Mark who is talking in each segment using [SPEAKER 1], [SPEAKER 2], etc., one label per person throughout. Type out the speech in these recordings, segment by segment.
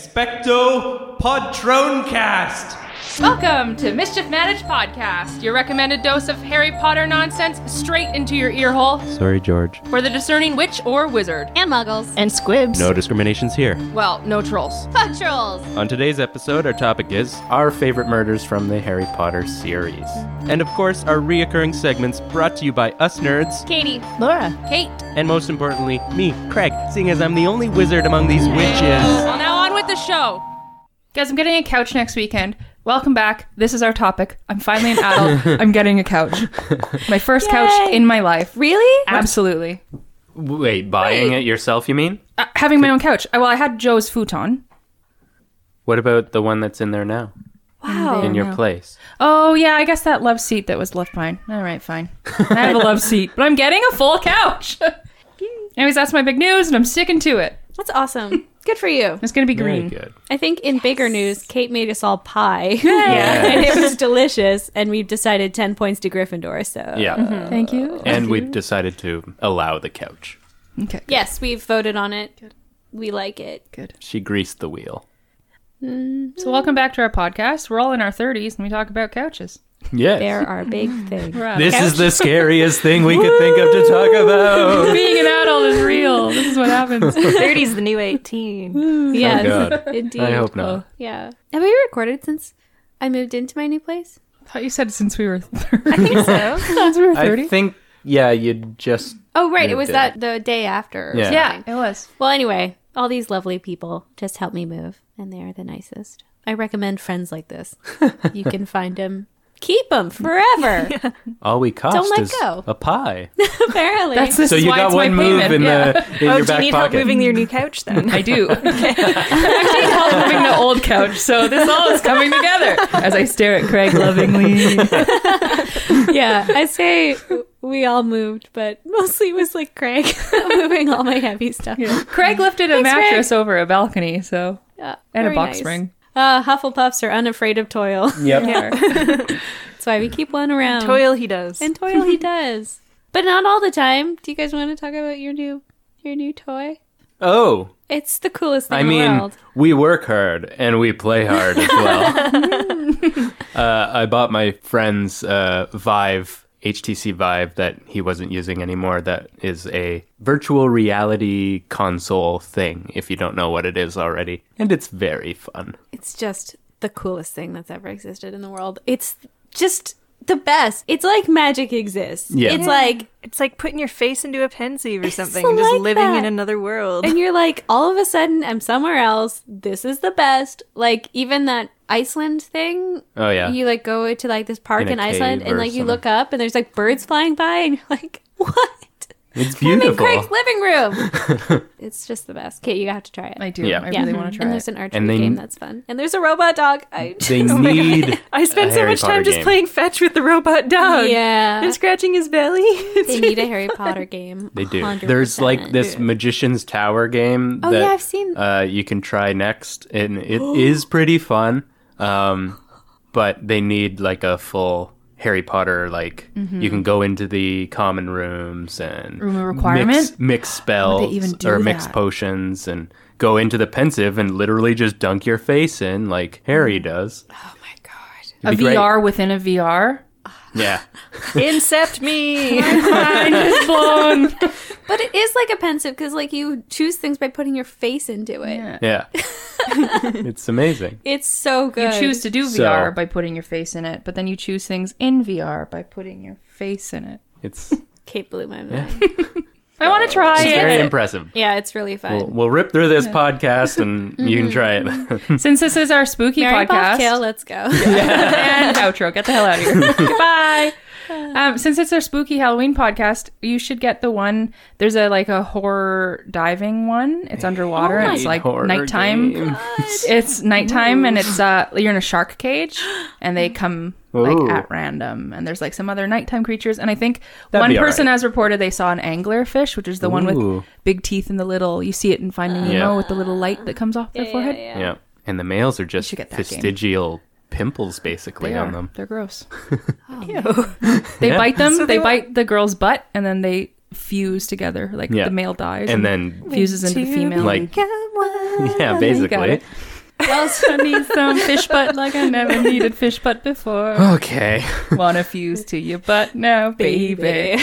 [SPEAKER 1] Expecto Podroncast!
[SPEAKER 2] Welcome to Mischief Managed Podcast, your recommended dose of Harry Potter nonsense straight into your earhole
[SPEAKER 1] Sorry, George.
[SPEAKER 2] for the discerning witch or wizard.
[SPEAKER 3] and muggles
[SPEAKER 4] and squibs.
[SPEAKER 1] No discriminations here.
[SPEAKER 2] Well, no trolls.
[SPEAKER 3] and trolls.
[SPEAKER 1] On today's episode, our topic is,
[SPEAKER 5] our favorite murders from the Harry Potter series.
[SPEAKER 1] and of course, our reoccurring segments brought to you by us nerds,
[SPEAKER 2] Katie,
[SPEAKER 4] Laura,
[SPEAKER 2] Kate.
[SPEAKER 1] and most importantly, me, Craig, seeing as I'm the only wizard among these witches.
[SPEAKER 2] Well, now on with the show. Guys, I'm getting a couch next weekend. Welcome back. This is our topic. I'm finally an adult. I'm getting a couch. My first couch
[SPEAKER 4] Yay.
[SPEAKER 2] in my life.
[SPEAKER 4] really?
[SPEAKER 2] Absolutely.
[SPEAKER 5] Wait, buying it yourself, you mean?
[SPEAKER 2] Uh, having my own couch. Uh, Well, I had Joe's futon.
[SPEAKER 5] What about the one that's in there now? Wow. In your place.
[SPEAKER 2] Oh, yeah, I guess that love seat that was left mine. All right, fine. I have a love seat, but I'm getting a full couch. Anyways, that's my big news, and I'm sticking to it.
[SPEAKER 3] That's awesome. Good for you.
[SPEAKER 2] It's going to be green.
[SPEAKER 5] Very good.
[SPEAKER 3] I think in bigger news, Kate made us all pie. and it was delicious. And we've decided 10 points to Gryffindor. So,
[SPEAKER 5] Yeah.
[SPEAKER 2] Thank you.
[SPEAKER 5] And we've decided to allow the couch.
[SPEAKER 2] Okay.
[SPEAKER 3] yes, we've voted on it. We like it.
[SPEAKER 5] She greased the wheel.
[SPEAKER 2] So, welcome back to our podcast. We're all in our 30s, and we talk about couches.
[SPEAKER 5] Yes.
[SPEAKER 3] There are big things.
[SPEAKER 2] We're out.
[SPEAKER 5] This is the scariest thing we could think of to talk about.
[SPEAKER 2] Being an adult is real. This is what happens.
[SPEAKER 4] 30 is the new 18.
[SPEAKER 3] yes,
[SPEAKER 5] God.
[SPEAKER 3] indeed.
[SPEAKER 5] I hope not.
[SPEAKER 3] Yeah. Have we recorded since I moved into my new place?
[SPEAKER 2] thought you said since we were 30.
[SPEAKER 3] I think so.
[SPEAKER 2] since we were
[SPEAKER 5] I
[SPEAKER 2] 30.
[SPEAKER 5] think, yeah, you just.
[SPEAKER 3] oh, right. It was
[SPEAKER 5] Moved
[SPEAKER 3] that the day after. or
[SPEAKER 5] Yeah.
[SPEAKER 2] yeah,
[SPEAKER 3] something.
[SPEAKER 2] it was.
[SPEAKER 3] Well, anyway, all these lovely people just helped me move, and they are the nicest. I recommend friends like this. you can find them. Keep them forever.
[SPEAKER 5] All we cost
[SPEAKER 3] Don't let
[SPEAKER 5] is
[SPEAKER 3] go.
[SPEAKER 5] a pie.
[SPEAKER 3] Apparently,
[SPEAKER 2] That's this
[SPEAKER 5] So
[SPEAKER 2] is
[SPEAKER 5] you
[SPEAKER 2] why
[SPEAKER 5] got
[SPEAKER 2] it's
[SPEAKER 5] one
[SPEAKER 2] my
[SPEAKER 5] move
[SPEAKER 2] payment.
[SPEAKER 5] in
[SPEAKER 2] yeah.
[SPEAKER 5] the in
[SPEAKER 4] oh,
[SPEAKER 5] your
[SPEAKER 4] do
[SPEAKER 5] back
[SPEAKER 4] you need help
[SPEAKER 5] pocket.
[SPEAKER 4] moving your new couch then?
[SPEAKER 2] I do. I'm actually help moving the old couch, so this all is coming together. As I stare at Craig lovingly.
[SPEAKER 3] yeah. I say we all moved, but mostly it was like Craig moving all my heavy stuff.
[SPEAKER 2] Craig lifted a mattress over a balcony, so
[SPEAKER 3] Yeah,
[SPEAKER 2] and a
[SPEAKER 3] very
[SPEAKER 2] box
[SPEAKER 3] nice.
[SPEAKER 2] spring.
[SPEAKER 3] Uh, Hufflepuffs are unafraid of toil. That's why we keep one around.
[SPEAKER 4] Toil he does.
[SPEAKER 3] and toil he does, but not all the time. Do you guys want to talk about your new your new toy?
[SPEAKER 5] Oh,
[SPEAKER 3] It's the coolest thing
[SPEAKER 5] I
[SPEAKER 3] in the
[SPEAKER 5] mean,
[SPEAKER 3] world.
[SPEAKER 5] we work hard and we play hard as well. uh, I bought my friend's uh, Vive, HTC Vive, that he wasn't using anymore. That is a virtual reality console thing, if you don't know what it is already. And it's very fun.
[SPEAKER 3] It's just the coolest thing that's ever existed in the world. It's just the best. It's like magic exists.
[SPEAKER 5] Yeah.
[SPEAKER 3] It's like,
[SPEAKER 4] It's like putting your face into a pensieve or something
[SPEAKER 3] so
[SPEAKER 4] and just
[SPEAKER 3] like
[SPEAKER 4] living in
[SPEAKER 3] that.
[SPEAKER 4] another world.
[SPEAKER 3] and you're like, all of a sudden, I'm somewhere else. This is the best. Like, even that Iceland thing.
[SPEAKER 5] Oh, yeah.
[SPEAKER 3] You like go to like this park
[SPEAKER 5] In
[SPEAKER 3] in,
[SPEAKER 5] a
[SPEAKER 3] Iceland
[SPEAKER 5] cave
[SPEAKER 3] and
[SPEAKER 5] or
[SPEAKER 3] like you
[SPEAKER 5] some-
[SPEAKER 3] look up and there's like birds flying by and you're like, what?
[SPEAKER 5] It's
[SPEAKER 3] I'm in
[SPEAKER 5] beautiful.
[SPEAKER 3] Craig's living room. it's just the best. Kate, you have to try it.
[SPEAKER 2] I do.
[SPEAKER 5] Yeah.
[SPEAKER 2] I
[SPEAKER 3] Yeah.
[SPEAKER 2] really want to try
[SPEAKER 3] and
[SPEAKER 2] it.
[SPEAKER 3] there's an archery
[SPEAKER 5] And they-
[SPEAKER 3] game that's fun. And there's a robot dog. I Oh
[SPEAKER 5] They need.
[SPEAKER 4] I spend
[SPEAKER 5] a
[SPEAKER 4] so
[SPEAKER 5] Harry
[SPEAKER 4] much
[SPEAKER 5] Potter
[SPEAKER 4] time just
[SPEAKER 5] game.
[SPEAKER 4] playing fetch with the robot dog.
[SPEAKER 3] Yeah.
[SPEAKER 4] And scratching his belly. It's
[SPEAKER 3] they need a Harry Potter game.
[SPEAKER 5] They do. There's like
[SPEAKER 3] 100%.
[SPEAKER 5] this Magician's Tower game.
[SPEAKER 3] Oh,
[SPEAKER 5] that,
[SPEAKER 3] yeah, I've seen-
[SPEAKER 5] Uh, you can try next, and it is pretty fun. Um, but they need like a full Harry Potter. Like you can go into the common rooms and
[SPEAKER 2] Mm-hmm. Room of requirement?
[SPEAKER 5] mix, mix spells
[SPEAKER 2] even do
[SPEAKER 5] or mix
[SPEAKER 2] that?
[SPEAKER 5] potions and go into the pensive and literally just dunk your face in like
[SPEAKER 2] Mm.
[SPEAKER 5] Harry does.
[SPEAKER 2] a
[SPEAKER 5] be great.
[SPEAKER 2] VR within a VR.
[SPEAKER 5] Yeah,
[SPEAKER 4] Incept me.
[SPEAKER 3] But it is like a pensive because like you choose things by putting your face into it.
[SPEAKER 5] yeah. it's amazing.
[SPEAKER 3] It's so good.
[SPEAKER 2] You choose to do
[SPEAKER 5] So-
[SPEAKER 2] VR by putting your face in it, but then you choose things in VR by putting your face in it.
[SPEAKER 5] It's, it's
[SPEAKER 3] Kate blew my mind.
[SPEAKER 2] I want to try
[SPEAKER 5] very
[SPEAKER 2] it.
[SPEAKER 5] impressive.
[SPEAKER 3] Yeah, it's really fun.
[SPEAKER 5] We'll, we'll rip through this podcast and you
[SPEAKER 2] Mm-hmm.
[SPEAKER 5] can try it.
[SPEAKER 2] Since this is our spooky
[SPEAKER 3] Mary Pop
[SPEAKER 2] podcast,
[SPEAKER 3] Kill, let's go.
[SPEAKER 2] and outro. Get the hell out of here. Goodbye. Um, since it's our spooky Halloween podcast, you should get the one. There's a like a horror diving one. It's underwater. and it's like
[SPEAKER 5] Oh, Horror
[SPEAKER 2] nighttime.
[SPEAKER 5] game.
[SPEAKER 2] It's nighttime, and it's uh, you're in a shark cage, and they come like
[SPEAKER 5] Ooh.
[SPEAKER 2] at random. And there's like some other nighttime creatures. And I think
[SPEAKER 5] That'd
[SPEAKER 2] one
[SPEAKER 5] be all
[SPEAKER 2] person
[SPEAKER 5] right.
[SPEAKER 2] has reported they saw an anglerfish, which is the one with
[SPEAKER 5] Ooh.
[SPEAKER 2] big teeth and the little. You see it in Finding Nemo
[SPEAKER 5] Yeah.
[SPEAKER 2] with the little light that comes off their forehead.
[SPEAKER 5] Yeah. And the males are just
[SPEAKER 2] should get that game.
[SPEAKER 5] vestigial pimples basically
[SPEAKER 2] They
[SPEAKER 5] on
[SPEAKER 2] are.
[SPEAKER 5] them.
[SPEAKER 2] They're gross. They bite them. they,
[SPEAKER 4] they
[SPEAKER 2] bite the girl's butt, and then they fuse together. Like
[SPEAKER 5] Yeah.
[SPEAKER 2] the male dies
[SPEAKER 5] and then
[SPEAKER 2] fuses into the
[SPEAKER 4] To
[SPEAKER 2] female.
[SPEAKER 5] like yeah,
[SPEAKER 2] got
[SPEAKER 5] basically.
[SPEAKER 2] it. also need some fish butt like I never needed fish butt before.
[SPEAKER 5] Okay.
[SPEAKER 2] Wanna fuse to your butt now, baby.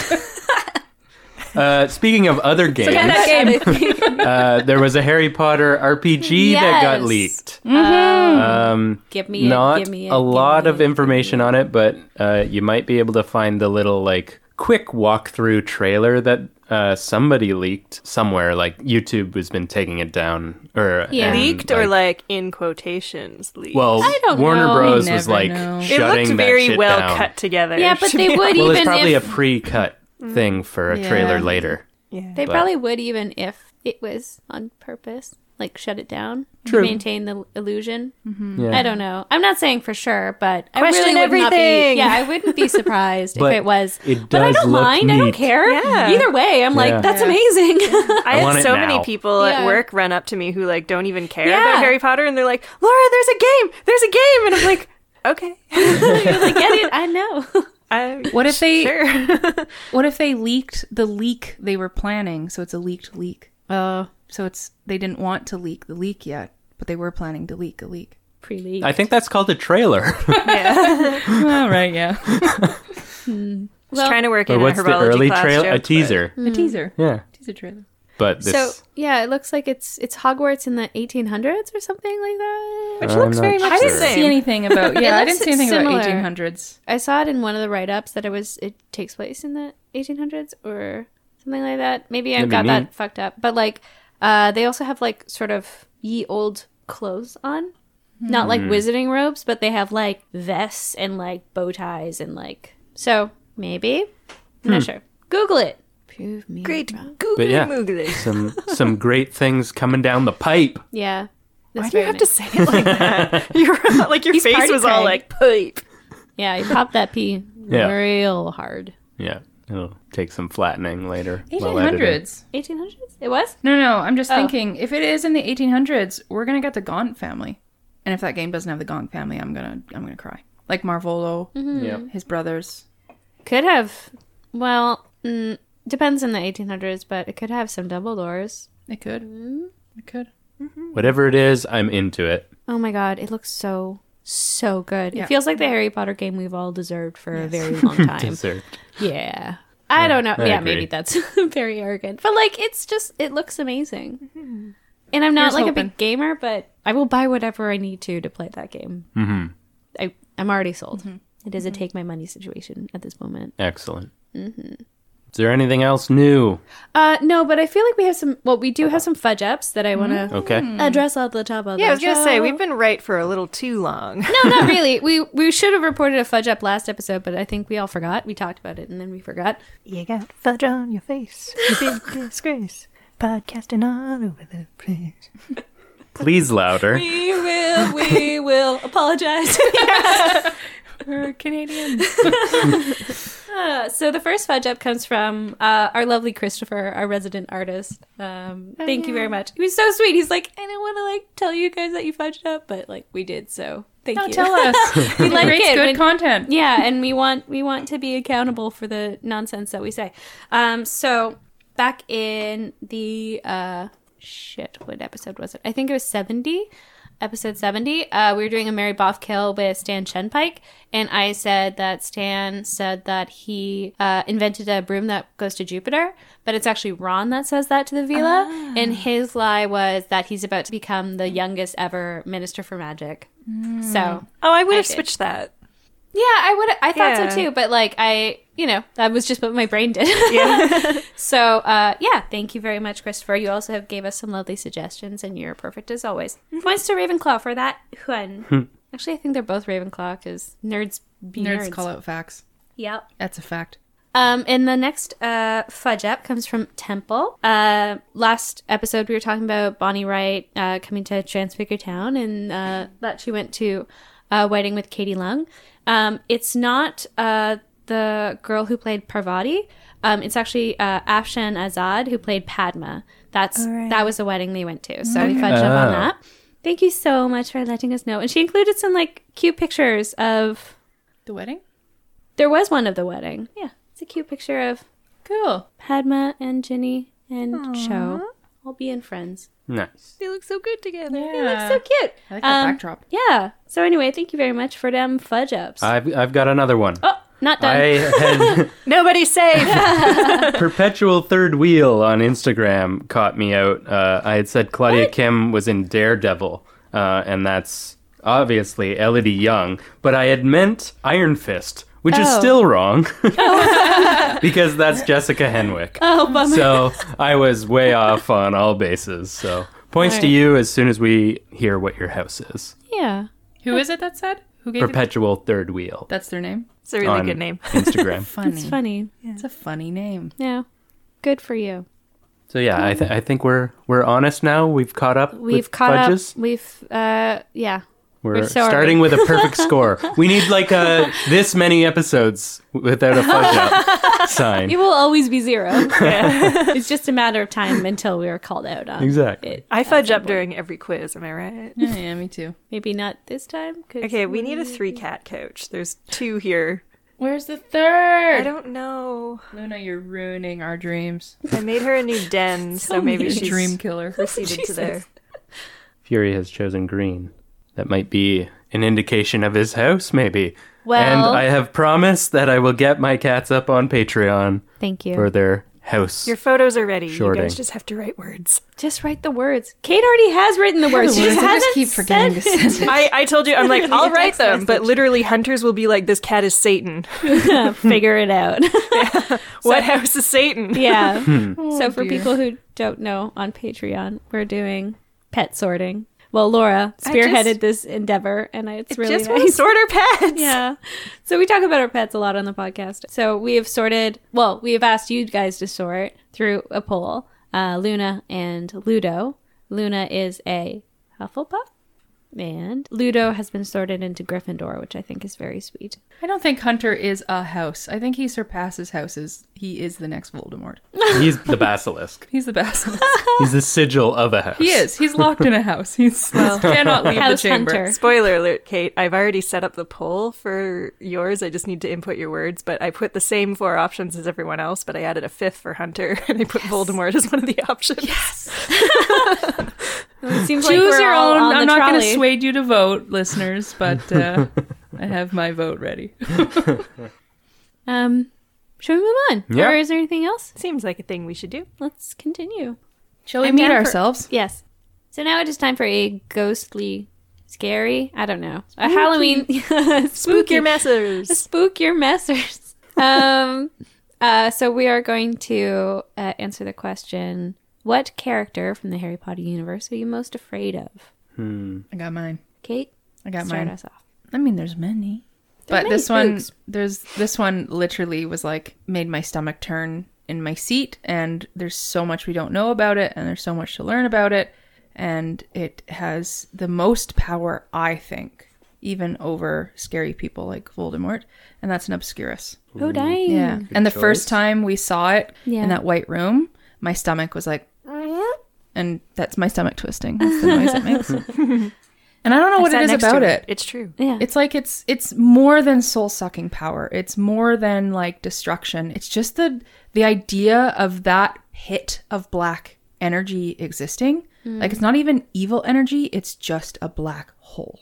[SPEAKER 5] Uh, speaking of other games, uh, there was a Harry Potter RPG that got
[SPEAKER 3] Yes.
[SPEAKER 5] leaked. Um,
[SPEAKER 3] Give me it,
[SPEAKER 5] not
[SPEAKER 3] give me it,
[SPEAKER 5] a
[SPEAKER 3] give
[SPEAKER 5] lot
[SPEAKER 3] me
[SPEAKER 5] of
[SPEAKER 3] it.
[SPEAKER 5] information on it, but uh, you might be able to find the little like quick walkthrough trailer that uh, somebody leaked somewhere. Like YouTube has been taking it down or
[SPEAKER 3] Yeah.
[SPEAKER 5] and,
[SPEAKER 4] leaked or like in quotations leaked.
[SPEAKER 5] well,
[SPEAKER 3] I don't
[SPEAKER 5] Warner
[SPEAKER 3] know.
[SPEAKER 5] Bros
[SPEAKER 2] We
[SPEAKER 5] was
[SPEAKER 2] never
[SPEAKER 5] like
[SPEAKER 2] know. It
[SPEAKER 4] it
[SPEAKER 5] shutting
[SPEAKER 4] looked
[SPEAKER 5] that
[SPEAKER 4] very
[SPEAKER 5] shit
[SPEAKER 4] well
[SPEAKER 5] down.
[SPEAKER 4] cut together.
[SPEAKER 3] Yeah, but
[SPEAKER 4] to
[SPEAKER 3] they
[SPEAKER 4] be
[SPEAKER 3] would
[SPEAKER 5] Well, it's
[SPEAKER 3] even
[SPEAKER 5] probably
[SPEAKER 3] if Mm.
[SPEAKER 5] a pre-cut thing for a trailer
[SPEAKER 2] Yeah.
[SPEAKER 5] later.
[SPEAKER 4] honest.
[SPEAKER 3] they
[SPEAKER 5] but-
[SPEAKER 3] probably would even if it was on purpose, like shut it down
[SPEAKER 5] True.
[SPEAKER 3] to maintain the illusion.
[SPEAKER 5] Yeah.
[SPEAKER 3] Mm. I don't know. I'm not saying for sure, but I
[SPEAKER 4] Question
[SPEAKER 3] really would not be.
[SPEAKER 4] everything.
[SPEAKER 3] Yeah, I wouldn't be surprised if
[SPEAKER 5] But
[SPEAKER 3] it was.
[SPEAKER 5] it
[SPEAKER 3] but I
[SPEAKER 5] does
[SPEAKER 3] don't
[SPEAKER 5] look
[SPEAKER 3] mind. I
[SPEAKER 5] neat.
[SPEAKER 3] don't care.
[SPEAKER 4] Yeah.
[SPEAKER 3] Either way, I'm
[SPEAKER 5] Yeah.
[SPEAKER 3] like that's amazing.
[SPEAKER 4] I,
[SPEAKER 5] I want
[SPEAKER 4] had
[SPEAKER 5] it
[SPEAKER 4] so
[SPEAKER 5] now.
[SPEAKER 4] many people
[SPEAKER 3] Yeah.
[SPEAKER 4] at work run up to me who like don't even care
[SPEAKER 3] Yeah.
[SPEAKER 4] about Harry Potter, and they're like, "Laura, there's a game. There's a game," and I'm like, "Okay."
[SPEAKER 3] You're like, get it? I know.
[SPEAKER 4] I-
[SPEAKER 2] What if they
[SPEAKER 4] sure.
[SPEAKER 2] what if they leaked the leak they were planning? So it's a leaked leak.
[SPEAKER 3] Oh,
[SPEAKER 2] So it's they didn't want to leak the leak yet, but they were planning to leak a leak.
[SPEAKER 3] pre-league.
[SPEAKER 5] I think that's called a trailer.
[SPEAKER 2] All right, yeah.
[SPEAKER 4] Just trying to work
[SPEAKER 5] or
[SPEAKER 4] in
[SPEAKER 5] what's
[SPEAKER 4] a
[SPEAKER 5] the
[SPEAKER 4] herbology
[SPEAKER 5] early
[SPEAKER 4] class
[SPEAKER 5] trailer?
[SPEAKER 4] joke,
[SPEAKER 5] A
[SPEAKER 4] but-
[SPEAKER 5] teaser.
[SPEAKER 2] A teaser.
[SPEAKER 5] Yeah,
[SPEAKER 2] Hmm. Teaser trailer.
[SPEAKER 5] but this.
[SPEAKER 3] Mm. so yeah, it looks like it's it's Hogwarts in the 1800s or something like that.
[SPEAKER 4] Which
[SPEAKER 5] I'm
[SPEAKER 4] looks
[SPEAKER 5] not
[SPEAKER 4] very much
[SPEAKER 5] sure.
[SPEAKER 4] the
[SPEAKER 5] I didn't
[SPEAKER 2] See
[SPEAKER 4] same.
[SPEAKER 2] anything about yeah, I
[SPEAKER 3] looks
[SPEAKER 2] didn't see anything
[SPEAKER 3] similar.
[SPEAKER 2] about eighteen hundreds.
[SPEAKER 3] I saw it in one of the write-ups that it was it takes place in the 1800s or something like that. Maybe I
[SPEAKER 5] That'd be
[SPEAKER 3] got
[SPEAKER 5] neat.
[SPEAKER 3] that fucked up. But like uh they also have like sort of ye old clothes on.
[SPEAKER 4] Hmm.
[SPEAKER 3] Not
[SPEAKER 5] Hmm.
[SPEAKER 3] like wizarding robes, but they have like vests and like bow ties and like so maybe. I'm
[SPEAKER 5] Hmm.
[SPEAKER 3] not sure. Google it. Prove me.
[SPEAKER 4] Great
[SPEAKER 3] wrong.
[SPEAKER 4] Google
[SPEAKER 5] But yeah.
[SPEAKER 4] Moogle.
[SPEAKER 5] some some great things coming down the pipe.
[SPEAKER 3] Yeah.
[SPEAKER 4] Why
[SPEAKER 3] That's
[SPEAKER 4] do you
[SPEAKER 3] very
[SPEAKER 4] have to
[SPEAKER 3] nice.
[SPEAKER 4] say it like that? You're, like your face
[SPEAKER 3] party
[SPEAKER 4] was all
[SPEAKER 3] crying.
[SPEAKER 4] like poop.
[SPEAKER 3] Yeah, you pop that pee
[SPEAKER 5] Yeah.
[SPEAKER 3] real hard.
[SPEAKER 5] Yeah, it'll take some flattening later.
[SPEAKER 2] Eighteen
[SPEAKER 5] while editing.
[SPEAKER 2] hundreds.
[SPEAKER 3] 1800s? It was?
[SPEAKER 2] No, no, I'm just
[SPEAKER 3] Oh.
[SPEAKER 2] thinking if it is in the 1800s, we're gonna get the Gaunt family, and if that game doesn't have the Gaunt family, I'm gonna I'm gonna cry. Like Marvolo,
[SPEAKER 3] Mm-hmm.
[SPEAKER 5] Yeah.
[SPEAKER 2] his brothers.
[SPEAKER 3] Could have. Well, mm, depends on the 1800s, but it could have some double doors.
[SPEAKER 2] It could.
[SPEAKER 3] Mm-hmm.
[SPEAKER 2] It could.
[SPEAKER 5] Whatever it is, I'm into it.
[SPEAKER 3] Oh my god, it looks so so good.
[SPEAKER 2] Yeah.
[SPEAKER 3] It feels like the Harry Potter game we've all deserved for a very long time.
[SPEAKER 5] Dessert.
[SPEAKER 3] yeah. I don't know.
[SPEAKER 5] I
[SPEAKER 3] yeah,
[SPEAKER 5] agree.
[SPEAKER 3] maybe that's very arrogant. But like it's just it looks amazing. And I'm not
[SPEAKER 2] Here's
[SPEAKER 3] like a
[SPEAKER 2] hoping.
[SPEAKER 3] big gamer, but I will buy whatever I need to to play that game. Mm-hmm. I I'm already sold. It is a take my money situation at this moment.
[SPEAKER 5] Excellent. Is there anything else new?
[SPEAKER 3] Uh, no, but I feel like we have some. Well, we do have some fudge ups that I want to
[SPEAKER 5] Okay.
[SPEAKER 3] address at the top of.
[SPEAKER 4] Yeah,
[SPEAKER 3] the
[SPEAKER 4] I was gonna say
[SPEAKER 3] show.
[SPEAKER 4] we've been right for a little too long.
[SPEAKER 3] No, not really. We we should have reported a fudge up last episode, but I think we all forgot. We talked about it and then we forgot.
[SPEAKER 4] You got fudge on your face, you big disgrace. Podcasting all over the place.
[SPEAKER 5] Please louder.
[SPEAKER 3] We will. We will apologize.
[SPEAKER 2] We're Canadian.
[SPEAKER 3] Uh, so the first fudge up comes from uh, our lovely Christopher, our resident artist. Um, thank you very much. He was so sweet. He's like, I don't want to like tell you guys that you fudged up, but like we did. So thank
[SPEAKER 2] No,
[SPEAKER 3] you.
[SPEAKER 2] tell us.
[SPEAKER 3] we like
[SPEAKER 2] Creates
[SPEAKER 3] it
[SPEAKER 2] good
[SPEAKER 3] when-
[SPEAKER 2] content.
[SPEAKER 3] yeah and we want we want to be accountable for the nonsense that we say um so back in the uh shit what episode was it i think it was 70 episode 70 uh we were doing a mary bothkill with stan shenpike and i said that stan said that he uh invented a broom that goes to jupiter but it's actually ron that says that to the vila and his lie was that he's about to become the youngest ever minister for magic so
[SPEAKER 4] Oh, I would have
[SPEAKER 3] did.
[SPEAKER 4] switched that.
[SPEAKER 3] yeah, I would. I thought
[SPEAKER 4] Yeah.
[SPEAKER 3] so too, but like I, you know, that was just what my brain did.
[SPEAKER 4] Yeah.
[SPEAKER 3] so, uh, yeah, thank you very much, Christopher. You also have gave us some lovely suggestions, and you're perfect as always.
[SPEAKER 4] Mm-hmm.
[SPEAKER 3] Points to Ravenclaw for that
[SPEAKER 4] Hmm.
[SPEAKER 3] one. Actually, I think they're both Ravenclaw because nerds be nerds.
[SPEAKER 2] Nerds call out facts.
[SPEAKER 3] Yep.
[SPEAKER 2] That's a fact.
[SPEAKER 3] Um, and the next uh, fudge up comes from Temple. Uh, last episode, we were talking about Bonnie Wright uh, coming to Transfigure Town and uh, that she went to a wedding with Katie Lung. Um, it's not uh, the girl who played Parvati. Um, it's actually uh, Afshan Azad who played Padma. That's that was the wedding they went to. So we fudged up
[SPEAKER 5] Oh.
[SPEAKER 3] on that. Thank you so much for letting us know. And she included some like cute pictures of
[SPEAKER 2] The wedding.
[SPEAKER 3] there was one of the wedding. Yeah. It's a cute picture of
[SPEAKER 2] Cool.
[SPEAKER 3] Padma and Ginny and Cho all being friends.
[SPEAKER 5] Nice.
[SPEAKER 3] They look so good together. They
[SPEAKER 2] Yeah.
[SPEAKER 3] look so cute.
[SPEAKER 2] I like that
[SPEAKER 3] Um,
[SPEAKER 2] backdrop.
[SPEAKER 3] Yeah. So anyway, thank you very much for them fudge ups.
[SPEAKER 5] I've I've got another one.
[SPEAKER 3] oh, not done.
[SPEAKER 5] I had
[SPEAKER 4] Nobody's safe.
[SPEAKER 5] perpetual third wheel on Instagram caught me out. Uh, I had said Claudia Kim was in Daredevil, uh, and that's obviously Elodie Young. But I had meant Iron Fist, which is
[SPEAKER 3] Oh.
[SPEAKER 5] still wrong because that's Jessica Henwick.
[SPEAKER 3] oh, bummer.
[SPEAKER 5] So I was way off on all bases. So points to
[SPEAKER 3] Alright.
[SPEAKER 5] you as soon as we hear what your house is.
[SPEAKER 3] yeah.
[SPEAKER 2] Who is it that said? Who gave it?
[SPEAKER 5] Perpetual third wheel
[SPEAKER 2] That's their name.
[SPEAKER 4] It's a really
[SPEAKER 5] on
[SPEAKER 4] good name.
[SPEAKER 5] Instagram.
[SPEAKER 2] Funny.
[SPEAKER 3] It's funny.
[SPEAKER 2] It's a funny name.
[SPEAKER 3] Yeah. Good for you.
[SPEAKER 5] So yeah, I, th- I think we're we're honest now. We've caught up.
[SPEAKER 3] We've
[SPEAKER 5] with
[SPEAKER 3] caught
[SPEAKER 5] fudges.
[SPEAKER 3] up. We've uh yeah.
[SPEAKER 5] We're,
[SPEAKER 3] We're sorry.
[SPEAKER 5] starting with a perfect score. We need like a this many episodes without a fudge up
[SPEAKER 3] It
[SPEAKER 5] sign.
[SPEAKER 3] will always be zero. it's just a matter of time until we are called out on.
[SPEAKER 5] Exactly.
[SPEAKER 3] It,
[SPEAKER 4] I fudge up during every quiz, am I right?
[SPEAKER 2] Yeah, yeah, me too.
[SPEAKER 3] maybe not this time. 'cause
[SPEAKER 4] Okay, we need a three cat coach. There's two here.
[SPEAKER 2] Where's the third?
[SPEAKER 4] I don't know.
[SPEAKER 2] Luna, you're ruining our dreams.
[SPEAKER 4] I made her a new den,
[SPEAKER 3] Oh,
[SPEAKER 4] so, maybe she's
[SPEAKER 2] dream killer.
[SPEAKER 4] receded to there.
[SPEAKER 5] Fury has chosen green. That might be an indication of his house, maybe. and
[SPEAKER 3] Well-
[SPEAKER 5] I have promised that I will get my cats up on Patreon
[SPEAKER 3] Thank you.
[SPEAKER 5] for their house.
[SPEAKER 4] Your photos are ready.
[SPEAKER 5] Shorting.
[SPEAKER 4] You guys just have to write words.
[SPEAKER 3] Just write the words. Kate already has written the words. She
[SPEAKER 2] words.
[SPEAKER 3] just
[SPEAKER 2] I just
[SPEAKER 3] hasn't
[SPEAKER 2] keep forgetting
[SPEAKER 3] said
[SPEAKER 2] to send
[SPEAKER 4] I, I told you, I'm like, I'll write
[SPEAKER 3] text
[SPEAKER 4] them, but literally hunters will be like, this cat is Satan.
[SPEAKER 3] it. Figure it out.
[SPEAKER 4] What house is Satan?
[SPEAKER 3] yeah.
[SPEAKER 2] Hmm.
[SPEAKER 3] so for people who don't know on Patreon, we're doing pet sorting. Well, Laura spearheaded
[SPEAKER 4] just-
[SPEAKER 3] this endeavor, and it's really
[SPEAKER 4] just want to
[SPEAKER 3] nice.
[SPEAKER 4] sort our pets.
[SPEAKER 3] Yeah. So we talk about our pets a lot on the podcast. So we have sorted, well, we have asked you guys to sort through a poll uh, Luna and Ludo. Luna is a Hufflepuff, and Ludo has been sorted into Gryffindor, which I think is very sweet.
[SPEAKER 2] I don't think Hunter is a house. I think he surpasses houses. He is the next Voldemort.
[SPEAKER 5] He's the basilisk.
[SPEAKER 2] He's the basilisk.
[SPEAKER 5] He's the sigil of a house.
[SPEAKER 2] he is. He's locked in a house. He's he cannot leave
[SPEAKER 3] House
[SPEAKER 2] the chamber.
[SPEAKER 3] Hunter.
[SPEAKER 4] Spoiler alert, Kate. I've already set up the poll for yours. I just need to input your words, but I put the same four options as everyone else, but I added a fifth for Hunter, and I put Voldemort as one of the options.
[SPEAKER 3] It seems like
[SPEAKER 2] Choose
[SPEAKER 3] we're
[SPEAKER 2] your
[SPEAKER 3] all
[SPEAKER 2] own.
[SPEAKER 3] on
[SPEAKER 2] I'm
[SPEAKER 3] the
[SPEAKER 2] not going to
[SPEAKER 3] trolley.
[SPEAKER 2] sway you to vote, listeners, but uh, I have my vote ready.
[SPEAKER 3] Um, should we move on?
[SPEAKER 5] Yeah.
[SPEAKER 3] Or is there anything else?
[SPEAKER 4] Seems like a thing we should do.
[SPEAKER 3] Let's continue.
[SPEAKER 2] Shall
[SPEAKER 3] we
[SPEAKER 2] we
[SPEAKER 3] I'm meet
[SPEAKER 2] meet
[SPEAKER 3] down for-
[SPEAKER 2] ourselves?
[SPEAKER 3] ourselves? Yes. So now it is time for a ghostly, scary, I don't know, a Halloween spooky
[SPEAKER 4] messers.
[SPEAKER 3] spook your messers. Um, uh, so we are going to uh, answer the question: What character from the Harry Potter universe are you most afraid of?
[SPEAKER 2] I got mine.
[SPEAKER 3] Kate,
[SPEAKER 2] I got
[SPEAKER 3] start
[SPEAKER 2] mine.
[SPEAKER 3] us off.
[SPEAKER 2] I mean, there's many,
[SPEAKER 3] There are
[SPEAKER 2] but
[SPEAKER 3] many
[SPEAKER 2] this one,
[SPEAKER 3] spooks.
[SPEAKER 2] there's this one literally was like made my stomach turn in my seat, and there's so much we don't know about it, and there's so much to learn about it, and it has the most power, I think, even over scary people like Voldemort, and that's an Obscurus.
[SPEAKER 3] Oh, dang!
[SPEAKER 2] Yeah, and the first time we saw it
[SPEAKER 3] Yeah.
[SPEAKER 2] in that white room, my stomach was like, and that's my stomach twisting. That's the noise it makes. and I don't know what it is about it.
[SPEAKER 4] It's true.
[SPEAKER 3] yeah.
[SPEAKER 2] It's like it's it's more than soul sucking power. It's more than like destruction. It's just the the idea of that pit of black energy existing. Like it's not even evil energy. It's just a black hole,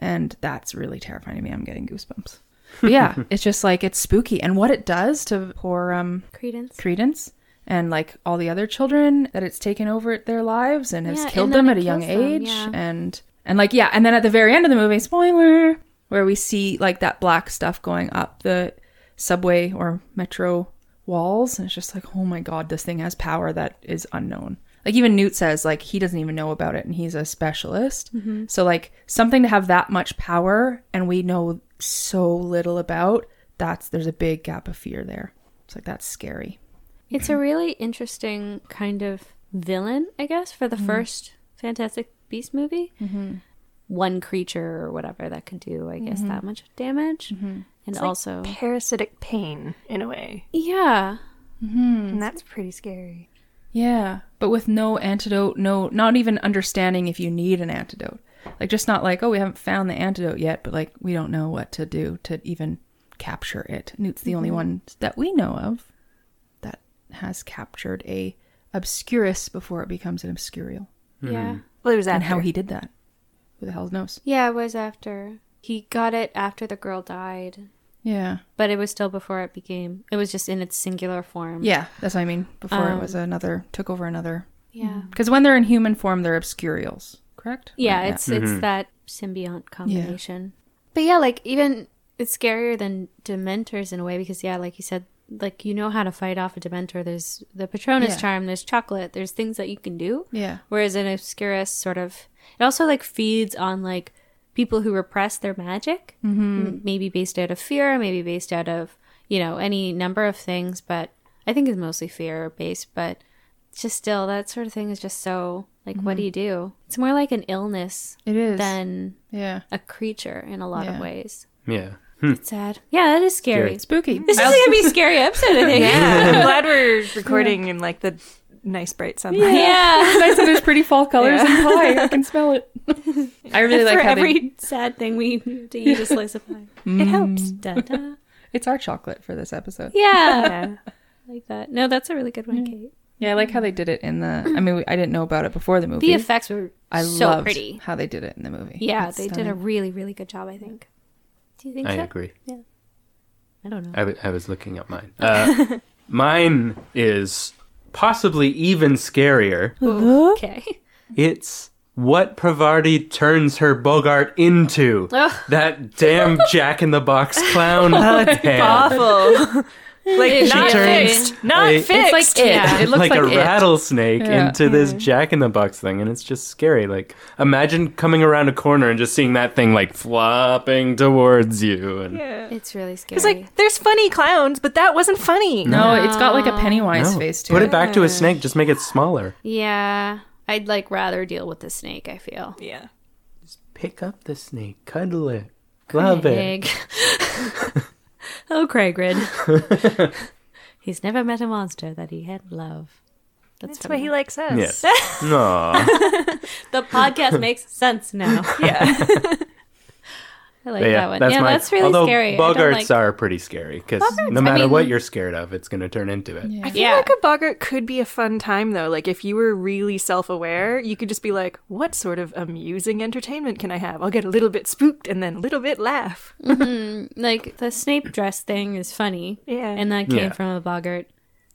[SPEAKER 2] and that's really terrifying to me. I'm getting goosebumps. But yeah, it's just like it's spooky, and what it does to poor um
[SPEAKER 3] Credence.
[SPEAKER 2] Credence and like all the other children that it's taken over their lives and has
[SPEAKER 3] Yeah,
[SPEAKER 2] killed
[SPEAKER 3] and
[SPEAKER 2] them
[SPEAKER 3] then
[SPEAKER 2] at
[SPEAKER 3] it
[SPEAKER 2] a young
[SPEAKER 3] kills them,
[SPEAKER 2] age
[SPEAKER 3] yeah.
[SPEAKER 2] and and like yeah and then at the very end of the movie spoiler where we see like that black stuff going up the subway or metro walls and it's just like oh my god this thing has power that is unknown like even Newt says like he doesn't even know about it and he's a specialist
[SPEAKER 3] Mm-hmm.
[SPEAKER 2] so like something to have that much power and we know so little about that's there's a big gap of fear there it's like that's scary
[SPEAKER 3] It's a really interesting kind of villain, I guess, for the first Fantastic Beast movie. One creature or whatever that could do, I guess, that much damage, and also
[SPEAKER 4] Parasitic pain, in a way.
[SPEAKER 3] yeah,
[SPEAKER 2] Hmm.
[SPEAKER 4] And that's pretty scary.
[SPEAKER 2] Yeah, but with no antidote, no, not even understanding if you need an antidote. Like, just not like, oh, we haven't found the antidote yet, but like, we don't
[SPEAKER 3] Mm-hmm.
[SPEAKER 2] know what to do to even capture it. Newt's the only one that we know of. has captured a obscurus before it becomes an obscurial,
[SPEAKER 3] Yeah.
[SPEAKER 4] Well, it was
[SPEAKER 2] and
[SPEAKER 4] after.
[SPEAKER 2] how he did that. Who the hell knows?
[SPEAKER 3] Yeah, it was after. He got it after the girl died,
[SPEAKER 2] Yeah,
[SPEAKER 3] but it was still before it became. It was just in its singular form.
[SPEAKER 2] yeah, that's what I mean. Before
[SPEAKER 3] Um,
[SPEAKER 2] it was another took over another.
[SPEAKER 3] Yeah.
[SPEAKER 2] Because when they're in human form, they're obscurials, correct?
[SPEAKER 3] Yeah,
[SPEAKER 2] Right,
[SPEAKER 3] it's it's that symbiont combination. But yeah, like even it's scarier than dementors in a way because yeah, like you said, like you know how to fight off a dementor. There's the Patronus
[SPEAKER 2] Yeah.
[SPEAKER 3] charm, there's chocolate, there's things that you can do.
[SPEAKER 2] yeah,
[SPEAKER 3] Whereas an obscurus sort of it also like feeds on like people who repress their magic, mm maybe based out of fear, maybe based out of you know any number of things. But I think it's mostly fear based. But it's just still that sort of thing is just so like what do you do? It's more like an illness
[SPEAKER 2] it is.
[SPEAKER 3] than
[SPEAKER 2] yeah,
[SPEAKER 3] a creature in a lot of
[SPEAKER 2] Yeah.
[SPEAKER 3] ways.
[SPEAKER 5] Yeah.
[SPEAKER 3] It's sad. Yeah, that is scary.
[SPEAKER 2] spooky.
[SPEAKER 3] This is gonna be a scary episode. I think.
[SPEAKER 4] Yeah, I'm glad we're recording in like the nice bright sunlight.
[SPEAKER 3] Yeah.
[SPEAKER 2] nice that there's pretty fall colors in pie. I can smell it. I really like
[SPEAKER 3] For
[SPEAKER 2] how they- Mm.
[SPEAKER 3] every sad thing we need to eat a slice of pie.
[SPEAKER 4] It helps.
[SPEAKER 3] Dun, dun.
[SPEAKER 2] it's our chocolate for this episode.
[SPEAKER 3] Yeah.
[SPEAKER 4] Yeah.
[SPEAKER 3] like that. No, that's a really good one, Kate.
[SPEAKER 2] Yeah, I like how they did it in the. I mean, we, I didn't know about it before the movie.
[SPEAKER 3] The effects were
[SPEAKER 2] I
[SPEAKER 3] so
[SPEAKER 2] loved
[SPEAKER 3] pretty.
[SPEAKER 2] how they did it in the movie.
[SPEAKER 3] Yeah,
[SPEAKER 2] It's
[SPEAKER 3] they did a
[SPEAKER 2] stunning.
[SPEAKER 3] really, really good job, I think. Do you think
[SPEAKER 5] I
[SPEAKER 3] so?
[SPEAKER 5] agree.
[SPEAKER 3] I don't know.
[SPEAKER 5] I wa- I was looking at mine. Uh, mine is possibly even scarier.
[SPEAKER 2] Uh-huh.
[SPEAKER 3] Okay.
[SPEAKER 5] It's what Pravarti turns her Bogart into. That damn Jack in the Box clown. Oh,
[SPEAKER 4] Awful. like not
[SPEAKER 5] turns-
[SPEAKER 4] fixed. Not
[SPEAKER 5] It's
[SPEAKER 2] It's
[SPEAKER 4] fixed.
[SPEAKER 2] like it.
[SPEAKER 3] Yeah.
[SPEAKER 2] It looks like,
[SPEAKER 5] like, a
[SPEAKER 2] it.
[SPEAKER 5] rattlesnake
[SPEAKER 2] Yeah.
[SPEAKER 5] into this Jack in the Box thing, and it's just scary. Like, imagine coming around a corner and just seeing that thing like flopping towards you. And
[SPEAKER 4] Yeah.
[SPEAKER 3] It's really scary.
[SPEAKER 4] It's like there's funny clowns, but that wasn't funny.
[SPEAKER 2] No, it's got like a Pennywise
[SPEAKER 5] No,
[SPEAKER 2] face to
[SPEAKER 5] put
[SPEAKER 2] it.
[SPEAKER 5] it back to a snake. Just make it smaller.
[SPEAKER 3] yeah. I'd like rather deal with the snake, I feel.
[SPEAKER 4] Yeah.
[SPEAKER 5] Pick up the snake, cuddle it, love it.
[SPEAKER 3] Egg. oh, Craigrid. He's never met a monster that he had love. That's,
[SPEAKER 4] That's
[SPEAKER 3] from
[SPEAKER 4] why he likes us.
[SPEAKER 5] Yes. No.
[SPEAKER 3] the podcast makes sense now.
[SPEAKER 4] Yeah.
[SPEAKER 3] I like
[SPEAKER 5] But
[SPEAKER 3] that one. yeah, that's really
[SPEAKER 5] although
[SPEAKER 3] scary. I don't
[SPEAKER 5] Bogarts
[SPEAKER 3] like-
[SPEAKER 5] are pretty scary because
[SPEAKER 3] I
[SPEAKER 5] no matter what
[SPEAKER 3] mean-
[SPEAKER 5] you're scared of, it's going to turn into it.
[SPEAKER 4] I feel
[SPEAKER 3] Yeah.
[SPEAKER 4] like a boggart could be a fun time though. Like if you were really self-aware, you could just be like, "What sort of amusing entertainment can I have? I'll get a little bit spooked and then a little bit laugh."
[SPEAKER 3] hmm, like the Snape dress thing is funny.
[SPEAKER 4] Yeah.
[SPEAKER 3] and that came
[SPEAKER 5] Yeah.
[SPEAKER 3] from a boggart.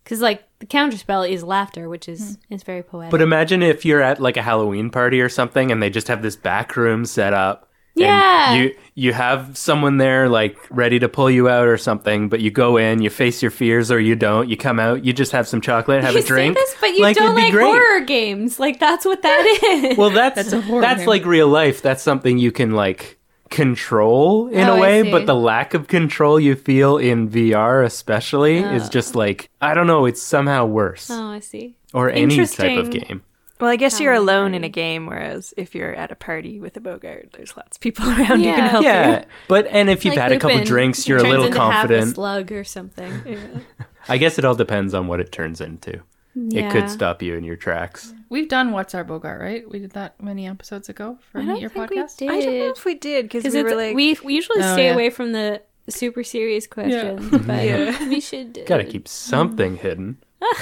[SPEAKER 3] Because like the counterspell is laughter, which is
[SPEAKER 4] Hmm.
[SPEAKER 3] is very poetic.
[SPEAKER 5] But imagine if you're at like a Halloween party or something and they just have this back room set up. and
[SPEAKER 3] Yeah.
[SPEAKER 5] you you have someone there like ready to pull you out or something, but you go in, you face your fears or you don't. You come out, you just have some chocolate, have
[SPEAKER 3] you
[SPEAKER 5] a drink.
[SPEAKER 3] say this, but you
[SPEAKER 5] it'd
[SPEAKER 3] don't
[SPEAKER 5] be
[SPEAKER 3] like
[SPEAKER 5] great.
[SPEAKER 3] horror games. Like that's what that is.
[SPEAKER 5] Well, that's
[SPEAKER 2] That's
[SPEAKER 5] that's,
[SPEAKER 2] a horror game.
[SPEAKER 5] like real life. That's something you can like control in
[SPEAKER 3] Oh, I
[SPEAKER 5] a way,
[SPEAKER 3] see.
[SPEAKER 5] but the lack of control you feel in VR especially is just like I don't know, it's somehow worse
[SPEAKER 3] oh, I see.
[SPEAKER 5] or any type of
[SPEAKER 3] interesting.
[SPEAKER 5] game.
[SPEAKER 4] Well, I guess you're alone in a game, whereas if you're at a party with a bogart, there's lots of people around you
[SPEAKER 3] Yeah.
[SPEAKER 4] can help you.
[SPEAKER 5] Yeah, but and if you've
[SPEAKER 3] Like
[SPEAKER 5] had a couple
[SPEAKER 3] Lupin
[SPEAKER 5] drinks, you're a
[SPEAKER 3] turns
[SPEAKER 5] little
[SPEAKER 3] into half a
[SPEAKER 5] confident.
[SPEAKER 3] slug or something.
[SPEAKER 5] I guess it all depends on what it turns into. It
[SPEAKER 3] Yeah.
[SPEAKER 5] could stop you in your tracks.
[SPEAKER 2] We've done What's Our Bogart, right? We did that many episodes ago for
[SPEAKER 3] I
[SPEAKER 2] Meet
[SPEAKER 3] don't
[SPEAKER 2] Your
[SPEAKER 3] think
[SPEAKER 2] Podcast.
[SPEAKER 3] we
[SPEAKER 4] I don't know
[SPEAKER 3] did
[SPEAKER 4] if we did because
[SPEAKER 3] because
[SPEAKER 4] we
[SPEAKER 3] it's
[SPEAKER 4] were like,
[SPEAKER 3] we, we usually
[SPEAKER 2] Oh,
[SPEAKER 3] stay
[SPEAKER 2] yeah.
[SPEAKER 3] away from the super serious questions, but we should. uh,
[SPEAKER 5] Gotta keep something hidden.
[SPEAKER 3] all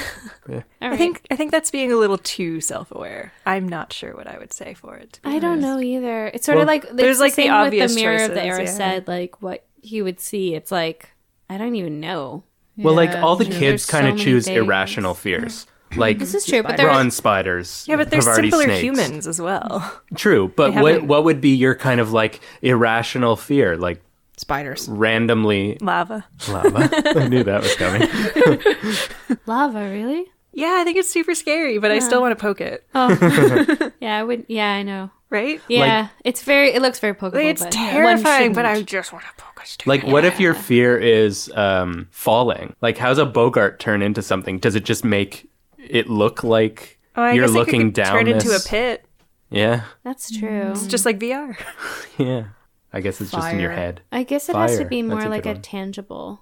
[SPEAKER 4] I
[SPEAKER 3] right.
[SPEAKER 4] think I think that's being a little too self-aware. I'm not sure what I would say for it.
[SPEAKER 3] I don't know either. It's sort of
[SPEAKER 5] Well,
[SPEAKER 3] like it's
[SPEAKER 4] there's, like,
[SPEAKER 3] the
[SPEAKER 4] the
[SPEAKER 3] same with
[SPEAKER 4] obvious
[SPEAKER 3] the mirror of the
[SPEAKER 4] choices,
[SPEAKER 3] era
[SPEAKER 4] yeah.
[SPEAKER 3] said, like what he would see. It's like I don't even know.
[SPEAKER 5] Well, like
[SPEAKER 2] Yeah,
[SPEAKER 5] all the
[SPEAKER 2] true.
[SPEAKER 3] There's
[SPEAKER 5] kids kind
[SPEAKER 3] so
[SPEAKER 5] of
[SPEAKER 3] many
[SPEAKER 5] choose
[SPEAKER 3] things.
[SPEAKER 5] irrational fears. Like
[SPEAKER 3] This is true, but there
[SPEAKER 5] Ron spiders.
[SPEAKER 4] Yeah, but they're
[SPEAKER 5] Pravarti
[SPEAKER 4] simpler
[SPEAKER 5] snakes.
[SPEAKER 4] humans as well.
[SPEAKER 5] True, but
[SPEAKER 4] They
[SPEAKER 5] what
[SPEAKER 4] haven't-
[SPEAKER 5] what would be your kind of like irrational fear? Like
[SPEAKER 2] Spiders.
[SPEAKER 5] randomly
[SPEAKER 4] Lava.
[SPEAKER 5] lava. I knew that was coming.
[SPEAKER 3] lava, really?
[SPEAKER 4] Yeah, I think it's super scary, but I still want to poke it.
[SPEAKER 3] Oh. Yeah, I would. Yeah, I know.
[SPEAKER 4] Right?
[SPEAKER 3] Yeah, it's very. It looks very pokeable.
[SPEAKER 4] Like, it's
[SPEAKER 3] but
[SPEAKER 4] terrifying, but I just want to poke a stick.
[SPEAKER 5] Like, what if your fear is um, falling? Like, how's a Bogart turn into something? Does it just make it look like
[SPEAKER 4] Oh, I
[SPEAKER 5] you're
[SPEAKER 4] guess I
[SPEAKER 5] looking
[SPEAKER 4] could
[SPEAKER 5] down?
[SPEAKER 4] Turn into a
[SPEAKER 5] this-
[SPEAKER 4] pit.
[SPEAKER 5] Yeah,
[SPEAKER 3] that's true.
[SPEAKER 4] It's just like VR.
[SPEAKER 5] yeah. I guess it's just in your
[SPEAKER 2] Fire.
[SPEAKER 5] head.
[SPEAKER 3] I guess it has to
[SPEAKER 5] Fire,
[SPEAKER 3] be
[SPEAKER 5] that's
[SPEAKER 3] more
[SPEAKER 5] a
[SPEAKER 3] like
[SPEAKER 5] good
[SPEAKER 3] a
[SPEAKER 5] one.
[SPEAKER 3] tangible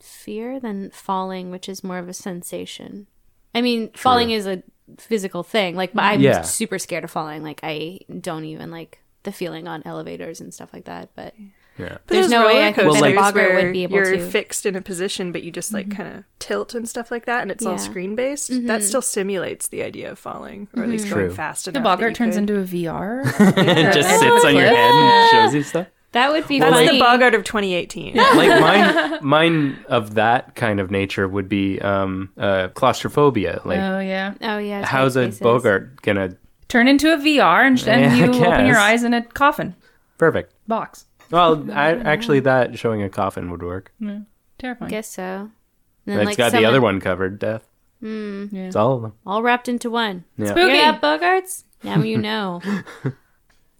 [SPEAKER 3] fear than falling, which is more of a sensation. I mean, falling is a physical thing. Like, but I'm
[SPEAKER 5] Yeah.
[SPEAKER 3] super scared of falling. Like, I don't even like the feeling on elevators and stuff like that. But
[SPEAKER 5] Yeah.
[SPEAKER 3] There's no way I could-
[SPEAKER 5] Well, like-
[SPEAKER 3] Bogger would be able
[SPEAKER 4] you're
[SPEAKER 3] to. Mm-hmm.
[SPEAKER 4] fixed in a position, but you just like kind of tilt and stuff like that, and it's
[SPEAKER 3] Yeah. Mm-hmm.
[SPEAKER 4] all screen based. That still simulates the idea of falling, or at least going
[SPEAKER 5] True.
[SPEAKER 4] fast
[SPEAKER 2] The
[SPEAKER 4] enough. that
[SPEAKER 2] boggart
[SPEAKER 4] you
[SPEAKER 2] turns
[SPEAKER 4] could-
[SPEAKER 2] into a Oh, VR.
[SPEAKER 5] it just
[SPEAKER 2] Yeah.
[SPEAKER 5] sits on your head and shows you stuff.
[SPEAKER 3] That would be
[SPEAKER 4] That's
[SPEAKER 3] funny.
[SPEAKER 4] the boggart of 2018.
[SPEAKER 5] like mine mine of that kind of nature would be um uh claustrophobia like
[SPEAKER 2] oh yeah.
[SPEAKER 3] Oh yeah. tight
[SPEAKER 5] how's a
[SPEAKER 3] spaces.
[SPEAKER 5] bogart gonna
[SPEAKER 2] Turn into a VR and, and
[SPEAKER 5] Yeah, I
[SPEAKER 2] you open your
[SPEAKER 5] guess.
[SPEAKER 2] eyes in a coffin
[SPEAKER 5] perfect
[SPEAKER 2] box.
[SPEAKER 5] well I, actually that showing a coffin would work
[SPEAKER 2] Terrifying.
[SPEAKER 3] Guess so. And
[SPEAKER 5] It's
[SPEAKER 3] then, like,
[SPEAKER 5] got the
[SPEAKER 3] someone-
[SPEAKER 5] other one covered death it's all of them
[SPEAKER 3] all wrapped into one.
[SPEAKER 5] Yeah.
[SPEAKER 3] You're
[SPEAKER 2] Spooky.
[SPEAKER 3] at Bogarts? Now you know.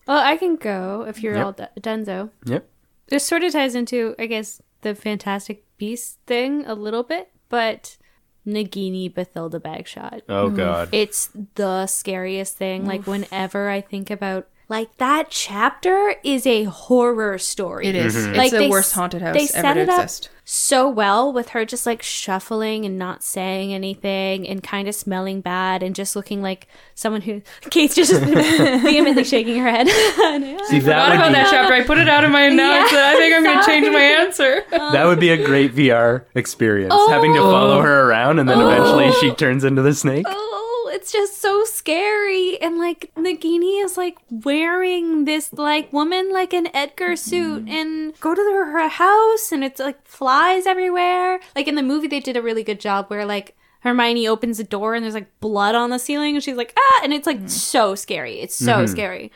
[SPEAKER 3] well, I can go if you're
[SPEAKER 5] Yep.
[SPEAKER 3] all d- donezo.
[SPEAKER 5] yep
[SPEAKER 3] This sort of ties into, I guess, the Fantastic Beast thing a little bit, but Nagini Bathilda Bagshot.
[SPEAKER 5] oh god
[SPEAKER 3] It's the scariest thing. Like whenever I think about like that chapter is a horror story.
[SPEAKER 2] It is. It's
[SPEAKER 3] Like,
[SPEAKER 2] the
[SPEAKER 3] they
[SPEAKER 2] worst
[SPEAKER 3] s-
[SPEAKER 2] haunted house
[SPEAKER 3] they
[SPEAKER 2] ever
[SPEAKER 3] set
[SPEAKER 2] to
[SPEAKER 3] it up-
[SPEAKER 2] exist.
[SPEAKER 3] so well with her just like shuffling and not saying anything and kind of smelling bad and just looking like someone who Kate's just vehemently shaking her head.
[SPEAKER 5] see
[SPEAKER 2] Forgot
[SPEAKER 5] that
[SPEAKER 2] about
[SPEAKER 5] would be
[SPEAKER 2] that chapter. I put it out of my notes, and I think I'm going to change my answer.
[SPEAKER 5] that would be a great vr experience having to follow her around and then eventually she turns into the snake
[SPEAKER 3] oh, it's just so scary. And like Nagini is like wearing this like woman like an Edgar suit and go to the, her house and it's like flies everywhere. Like in the movie, they did a really good job where like Hermione opens the door and there's like blood on the ceiling and she's like ah, and it's like so scary. It's so scary.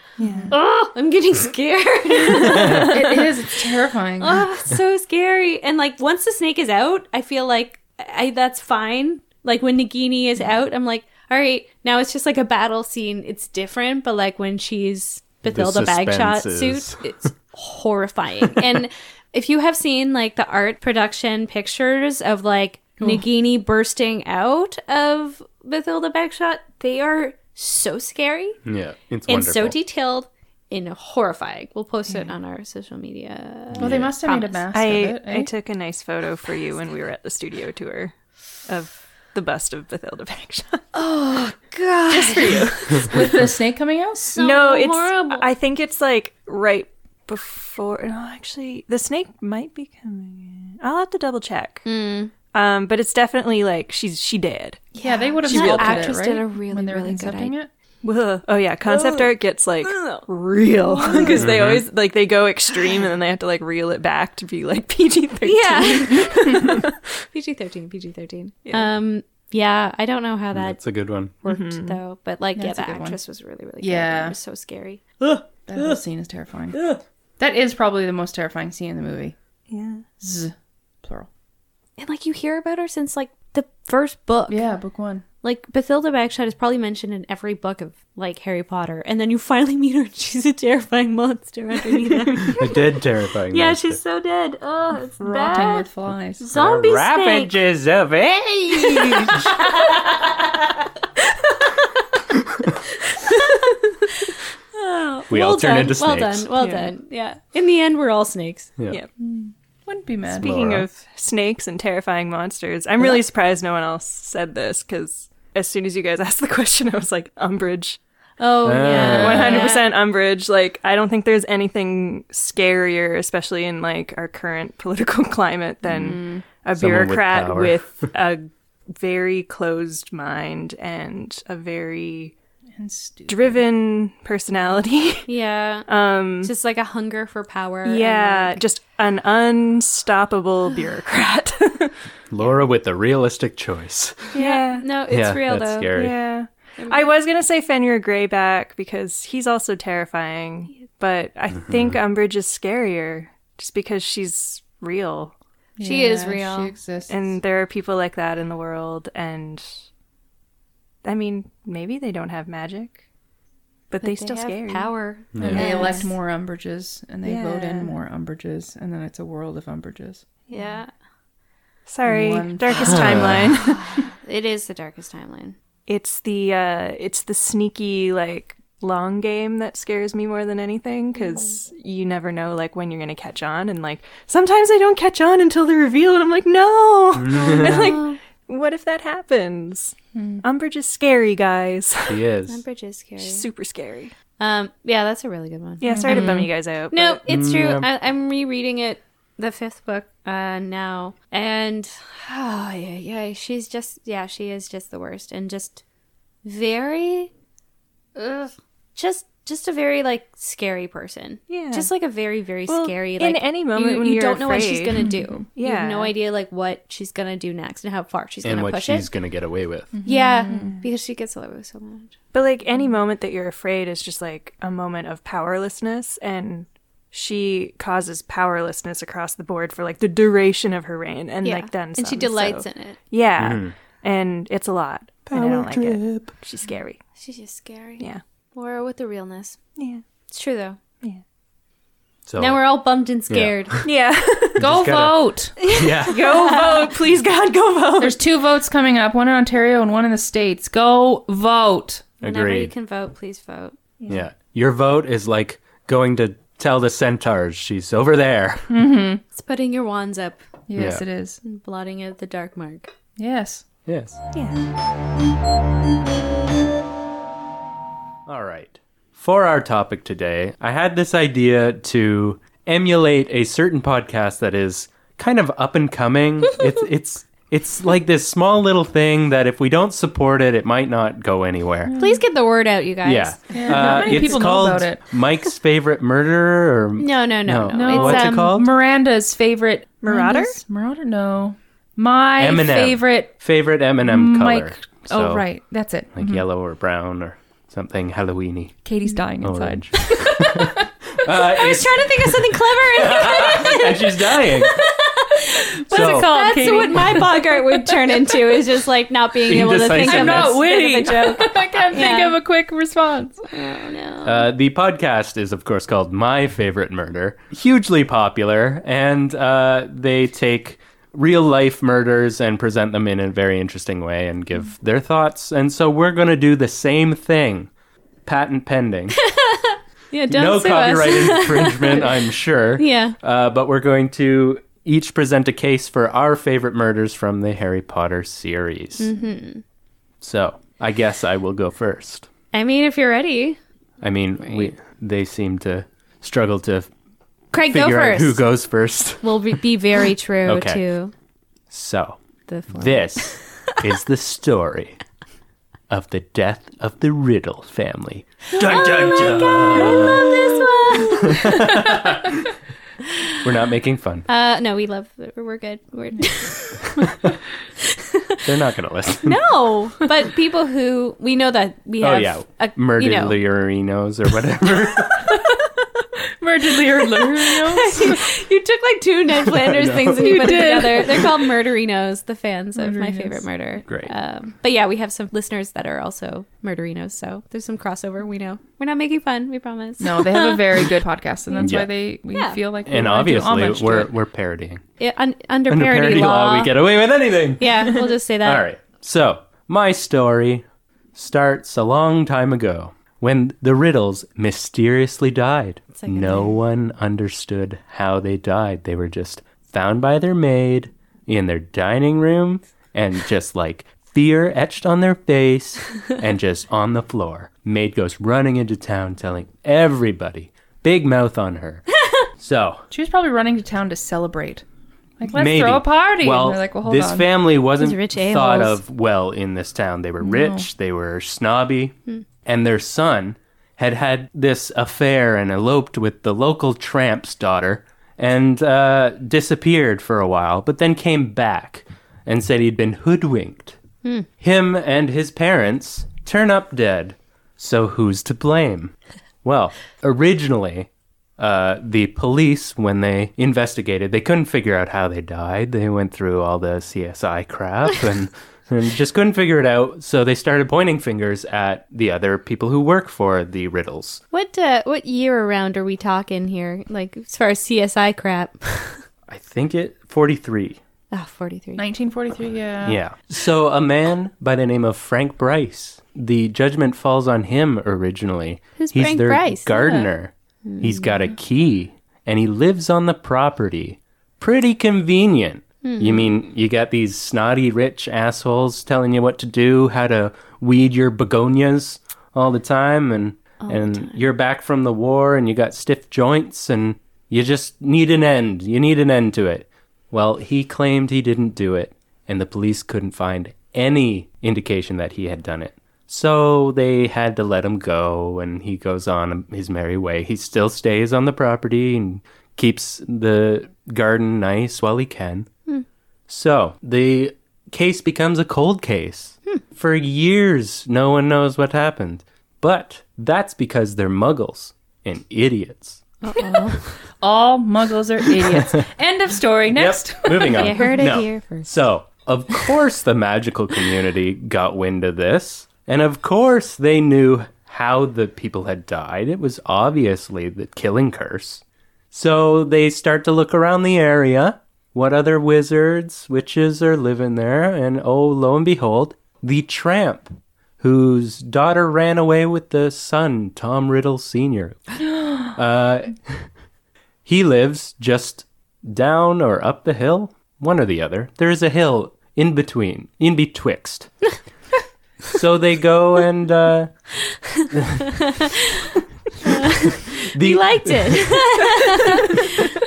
[SPEAKER 3] Oh, I'm getting scared.
[SPEAKER 2] it is. It's terrifying.
[SPEAKER 3] oh, so scary. And like once the snake is out, I feel like I that's fine. Like when Nagini is out, I'm like, all right, now it's just like a battle scene. It's different, but like when she's Bathilda
[SPEAKER 5] suspense
[SPEAKER 3] Bagshot
[SPEAKER 5] is-
[SPEAKER 3] suit, it's horrifying. and if you have seen like the art production pictures of like Nagini bursting out of Bathilda Bagshot, they are so scary
[SPEAKER 5] yeah it's
[SPEAKER 3] and
[SPEAKER 5] wonderful Mm.
[SPEAKER 3] so detailed and horrifying. We'll post it on our social media.
[SPEAKER 2] well, they must have made a
[SPEAKER 3] Promise.
[SPEAKER 2] mask
[SPEAKER 4] I,
[SPEAKER 2] of it. eh?
[SPEAKER 4] I took a nice photo for you when we were at the studio tour of the bust of Bathilda Bagshot.
[SPEAKER 2] With the snake coming out?
[SPEAKER 4] no, it's
[SPEAKER 3] horrible.
[SPEAKER 4] I think it's like right before. No, actually, the snake might be coming. in. I'll have to double check.
[SPEAKER 3] Mm.
[SPEAKER 4] Um, but it's definitely like she's she dead.
[SPEAKER 2] Yeah, they would have
[SPEAKER 3] That
[SPEAKER 2] sculpted it,
[SPEAKER 3] actress
[SPEAKER 2] right?
[SPEAKER 3] did a really,
[SPEAKER 2] when they were
[SPEAKER 3] really good
[SPEAKER 2] concepting
[SPEAKER 3] idea.
[SPEAKER 2] it.
[SPEAKER 4] Whoa. Oh yeah, concept art gets like real because they
[SPEAKER 5] Mm-hmm.
[SPEAKER 4] always like they go extreme and then they have to like reel it back to be like PG thirteen.
[SPEAKER 3] Yeah. PG 13, PG 13. Um, yeah, I don't know how that
[SPEAKER 5] that's a good one
[SPEAKER 3] worked though, but like,
[SPEAKER 2] Mm-hmm. That's
[SPEAKER 3] yeah,
[SPEAKER 2] a
[SPEAKER 3] the
[SPEAKER 2] good one.
[SPEAKER 3] actress was really, really good.
[SPEAKER 2] Yeah.
[SPEAKER 3] and It was so scary.
[SPEAKER 2] That whole scene is terrifying. That is probably the most terrifying scene in the movie.
[SPEAKER 4] Yeah.
[SPEAKER 2] Z, plural.
[SPEAKER 3] And like, you hear about her since like the first book.
[SPEAKER 2] Yeah, book one.
[SPEAKER 3] Like, Bathilda Bagshot is probably mentioned in every book of like Harry Potter. And then you finally meet her and she's a terrifying monster underneath that.
[SPEAKER 5] a dead terrifying
[SPEAKER 3] yeah,
[SPEAKER 5] monster.
[SPEAKER 3] she's so dead. Oh, it's
[SPEAKER 2] Rotting
[SPEAKER 3] bad.
[SPEAKER 2] with flies.
[SPEAKER 3] Zombie snake.
[SPEAKER 5] ravages of age We all turn
[SPEAKER 3] done,
[SPEAKER 5] into
[SPEAKER 3] Well
[SPEAKER 5] snakes.
[SPEAKER 3] done. Well done. Yeah. In the end, we're all snakes.
[SPEAKER 4] Yeah.
[SPEAKER 2] Wouldn't be mad.
[SPEAKER 4] Speaking
[SPEAKER 5] Laura.
[SPEAKER 4] of snakes and terrifying monsters, I'm really surprised no one else said this because as soon as you guys asked the question, I was like, Umbridge.
[SPEAKER 2] Uh,
[SPEAKER 3] Oh yeah.
[SPEAKER 4] 100% Umbridge. Like, I don't think there's anything scarier, especially in like our current political climate, than a
[SPEAKER 5] Someone with
[SPEAKER 4] bureaucrat
[SPEAKER 5] power.
[SPEAKER 4] with, a very closed mind and a very
[SPEAKER 2] And stupid.
[SPEAKER 4] driven personality.
[SPEAKER 3] Yeah.
[SPEAKER 4] Um,
[SPEAKER 3] just like a hunger for power. and,
[SPEAKER 4] yeah,
[SPEAKER 3] like- uh,
[SPEAKER 4] just an unstoppable bureaucrat.
[SPEAKER 5] Laura with the realistic choice.
[SPEAKER 4] yeah.
[SPEAKER 3] no, it's
[SPEAKER 5] yeah,
[SPEAKER 3] real
[SPEAKER 5] that's
[SPEAKER 3] though.
[SPEAKER 5] scary.
[SPEAKER 4] Yeah. I was going to say Fenrir Greyback because he's also terrifying, but I think Umbridge is scarier just because she's real.
[SPEAKER 3] She is
[SPEAKER 2] Yeah,
[SPEAKER 3] real.
[SPEAKER 2] She exists.
[SPEAKER 4] And there are people like that in the world and I mean, maybe they don't have magic, but, they
[SPEAKER 3] They
[SPEAKER 4] still
[SPEAKER 3] have
[SPEAKER 4] scary.
[SPEAKER 3] power.
[SPEAKER 2] And they elect more Umbridges, and they vote
[SPEAKER 4] Yeah.
[SPEAKER 2] in more Umbridges, and then it's a world of Umbridges.
[SPEAKER 3] Yeah.
[SPEAKER 4] Sorry,
[SPEAKER 2] One-
[SPEAKER 4] darkest timeline.
[SPEAKER 3] It is the darkest timeline.
[SPEAKER 4] It's the uh it's the sneaky like long game that scares me more than anything because
[SPEAKER 3] Mm-hmm.
[SPEAKER 4] you never know like when you're gonna catch on and like sometimes i don't catch on until the reveal and i'm like no and like what if that
[SPEAKER 3] Hmm.
[SPEAKER 4] happens umbridge is scary guys
[SPEAKER 5] She is.
[SPEAKER 3] Umbridge is scary.
[SPEAKER 4] super scary
[SPEAKER 3] Um, yeah, that's a really good one.
[SPEAKER 4] Yeah, sorry to bum you guys out.
[SPEAKER 3] Mm-hmm. No,
[SPEAKER 4] but
[SPEAKER 3] it's true. I, I'm rereading it, the fifth book, uh, now, and oh yeah, yeah, she's just yeah, she is just the worst, and just very, ugh, just just a very like scary person.
[SPEAKER 4] Yeah.
[SPEAKER 3] just like a very very
[SPEAKER 4] Well,
[SPEAKER 3] scary.
[SPEAKER 4] in
[SPEAKER 3] like,
[SPEAKER 4] any moment
[SPEAKER 3] you,
[SPEAKER 4] when
[SPEAKER 3] you
[SPEAKER 4] you're
[SPEAKER 3] don't know what she's
[SPEAKER 4] afraid.
[SPEAKER 3] gonna do. you
[SPEAKER 4] Yeah.
[SPEAKER 3] have no idea like what she's gonna do next and how far she's
[SPEAKER 5] and
[SPEAKER 3] gonna
[SPEAKER 5] what
[SPEAKER 3] push
[SPEAKER 5] she's
[SPEAKER 3] it. Mm-hmm.
[SPEAKER 5] gonna get away with.
[SPEAKER 3] Yeah,
[SPEAKER 4] Mm.
[SPEAKER 3] because she gets away with so much.
[SPEAKER 4] But like any moment that you're afraid is just like a moment of powerlessness and she causes powerlessness across the board for like the duration of her reign and
[SPEAKER 3] Yeah,
[SPEAKER 4] like then
[SPEAKER 3] and she
[SPEAKER 4] some,
[SPEAKER 3] delights
[SPEAKER 4] so-
[SPEAKER 3] in it.
[SPEAKER 4] Yeah.
[SPEAKER 5] Mm-hmm.
[SPEAKER 4] And it's a lot. and I don't like it. She's scary.
[SPEAKER 3] She's just scary.
[SPEAKER 4] Yeah.
[SPEAKER 3] Laura with the realness.
[SPEAKER 4] Yeah.
[SPEAKER 3] It's true though.
[SPEAKER 5] So
[SPEAKER 3] Now we're all bummed and scared.
[SPEAKER 4] Yeah.
[SPEAKER 2] Go vote.
[SPEAKER 5] yeah,
[SPEAKER 4] go vote. Please God, go vote.
[SPEAKER 2] There's two votes coming up, one in Ontario and one in the States. Go vote.
[SPEAKER 3] Whenever you
[SPEAKER 5] agreed.
[SPEAKER 3] can vote, please vote.
[SPEAKER 5] Yeah, your vote is like going to tell the centaurs she's over there.
[SPEAKER 3] It's putting your wands up
[SPEAKER 2] Yes,
[SPEAKER 5] Yeah.
[SPEAKER 2] it is.
[SPEAKER 3] and blotting out the dark mark.
[SPEAKER 2] Yes.
[SPEAKER 5] Yes.
[SPEAKER 4] Yeah.
[SPEAKER 5] All right. For our topic today, I had this idea to emulate a certain podcast that is kind of up and coming. it's it's it's like this small little thing that if we don't support it, it might not go anywhere.
[SPEAKER 3] Please get the word out, you guys.
[SPEAKER 5] Yeah.
[SPEAKER 2] not
[SPEAKER 5] Uh,
[SPEAKER 2] many
[SPEAKER 5] it's
[SPEAKER 2] people know
[SPEAKER 5] called
[SPEAKER 2] about it.
[SPEAKER 5] Mike's favorite murderer or
[SPEAKER 3] No, no, no,
[SPEAKER 5] No.
[SPEAKER 3] no. um,
[SPEAKER 5] No. What's it called?
[SPEAKER 2] Miranda's favorite
[SPEAKER 4] Marauder?
[SPEAKER 2] Miranda's- Marauder? No. My
[SPEAKER 5] M&M.
[SPEAKER 2] favorite
[SPEAKER 5] favorite M&M color.
[SPEAKER 2] Mike.
[SPEAKER 5] So,
[SPEAKER 2] oh right, that's it.
[SPEAKER 3] Mm-hmm.
[SPEAKER 5] Like yellow or brown or something Halloweeny.
[SPEAKER 2] Katie's dying inside.
[SPEAKER 5] Orange. uh,
[SPEAKER 3] I was trying to think of something clever.
[SPEAKER 5] and she's dying. What's
[SPEAKER 2] it called?
[SPEAKER 3] That's
[SPEAKER 2] Katie.
[SPEAKER 3] what my Bogart would turn into is just like not being able to think of
[SPEAKER 5] Indecisiveness.
[SPEAKER 3] a-
[SPEAKER 5] I'm not
[SPEAKER 2] witty.
[SPEAKER 3] think of a joke.
[SPEAKER 2] I can't think
[SPEAKER 3] Yeah.
[SPEAKER 2] of a quick response.
[SPEAKER 3] Oh no.
[SPEAKER 5] Uh, the podcast is, of course, called My Favorite Murder. Hugely popular, and uh, they take real life murders and present them in a very interesting way and
[SPEAKER 3] Mm-hmm.
[SPEAKER 5] give their thoughts. And so we're going to do the same thing. Patent pending.
[SPEAKER 3] yeah, don't
[SPEAKER 5] no
[SPEAKER 3] sue
[SPEAKER 5] copyright
[SPEAKER 3] us.
[SPEAKER 5] infringement, I'm sure.
[SPEAKER 3] Yeah.
[SPEAKER 5] Uh, but we're going to each present a case for our favorite murders from the Harry Potter series.
[SPEAKER 3] Mm-hmm.
[SPEAKER 5] So I guess I will go first.
[SPEAKER 3] I mean, if you're ready,
[SPEAKER 5] I mean, we they seem to struggle to
[SPEAKER 3] Craig, go
[SPEAKER 5] figure out
[SPEAKER 3] first.
[SPEAKER 5] who goes first.
[SPEAKER 3] We'll be- be very true
[SPEAKER 5] Okay.
[SPEAKER 3] to
[SPEAKER 5] So,
[SPEAKER 3] the form.
[SPEAKER 5] this is the story of the death of the Riddle family.
[SPEAKER 3] Oh
[SPEAKER 5] Dun, dun, dun. We're not making fun.
[SPEAKER 3] Uh, no, we love. We're good. We're
[SPEAKER 5] They're not going to listen.
[SPEAKER 3] no, but people who we know that we
[SPEAKER 5] oh
[SPEAKER 3] have
[SPEAKER 5] yeah,
[SPEAKER 3] a,
[SPEAKER 5] murder
[SPEAKER 3] Uh, you know,
[SPEAKER 5] Leorinos or whatever.
[SPEAKER 2] Murderedly or Lurios.
[SPEAKER 3] You took like two Ned Flanders things and you, put them together. They're called Murderinos, the fans of My Favorite Murder.
[SPEAKER 5] Great.
[SPEAKER 3] Um, but yeah, we have some listeners that are also Murderinos, so there's some crossover. We know we're not making fun. We promise.
[SPEAKER 2] No, they have a very good podcast, and that's
[SPEAKER 5] Yeah.
[SPEAKER 2] why they we
[SPEAKER 3] Yeah.
[SPEAKER 2] feel like we
[SPEAKER 5] and
[SPEAKER 2] wanna do homage
[SPEAKER 5] obviously,
[SPEAKER 2] to
[SPEAKER 5] we're
[SPEAKER 2] it.
[SPEAKER 5] we're parodying.
[SPEAKER 3] Yeah, un- under,
[SPEAKER 5] Under
[SPEAKER 3] parody, law.
[SPEAKER 5] we get away with anything.
[SPEAKER 3] yeah, we'll just say that.
[SPEAKER 5] All right. So, my story starts a long time ago when the Riddles mysteriously died.
[SPEAKER 3] good
[SPEAKER 5] No one understood how they died. They were just found by their maid in their dining room and just like fear etched on their face and just on the floor. Maid goes running into town telling everybody, big mouth on her. So,
[SPEAKER 2] She was probably running to town to celebrate. Like, let's
[SPEAKER 5] Maybe.
[SPEAKER 2] throw a party.
[SPEAKER 5] Well,
[SPEAKER 2] and they're like, well, hold
[SPEAKER 5] this
[SPEAKER 2] on.
[SPEAKER 5] family wasn't
[SPEAKER 3] These rich
[SPEAKER 5] thought
[SPEAKER 3] a-holes.
[SPEAKER 5] of well in this town. They were rich, they were snobby, and their son had had this affair and eloped with the local tramp's daughter and uh, disappeared for a while, but then came back and said he'd been hoodwinked.
[SPEAKER 2] Hmm.
[SPEAKER 5] Him and his parents turn up dead. So who's to blame? Well, originally, uh, the police, when they investigated, they couldn't figure out how they died. They went through all the CSI crap and, and just couldn't figure it out. So they started pointing fingers at the other people who work for the Riddles.
[SPEAKER 3] What uh, what year around are we talking here? Like as far as CSI crap.
[SPEAKER 5] I think it 43.
[SPEAKER 3] Ah, 43.
[SPEAKER 2] 1943, yeah.
[SPEAKER 5] Yeah. So a man by the name of Frank Bryce, the judgment falls on him originally.
[SPEAKER 3] Who's
[SPEAKER 5] He's
[SPEAKER 3] Frank
[SPEAKER 5] their
[SPEAKER 3] Bryce?
[SPEAKER 5] gardener. He's got a key and he lives on the property. Pretty convenient. You mean you got these snotty rich assholes telling you what to do, how to weed your begonias all the time and and you're back from the war and you got stiff joints and you just need an end. You need an end to it. Well, he claimed he didn't do it, and the police couldn't find any indication that he had done it. So they had to let him go, and he goes on his merry way. He still stays on the property and keeps the garden nice while he can.
[SPEAKER 3] Hmm.
[SPEAKER 5] So the case becomes a cold case.
[SPEAKER 3] Hmm.
[SPEAKER 5] For years, no one knows what happened. But that's because they're muggles and idiots.
[SPEAKER 2] All muggles are idiots. End of story. Next.
[SPEAKER 5] Yep, moving on.
[SPEAKER 3] You heard it
[SPEAKER 5] No.
[SPEAKER 3] here first.
[SPEAKER 5] So, of course, the magical community got wind of this. And of course, they knew how the people had died. It was obviously the killing curse. So, they start to look around the area. What other wizards, witches are living there? And oh, lo and behold, the tramp whose daughter ran away with the son, Tom Riddle Sr. Uh, he lives just down or up the hill, one or the other. There is a hill in between, in betwixt. so they go and uh, the
[SPEAKER 3] He liked it.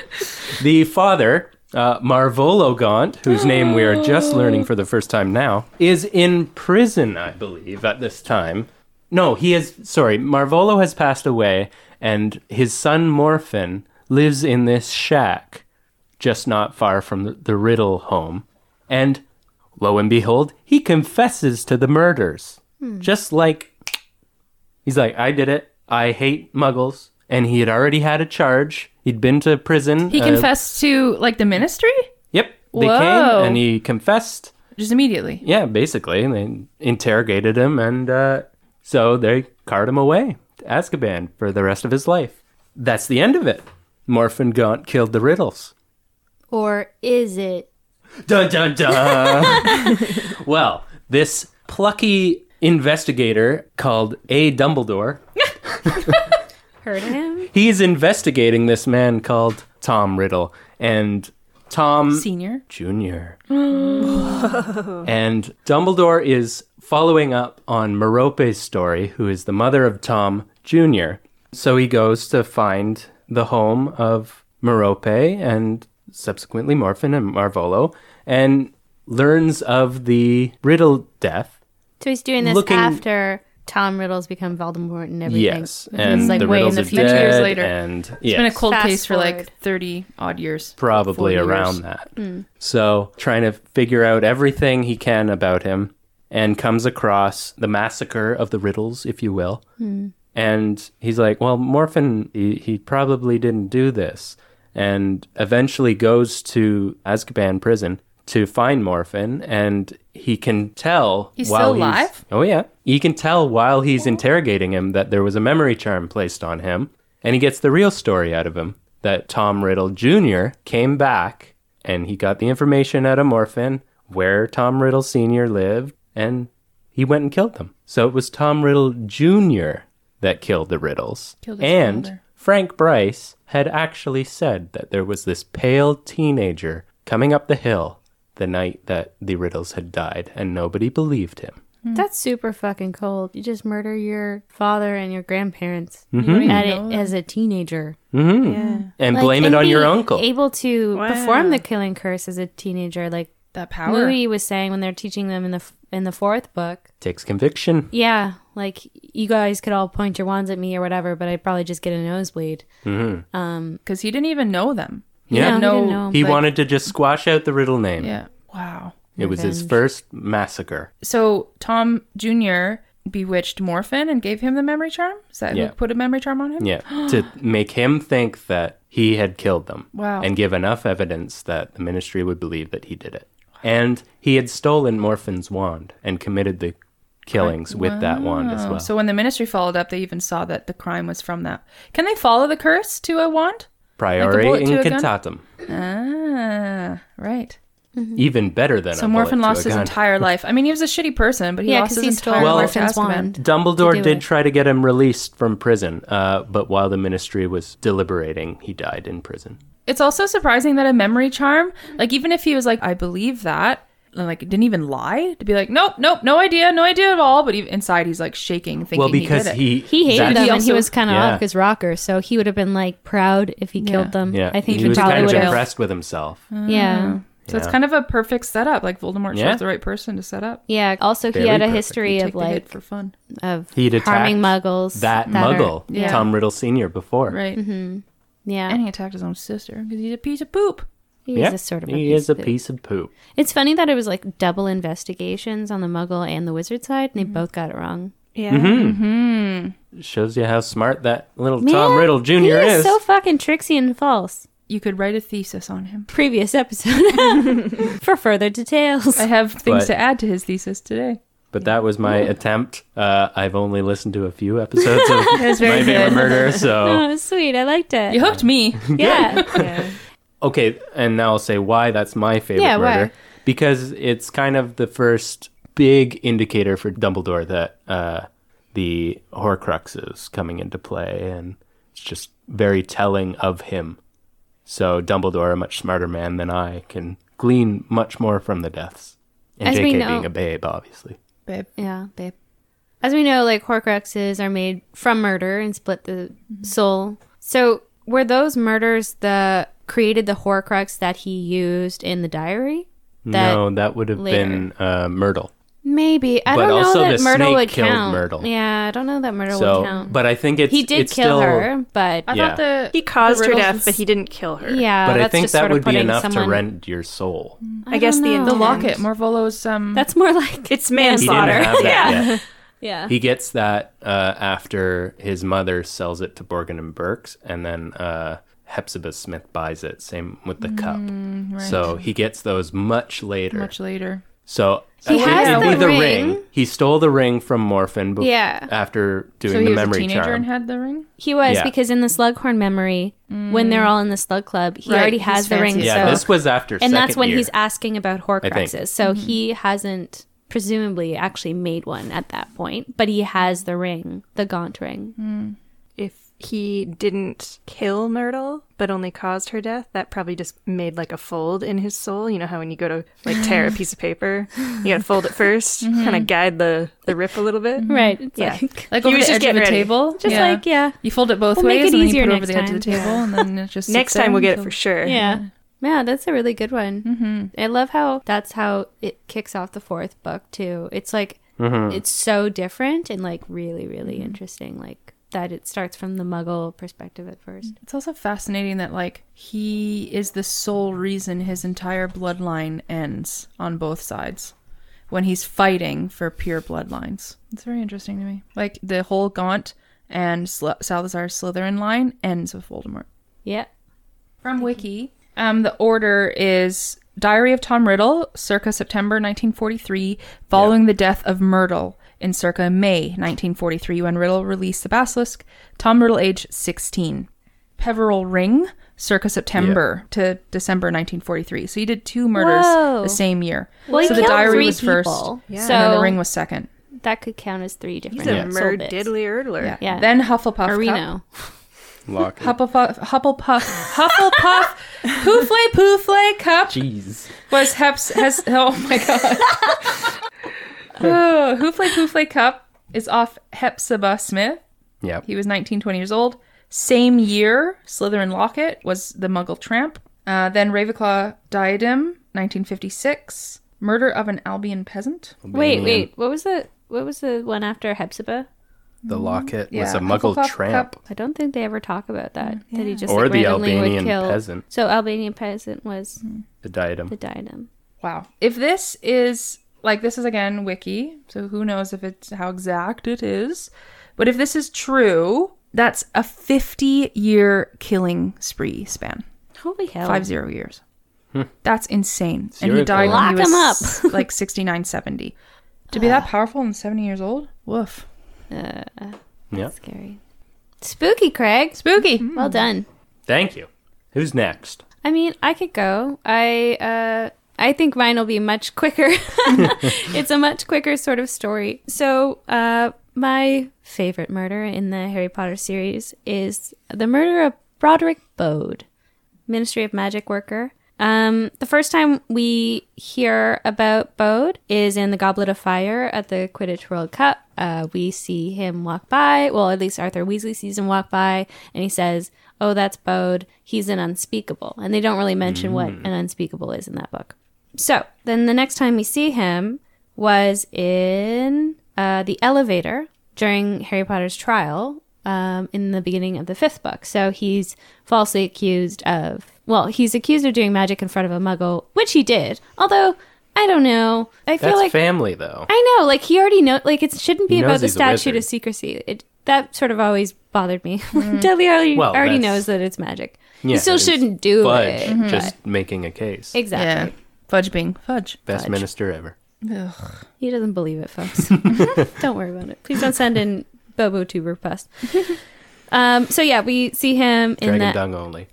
[SPEAKER 5] the father, uh, Marvolo Gaunt, whose name we are just learning for the first time now, is in prison, I believe, at this time. No, he is. Sorry, Marvolo has passed away, and his son Morphin lives in this shack, just not far from the, the Riddle home. And lo and behold, he confesses to the murders, just like He's like, I did it. I hate muggles. And he had already had a charge. He'd been to prison.
[SPEAKER 2] He
[SPEAKER 5] uh,
[SPEAKER 2] confessed to like the ministry
[SPEAKER 5] Yep. They
[SPEAKER 2] Whoa.
[SPEAKER 5] came and he confessed.
[SPEAKER 2] just immediately.
[SPEAKER 5] Yeah, basically. And they interrogated him. And uh, so they cart him away to Azkaban for the rest of his life. That's the end of it. Morphin Gaunt killed the riddles.
[SPEAKER 3] or is it?
[SPEAKER 5] Dun dun dun. well, this plucky investigator called A. Dumbledore
[SPEAKER 3] Heard him?
[SPEAKER 5] he's investigating this man called Tom Riddle and Tom
[SPEAKER 2] Senior.
[SPEAKER 5] Jr. and Dumbledore is following up on Merope's story, who is the mother of Tom Jr. So he goes to find the home of Merope and subsequently Morphin and Marvolo and learns of the Riddle death
[SPEAKER 3] So he's doing this
[SPEAKER 5] Looking-
[SPEAKER 3] after Tom Riddle's become Voldemort and everything.
[SPEAKER 5] Yes,
[SPEAKER 3] It's
[SPEAKER 5] and
[SPEAKER 3] like
[SPEAKER 5] the
[SPEAKER 3] way in
[SPEAKER 5] riddles
[SPEAKER 3] the
[SPEAKER 5] are
[SPEAKER 3] future.
[SPEAKER 5] dead,
[SPEAKER 2] Years later.
[SPEAKER 5] and
[SPEAKER 2] It's been a cold
[SPEAKER 3] Fast
[SPEAKER 2] case for
[SPEAKER 3] forward.
[SPEAKER 2] like 30 odd years. 40
[SPEAKER 5] probably
[SPEAKER 2] years.
[SPEAKER 5] around that.
[SPEAKER 2] Hmm.
[SPEAKER 5] So, trying to figure out everything he can about him and comes across the massacre of the riddles, if you will.
[SPEAKER 2] Hmm.
[SPEAKER 5] And he's like, Well, Morphin, he, he probably didn't do this. And eventually goes to Azkaban prison to find Morphin, and he can tell
[SPEAKER 2] He's
[SPEAKER 5] while
[SPEAKER 2] still alive?
[SPEAKER 5] Oh, yeah. You can tell while he's interrogating him that there was a memory charm placed on him, and he gets the real story out of him that Tom Riddle Jr. came back and he got the information out of Morphin where Tom Riddle Sr. lived, and he went and killed them. So it was Tom Riddle Jr. that killed the Riddles.
[SPEAKER 2] Killed his
[SPEAKER 5] and
[SPEAKER 2] father.
[SPEAKER 5] Frank Bryce had actually said that there was this pale teenager coming up the hill the night that the Riddles had died, and nobody believed him.
[SPEAKER 3] That's super fucking cold. You just murder your father and your grandparents
[SPEAKER 2] don't even
[SPEAKER 3] at
[SPEAKER 2] know
[SPEAKER 3] it, as a teenager.
[SPEAKER 5] Mm-hmm. and
[SPEAKER 3] Like,
[SPEAKER 5] blame it on
[SPEAKER 3] be
[SPEAKER 5] your uncle.
[SPEAKER 3] Able to perform the killing curse as a teenager, like
[SPEAKER 2] That power.
[SPEAKER 3] Louis was saying when they're teaching them in the f- in the fourth book.
[SPEAKER 5] Takes conviction.
[SPEAKER 3] Yeah, like you guys could all point your wands at me or whatever, but I'd probably just get a nosebleed.
[SPEAKER 2] Because he didn't even know them. He
[SPEAKER 5] Yeah.
[SPEAKER 2] had
[SPEAKER 3] No,
[SPEAKER 2] no.
[SPEAKER 3] he didn't know 'em.
[SPEAKER 5] He
[SPEAKER 2] like-
[SPEAKER 5] wanted to just squash out the riddle name.
[SPEAKER 2] Yeah. Wow.
[SPEAKER 5] It was his first massacre.
[SPEAKER 2] So Tom Jr. bewitched Morphin and gave him the memory charm? Is that
[SPEAKER 5] Yeah.
[SPEAKER 2] who put a memory charm on him?
[SPEAKER 5] Yeah. to make him think that he had killed them.
[SPEAKER 2] Wow.
[SPEAKER 5] And give enough evidence that the ministry would believe that he did it. And he had stolen Morphin's wand and committed the killings with that wand as well.
[SPEAKER 2] So when the ministry followed up, they even saw that the crime was from that. Can they follow the curse to a wand?
[SPEAKER 5] Priori
[SPEAKER 2] bullet to a gun?
[SPEAKER 5] incantatum.
[SPEAKER 2] Ah, right.
[SPEAKER 5] Even better than
[SPEAKER 2] Mm-hmm. So
[SPEAKER 5] a
[SPEAKER 2] Morphin
[SPEAKER 5] bullet to
[SPEAKER 2] lost
[SPEAKER 5] a
[SPEAKER 2] his
[SPEAKER 5] gun.
[SPEAKER 2] entire life. I mean, he was a shitty person, but he
[SPEAKER 3] Yeah,
[SPEAKER 2] lost
[SPEAKER 3] because
[SPEAKER 2] his
[SPEAKER 3] he stole
[SPEAKER 2] entire life to
[SPEAKER 3] Orphan's
[SPEAKER 2] Azkaban.
[SPEAKER 3] wand.
[SPEAKER 5] Dumbledore
[SPEAKER 3] to do
[SPEAKER 5] did
[SPEAKER 3] it.
[SPEAKER 5] try to get him released from prison, uh, but while the ministry was deliberating, he died in prison.
[SPEAKER 2] It's also surprising that a memory charm, like even if he was like, I believe that, and like didn't even lie to be like, nope, nope, no idea, no idea at all. But even inside, he's like shaking, thinking
[SPEAKER 5] well, because
[SPEAKER 2] he did it.
[SPEAKER 5] he
[SPEAKER 3] He hated
[SPEAKER 5] that-
[SPEAKER 3] them,
[SPEAKER 2] He
[SPEAKER 3] and he
[SPEAKER 2] also-
[SPEAKER 3] was kind of
[SPEAKER 5] Yeah.
[SPEAKER 3] off his rocker, so he would have been like proud if he killed them.
[SPEAKER 5] Yeah,
[SPEAKER 3] I think
[SPEAKER 5] he,
[SPEAKER 3] he,
[SPEAKER 5] was
[SPEAKER 3] probably Mm.
[SPEAKER 5] kind
[SPEAKER 3] would
[SPEAKER 5] of
[SPEAKER 3] have.
[SPEAKER 5] impressed with himself.
[SPEAKER 3] Yeah,
[SPEAKER 2] So it's
[SPEAKER 5] Yeah.
[SPEAKER 2] kind of a perfect setup. Like Voldemort
[SPEAKER 5] Yeah.
[SPEAKER 2] chose the right person to set up.
[SPEAKER 3] yeah. Also,
[SPEAKER 5] Very
[SPEAKER 3] he had a
[SPEAKER 5] perfect.
[SPEAKER 2] He
[SPEAKER 3] history
[SPEAKER 2] take
[SPEAKER 3] of
[SPEAKER 2] the
[SPEAKER 3] like
[SPEAKER 2] hit for fun,
[SPEAKER 3] of
[SPEAKER 5] He'd attacked
[SPEAKER 3] harming muggles.
[SPEAKER 5] That,
[SPEAKER 3] are-
[SPEAKER 5] Muggle,
[SPEAKER 2] yeah.
[SPEAKER 5] Tom Riddle Senior, before.
[SPEAKER 2] right?
[SPEAKER 3] mm-hmm. yeah,
[SPEAKER 2] And he attacked his own sister because he's a piece of poop.
[SPEAKER 3] he
[SPEAKER 5] Yeah,
[SPEAKER 3] is a sort of a
[SPEAKER 5] he
[SPEAKER 3] piece
[SPEAKER 5] is a
[SPEAKER 3] of poop.
[SPEAKER 5] piece of poop.
[SPEAKER 3] It's funny that it was like double investigations on the Muggle and the Wizard side, and they
[SPEAKER 2] Mm-hmm.
[SPEAKER 3] both got it wrong.
[SPEAKER 4] Yeah.
[SPEAKER 5] Mm-hmm. Shows you how smart that little
[SPEAKER 3] Man,
[SPEAKER 5] Tom Riddle Jr.
[SPEAKER 3] he
[SPEAKER 5] is.
[SPEAKER 3] so fucking tricksy and false.
[SPEAKER 2] You could write a thesis on him.
[SPEAKER 3] Previous episode for further details.
[SPEAKER 5] Oh.
[SPEAKER 2] I have things
[SPEAKER 5] But-
[SPEAKER 2] to add to his thesis today.
[SPEAKER 5] But that was my attempt. Uh, I've only listened to a few episodes of My
[SPEAKER 2] very
[SPEAKER 5] Favorite
[SPEAKER 2] good.
[SPEAKER 5] Murder, so
[SPEAKER 3] Oh, sweet, I liked
[SPEAKER 2] You
[SPEAKER 3] it.
[SPEAKER 2] hooked me.
[SPEAKER 3] Yeah,
[SPEAKER 5] okay. And now I'll say why that's my favorite
[SPEAKER 3] Yeah, why?
[SPEAKER 5] murder because it's kind of the first big indicator for Dumbledore that uh, the Horcrux is coming into play, and it's just very telling of him. So Dumbledore, a much smarter man than I, can glean much more from the deaths. And
[SPEAKER 3] As we
[SPEAKER 5] J.K.
[SPEAKER 3] know-
[SPEAKER 5] being a babe, obviously.
[SPEAKER 2] Babe.
[SPEAKER 3] yeah, babe. As we know, like Horcruxes are made from murder and split the
[SPEAKER 2] Mm-hmm.
[SPEAKER 3] soul. So were those murders the created the Horcrux that he used in the diary? That
[SPEAKER 5] no, that would have
[SPEAKER 3] later.
[SPEAKER 5] been uh, Myrtle.
[SPEAKER 3] Maybe I
[SPEAKER 5] But
[SPEAKER 3] don't
[SPEAKER 5] also
[SPEAKER 3] know that
[SPEAKER 5] the
[SPEAKER 3] Myrtle
[SPEAKER 5] snake
[SPEAKER 3] would
[SPEAKER 5] killed
[SPEAKER 3] count.
[SPEAKER 5] Myrtle.
[SPEAKER 3] Yeah, I don't know that Myrtle
[SPEAKER 5] So,
[SPEAKER 3] would count.
[SPEAKER 5] but I think it's
[SPEAKER 3] he did
[SPEAKER 5] it's
[SPEAKER 3] kill
[SPEAKER 5] still,
[SPEAKER 3] her, but
[SPEAKER 2] I
[SPEAKER 5] Yeah.
[SPEAKER 2] thought the
[SPEAKER 4] He caused
[SPEAKER 2] the
[SPEAKER 4] her
[SPEAKER 2] riddles
[SPEAKER 4] death,
[SPEAKER 2] was-
[SPEAKER 4] but he didn't kill her.
[SPEAKER 3] yeah,
[SPEAKER 5] but I
[SPEAKER 3] uh, that's
[SPEAKER 5] think
[SPEAKER 3] just
[SPEAKER 5] that
[SPEAKER 3] sort
[SPEAKER 5] would
[SPEAKER 3] of
[SPEAKER 5] be
[SPEAKER 3] putting
[SPEAKER 5] enough
[SPEAKER 3] someone,
[SPEAKER 5] to rend your soul.
[SPEAKER 4] I, guess
[SPEAKER 3] don't
[SPEAKER 4] the
[SPEAKER 3] know.
[SPEAKER 4] intent.
[SPEAKER 3] The
[SPEAKER 2] the locket. Morvolo's um.
[SPEAKER 3] That's more like
[SPEAKER 4] It's manslaughter.
[SPEAKER 5] He didn't have that yet.
[SPEAKER 3] yeah.
[SPEAKER 5] He gets that uh, after his mother sells it to Borgin and Burks, and then uh, Hepzibah Smith buys it. Same with the
[SPEAKER 3] Mm,
[SPEAKER 5] cup. So he gets those much later.
[SPEAKER 2] much later.
[SPEAKER 5] So uh,
[SPEAKER 3] He
[SPEAKER 5] it
[SPEAKER 3] has
[SPEAKER 5] would
[SPEAKER 3] the
[SPEAKER 5] be the
[SPEAKER 3] ring.
[SPEAKER 5] He stole the ring from Morphin. Bef-
[SPEAKER 3] Yeah.
[SPEAKER 5] After doing
[SPEAKER 2] So
[SPEAKER 5] the
[SPEAKER 2] he was a
[SPEAKER 5] memory
[SPEAKER 2] teenager
[SPEAKER 5] charm.
[SPEAKER 2] and had the ring.
[SPEAKER 3] He was
[SPEAKER 5] Yeah.
[SPEAKER 3] because in the Slughorn memory, when they're all in the Slug Club, he
[SPEAKER 2] Mm. Right,
[SPEAKER 3] already
[SPEAKER 2] he's
[SPEAKER 3] has the
[SPEAKER 2] fancy
[SPEAKER 3] ring.
[SPEAKER 2] as
[SPEAKER 5] yeah,
[SPEAKER 3] so,
[SPEAKER 5] this was after.
[SPEAKER 3] and that's
[SPEAKER 5] second
[SPEAKER 3] when
[SPEAKER 5] year.
[SPEAKER 3] he's asking about
[SPEAKER 5] think.
[SPEAKER 3] Horcruxes.
[SPEAKER 2] Mm-hmm.
[SPEAKER 3] So he hasn't presumably actually made one at that point, but he has the ring, the Gaunt ring.
[SPEAKER 2] Mm.
[SPEAKER 4] If he didn't kill Myrtle, but only caused her death, that probably just made like a fold in his soul. You know how when you go to like tear a piece of paper, you gotta fold it 1st kind of guide the the rip a little bit.
[SPEAKER 3] Right? It's
[SPEAKER 4] Yeah.
[SPEAKER 3] like
[SPEAKER 2] Like
[SPEAKER 4] He
[SPEAKER 2] over
[SPEAKER 4] was
[SPEAKER 2] the
[SPEAKER 4] just
[SPEAKER 2] edge of
[SPEAKER 4] getting
[SPEAKER 2] a
[SPEAKER 4] ready.
[SPEAKER 2] table.
[SPEAKER 3] just
[SPEAKER 2] Yeah.
[SPEAKER 3] like yeah,
[SPEAKER 2] You fold it both
[SPEAKER 3] We'll make
[SPEAKER 2] ways, and
[SPEAKER 3] it
[SPEAKER 2] then you
[SPEAKER 3] easier
[SPEAKER 2] put it over
[SPEAKER 3] next
[SPEAKER 2] the edge of the
[SPEAKER 3] time.
[SPEAKER 2] table, and then it just sits
[SPEAKER 4] Next
[SPEAKER 2] there
[SPEAKER 4] time we'll get it
[SPEAKER 2] until-
[SPEAKER 4] for sure.
[SPEAKER 3] Yeah. Yeah, that's a really good one.
[SPEAKER 2] Mm-hmm.
[SPEAKER 3] I love how that's how it kicks off the fourth book too. It's like it's so different and like really really
[SPEAKER 2] Mm-hmm.
[SPEAKER 3] interesting like that it starts from the muggle perspective at first.
[SPEAKER 2] It's also fascinating that like he is the sole reason his entire bloodline ends on both sides when he's fighting for pure bloodlines. It's very interesting to me. Like the whole Gaunt and Sl- Salazar Slytherin line ends with Voldemort.
[SPEAKER 3] Yeah.
[SPEAKER 2] From Wiki. Um, the order is Diary of Tom Riddle, circa September 1943, following the death of Myrtle in circa May 1943, when Riddle released the basilisk. Tom Riddle, age 16. Peveril Ring, circa September to December 1943. So he did two murders
[SPEAKER 3] Whoa.
[SPEAKER 2] the same year.
[SPEAKER 3] Well, he
[SPEAKER 2] so the
[SPEAKER 3] killed
[SPEAKER 2] diary
[SPEAKER 3] three
[SPEAKER 2] was first,
[SPEAKER 3] people. Yeah.
[SPEAKER 2] and then
[SPEAKER 3] So-
[SPEAKER 2] the ring was second.
[SPEAKER 3] That could count as three different
[SPEAKER 4] He's a
[SPEAKER 3] yeah.
[SPEAKER 4] murder diddly erdler.
[SPEAKER 2] Yeah.
[SPEAKER 3] Yeah.
[SPEAKER 2] Then Hufflepuff.
[SPEAKER 3] or
[SPEAKER 2] Cup.
[SPEAKER 3] Reno.
[SPEAKER 5] Lock.
[SPEAKER 2] Hufflepuff, Hufflepuff, Hufflepuff, Pooflay, Pooflay Cup.
[SPEAKER 5] Jeez.
[SPEAKER 2] was Heps has oh my god. oh, Hooflay Pooflay Cup is off Hepzibah Smith.
[SPEAKER 5] Yeah.
[SPEAKER 2] He was 19, 20 years old. Same year, Slytherin Locket was the Muggle Tramp. Uh, then Ravenclaw Diadem, 1956. Murder of an Albion Peasant.
[SPEAKER 3] Wait, wait. What was the what was the one after Hepzibah?
[SPEAKER 5] The locket was
[SPEAKER 2] Yeah.
[SPEAKER 5] a Muggle
[SPEAKER 2] Hufflepuff
[SPEAKER 5] tramp.
[SPEAKER 2] cup.
[SPEAKER 3] I don't think they ever talk about that. That he just
[SPEAKER 5] Or
[SPEAKER 3] like,
[SPEAKER 5] the
[SPEAKER 3] randomly would
[SPEAKER 5] Albanian
[SPEAKER 3] kill.
[SPEAKER 5] peasant.
[SPEAKER 3] So Albanian peasant was
[SPEAKER 5] The diadem.
[SPEAKER 3] the diadem.
[SPEAKER 2] Wow. If this is like this is again wiki, so who knows if it's how exact it is. But if this is true, that's a 50 year killing spree span.
[SPEAKER 3] Holy hell!
[SPEAKER 2] Five zero years. That's insane. and
[SPEAKER 5] Zero
[SPEAKER 2] he died
[SPEAKER 3] Lock
[SPEAKER 2] when he
[SPEAKER 3] him
[SPEAKER 2] was like 69, 70. To be that powerful and 70 years old? Woof.
[SPEAKER 5] Yeah.
[SPEAKER 3] Scary. Spooky, Craig. Mm.
[SPEAKER 2] Spooky.
[SPEAKER 3] Well done.
[SPEAKER 5] Thank you. Who's next?
[SPEAKER 3] I mean, I could go. I uh, I think mine will be much quicker. it's a much quicker sort of story. So, uh, my favorite murder in the Harry Potter series is the murder of Broderick Bode, Ministry of Magic worker. Um, the first time we hear about Bode is in the Goblet of Fire at the Quidditch World Cup. Uh, we see him walk by. Well, at least Arthur Weasley sees him walk by, and he says, "Oh, that's Bode. He's an unspeakable." And they don't really mention what an unspeakable is in that book. So then the next time we see him was in uh, the elevator during Harry Potter's trial um, in the beginning of the fifth book. So he's falsely accused of, well, he's accused of doing magic in front of a muggle, which he did. Although, I don't know. I feel
[SPEAKER 5] That's
[SPEAKER 3] like.
[SPEAKER 5] family, though.
[SPEAKER 3] I know. Like, he already know. Like, it shouldn't be
[SPEAKER 5] He
[SPEAKER 3] about
[SPEAKER 5] knows
[SPEAKER 3] the
[SPEAKER 5] he's a
[SPEAKER 3] statute of
[SPEAKER 5] wizard.
[SPEAKER 3] secrecy. It, that sort of always bothered me. Dudley already,
[SPEAKER 5] Well,
[SPEAKER 3] already
[SPEAKER 5] that's-
[SPEAKER 3] knows that it's magic.
[SPEAKER 5] Yeah,
[SPEAKER 3] you still
[SPEAKER 5] it is
[SPEAKER 3] shouldn't do
[SPEAKER 5] Fudge,
[SPEAKER 3] it. Mm-hmm.
[SPEAKER 5] just making a case.
[SPEAKER 2] Yeah.
[SPEAKER 3] Exactly.
[SPEAKER 2] Fudge being fudge.
[SPEAKER 5] Best minister ever.
[SPEAKER 3] He doesn't believe it, folks. don't worry about it. Please don't send in Bobo Tube request. Um, so yeah, we see him in
[SPEAKER 5] Dragon
[SPEAKER 3] that.
[SPEAKER 5] dung only.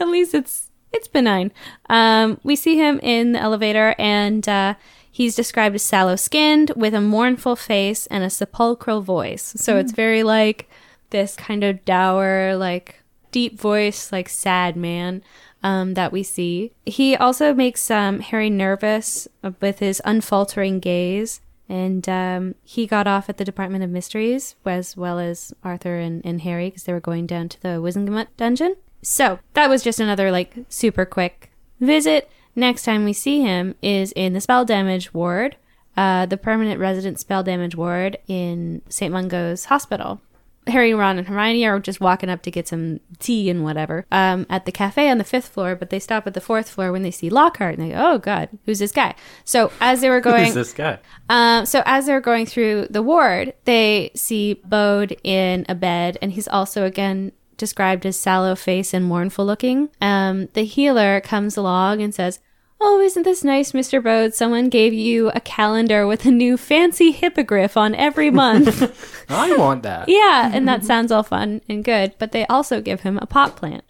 [SPEAKER 3] At least it's it's benign. Um, we see him in the elevator, and uh, he's described as sallow skinned, with a mournful face and a sepulchral voice. So it's very like this kind of dour, like deep voice, like sad man um, that we see. He also makes um, Harry nervous uh, with his unfaltering gaze. And um, he got off at the Department of Mysteries, as well as Arthur and, and Harry, because they were going down to the Wizengamot dungeon. So that was just another, like, super quick visit. Next time we see him is in the spell damage ward, uh, the permanent resident spell damage ward in St. Mungo's Hospital. Harry, Ron, and Hermione are just walking up to get some tea and whatever um, at the cafe on the fifth floor, but they stop at the fourth floor when they see Lockhart and they go, "Oh God, who's this guy?" So as they were going,
[SPEAKER 5] Who's this guy?
[SPEAKER 3] um, so as they're going through the ward, they see Bode in a bed, and he's also again described as sallow face and mournful looking. Um, the healer comes along and says, "Oh, isn't this nice, Mister Bode? Someone gave you a calendar with a new fancy hippogriff on every month."
[SPEAKER 5] I want that.
[SPEAKER 3] yeah, and that sounds all fun and good, but they also give him a pot plant.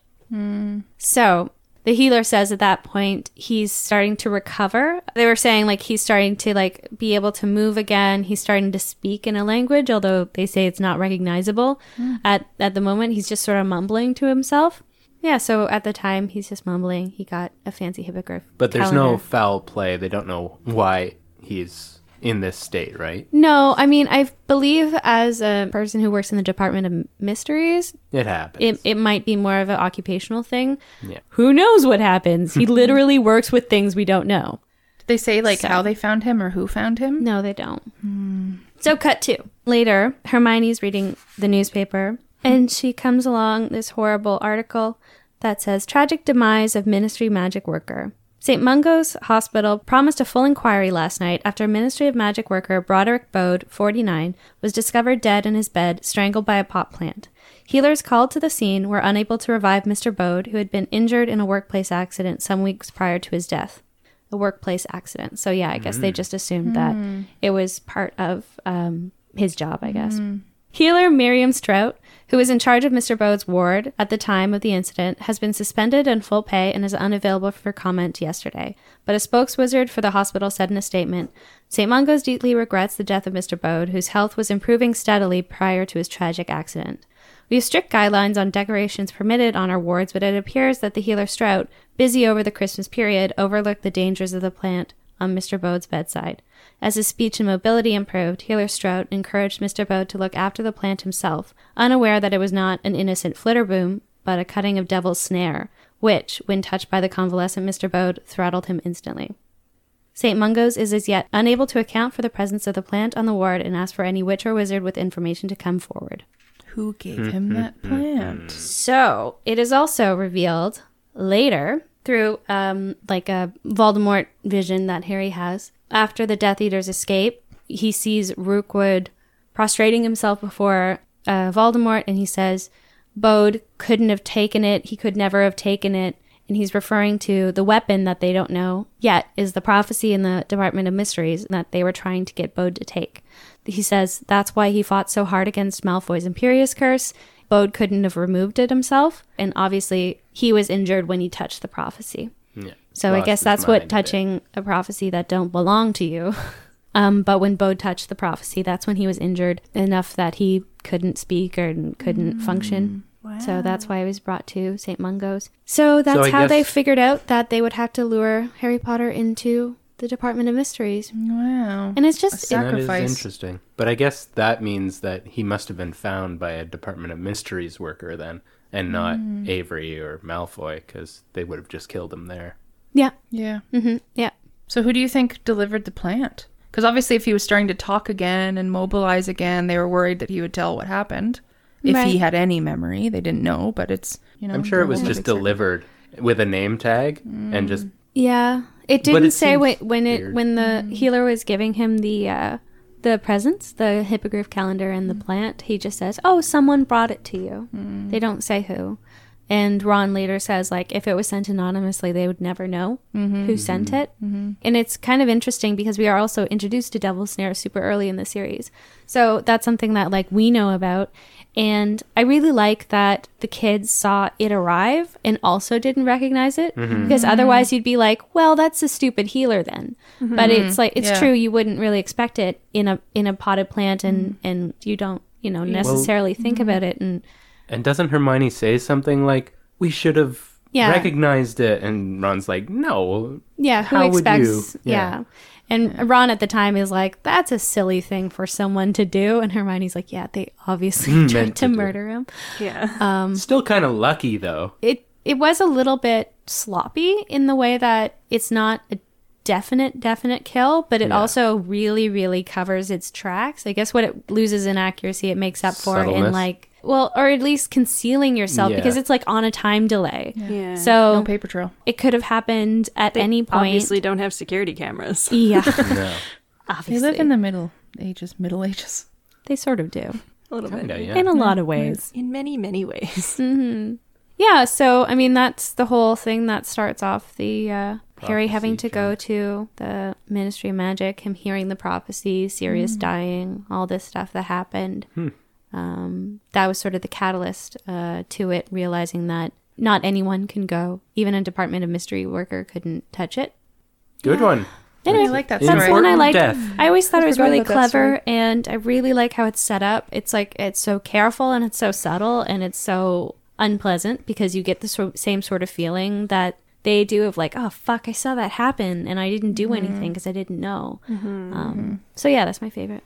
[SPEAKER 3] So the healer says at that point he's starting to recover. They were saying like he's starting to like be able to move again. He's starting to speak in a language, although they say it's not recognizable at at the moment. He's just sort of mumbling to himself. Yeah, so at the time he's just mumbling. He got a fancy hippogriff.
[SPEAKER 5] But there's no
[SPEAKER 3] calendar.
[SPEAKER 5] foul play. They don't know why he's in this state, right?
[SPEAKER 3] no. I mean, I believe as a person who works in the Department of Mysteries,
[SPEAKER 5] It
[SPEAKER 3] it,
[SPEAKER 5] happens.
[SPEAKER 3] it might be more of an occupational thing.
[SPEAKER 5] Yeah.
[SPEAKER 3] Who knows what happens? He literally works with things we don't know.
[SPEAKER 2] Did they say like
[SPEAKER 3] So-
[SPEAKER 2] how they found him or who found him?
[SPEAKER 3] No, they don't. So, cut two. Later, Hermione's reading the newspaper and she comes along this horrible article that says Tragic Demise of Ministry Magic Worker. St. Mungo's Hospital promised a full inquiry last night after Ministry of Magic Worker Broderick Bode, 49, was discovered dead in his bed, strangled by a pot plant. Healers called to the scene were unable to revive Mr. Bode, who had been injured in a workplace accident some weeks prior to his death a workplace accident. So yeah, I guess they just assumed that it was part of um, his job. I guess healer Miriam Strout, who was in charge of Mr. Bode's ward at the time of the incident, has been suspended and full pay and is unavailable for comment yesterday. But a spokeswizard for the hospital said in a statement, "St. Mungo's deeply regrets the death of Mr. Bode, whose health was improving steadily prior to his tragic accident." We have strict guidelines on decorations permitted on our wards, but it appears that the healer Strout, busy over the Christmas period, overlooked the dangers of the plant on Mr. Bode's bedside. As his speech and mobility improved, healer Strout encouraged Mr. Bode to look after the plant himself, unaware that it was not an innocent flitterboom, but a cutting of devil's snare, which, when touched by the convalescent Mr. Bode, throttled him instantly. St. Mungo's is as yet unable to account for the presence of the plant on the ward and ask for any witch or wizard with information to come forward.
[SPEAKER 2] Who gave him that plant?
[SPEAKER 3] So it is also revealed later through um, like a Voldemort vision that Harry has after the Death Eater's escape. He sees Rookwood prostrating himself before uh, Voldemort, and he says, "Bode couldn't have taken it. He could never have taken it." And he's referring to the weapon that they don't know yet is the prophecy in the Department of Mysteries that they were trying to get Bode to take. He says that's why he fought so hard against Malfoy's Imperious Curse. Bode couldn't have removed it himself, and obviously he was injured when he touched the prophecy.
[SPEAKER 5] Yeah.
[SPEAKER 3] So I
[SPEAKER 5] Lost
[SPEAKER 3] guess
[SPEAKER 5] his
[SPEAKER 3] that's
[SPEAKER 5] mind a
[SPEAKER 3] what
[SPEAKER 5] bit.
[SPEAKER 3] touching a prophecy that don't belong to you. Um, but when Bode touched the prophecy, that's when he was injured enough that he couldn't speak or couldn't function. So that's why he was brought to St. Mungo's. So that's
[SPEAKER 5] I
[SPEAKER 3] how they
[SPEAKER 5] guess-
[SPEAKER 3] figured out that they would have to lure Harry Potter into the Department of Mysteries.
[SPEAKER 5] Mm.
[SPEAKER 2] Wow.
[SPEAKER 3] And it's just
[SPEAKER 2] That is
[SPEAKER 5] That
[SPEAKER 2] Sacrifice.
[SPEAKER 5] is interesting. But I guess that means that he must have been found by a Department of Mysteries worker then, and not
[SPEAKER 3] Mm.
[SPEAKER 5] Avery or Malfoy, because they would have just killed him there.
[SPEAKER 3] yeah.
[SPEAKER 2] Yeah.
[SPEAKER 3] hmm Yeah.
[SPEAKER 2] So who do you think delivered the plant? Because obviously, if he was starting to talk again and mobilize again, they were worried that he would tell what happened. If he
[SPEAKER 3] Right.
[SPEAKER 2] had any memory, they didn't know. But it's you
[SPEAKER 3] Oh,
[SPEAKER 2] know.
[SPEAKER 5] I'm sure it
[SPEAKER 2] the
[SPEAKER 5] was
[SPEAKER 2] whole
[SPEAKER 5] just
[SPEAKER 2] big circle.
[SPEAKER 5] delivered with a name tag and
[SPEAKER 3] Mm.
[SPEAKER 5] just
[SPEAKER 3] Yeah. It
[SPEAKER 5] But
[SPEAKER 3] didn't
[SPEAKER 5] it
[SPEAKER 3] say
[SPEAKER 5] seems Mm.
[SPEAKER 3] when, when it
[SPEAKER 5] weird.
[SPEAKER 3] when the healer was giving him the uh, the presents, the hippogriff calendar and
[SPEAKER 5] Mm.
[SPEAKER 3] the plant. He just says, "Oh, someone brought it to you." They don't say who. And Ron later says, like, if it was sent anonymously, they would never know who sent it. And it's kind of interesting because we are also introduced to Devil's Snare super early in the series. So that's something that, like, we know about. And I really like that the kids saw it arrive and also didn't recognize it because otherwise you'd be like, well, that's a stupid healer then. But it's like, it's
[SPEAKER 2] Yeah.
[SPEAKER 3] true. You wouldn't really expect it in a, in a potted plant and, and you don't, you know, necessarily think about it. And,
[SPEAKER 5] And doesn't Hermione say something like, "We should have
[SPEAKER 3] Yeah.
[SPEAKER 5] recognized it"? And Ron's like, "No."
[SPEAKER 3] Yeah, who
[SPEAKER 5] How would
[SPEAKER 3] expects?
[SPEAKER 5] you?
[SPEAKER 3] Yeah.
[SPEAKER 5] Yeah.
[SPEAKER 3] And Ron at the time is like, "That's a silly thing for someone to do," and Hermione's like, "Yeah, they obviously tried
[SPEAKER 5] Meant
[SPEAKER 3] to
[SPEAKER 5] Mm, to do.
[SPEAKER 3] murder him."
[SPEAKER 4] Yeah.
[SPEAKER 2] Mm.
[SPEAKER 5] Still kind of lucky though.
[SPEAKER 3] It it was a little bit sloppy in the way that it's not a definite definite kill, but it also really really covers its tracks. I guess what it loses in accuracy, it makes up for in
[SPEAKER 5] Subtleness.
[SPEAKER 3] like well, or at least concealing yourself
[SPEAKER 5] Yeah.
[SPEAKER 3] because it's like on a time delay.
[SPEAKER 4] Yeah.
[SPEAKER 3] So
[SPEAKER 2] no paper trail.
[SPEAKER 3] it could have happened at any point.
[SPEAKER 4] Obviously, don't have security cameras.
[SPEAKER 3] yeah.
[SPEAKER 5] No,
[SPEAKER 2] They
[SPEAKER 3] obviously.
[SPEAKER 2] live in the middle ages, middle ages.
[SPEAKER 3] They sort of do.
[SPEAKER 4] A little bit.
[SPEAKER 5] kinda, yeah.
[SPEAKER 3] In a lot of ways.
[SPEAKER 4] In many, many ways.
[SPEAKER 3] Yeah, so I mean that's the whole thing that starts off the uh Harry having to
[SPEAKER 5] Prophecy
[SPEAKER 3] go to the Ministry of Magic, him hearing the prophecy, Sirius dying, all this stuff that happened.
[SPEAKER 5] Hmm.
[SPEAKER 3] Um, that was sort of the catalyst uh, to it, realizing that not anyone can go. Even a Department of Mystery worker couldn't touch it.
[SPEAKER 5] Good one.
[SPEAKER 3] Anyway,
[SPEAKER 2] I like that
[SPEAKER 5] That's
[SPEAKER 3] That's
[SPEAKER 2] story.
[SPEAKER 3] the one I
[SPEAKER 5] Important
[SPEAKER 3] like.
[SPEAKER 5] death.
[SPEAKER 3] I always thought it was
[SPEAKER 2] forgot
[SPEAKER 3] really
[SPEAKER 2] about that
[SPEAKER 3] clever, and I really like how it's set up. It's like it's so careful and it's so subtle and it's so unpleasant because you get the so- same sort of feeling that they do of like, oh fuck, I saw that happen and I didn't do
[SPEAKER 2] Mm-hmm.
[SPEAKER 3] anything because I didn't know. Um, so yeah, that's my favorite.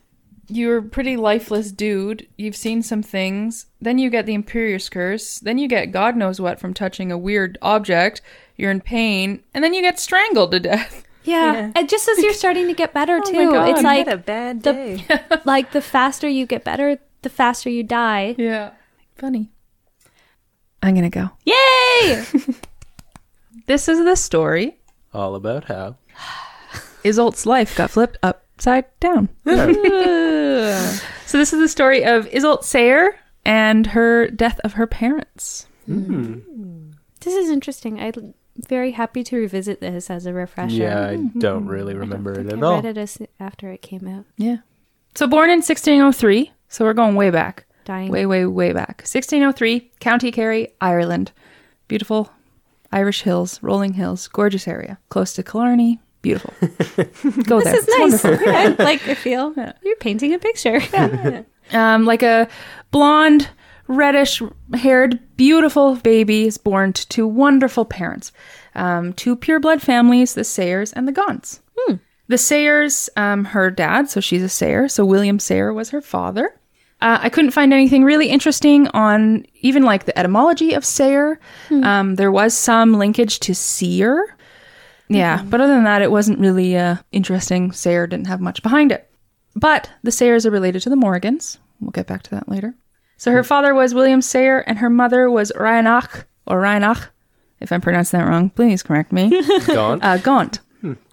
[SPEAKER 2] You're a pretty lifeless dude. You've seen some things. Then you get the Imperius curse. Then you get God knows what from touching a weird object. You're in pain, and then you get strangled to death.
[SPEAKER 3] Yeah, and just as you're starting to get better
[SPEAKER 2] Oh
[SPEAKER 3] too,
[SPEAKER 4] God,
[SPEAKER 3] it's
[SPEAKER 4] you
[SPEAKER 3] like
[SPEAKER 4] had a bad
[SPEAKER 3] the-
[SPEAKER 4] day.
[SPEAKER 3] like the faster you get better, the faster you die.
[SPEAKER 2] Yeah, funny. I'm gonna go.
[SPEAKER 3] Yay!
[SPEAKER 2] This is the story.
[SPEAKER 5] All about how.
[SPEAKER 2] Isolt's life got flipped upside down. so this is the story of Isolt Sayer and her death of her parents.
[SPEAKER 3] This is interesting. I'm very happy to revisit this as a refresher.
[SPEAKER 5] Yeah, I
[SPEAKER 2] Mm-hmm.
[SPEAKER 5] don't really remember it at
[SPEAKER 3] I
[SPEAKER 5] all.
[SPEAKER 3] read it as, after it came out.
[SPEAKER 2] Yeah. So born in 1603, so we're going way back.
[SPEAKER 3] Dying.
[SPEAKER 2] Way, way, way back. 1603, County Kerry, Ireland. Beautiful Irish hills, rolling hills, gorgeous area, close to Killarney. Beautiful. Go there.
[SPEAKER 3] This is nice. Yeah, like I feel you're painting a picture.
[SPEAKER 2] um, like a blonde, reddish haired, beautiful baby is born to two wonderful parents, um, two pure blood families, the Sayers and the Gaunts. The Sayers, um, her dad, so she's a Sayer, so William Sayer was her father. Uh, I couldn't find anything really interesting on even like the etymology of Sayer. Um, there was some linkage to seer, yeah, but other than that, it wasn't really uh, interesting. Sayer didn't have much behind it. But the Sayers are related to the Morgans. We'll get back to that later. So her father was William Sayer, and her mother was Ryanach, or Ryanach, if I'm pronouncing that wrong, please correct me,
[SPEAKER 5] Gone.
[SPEAKER 2] uh, Gaunt.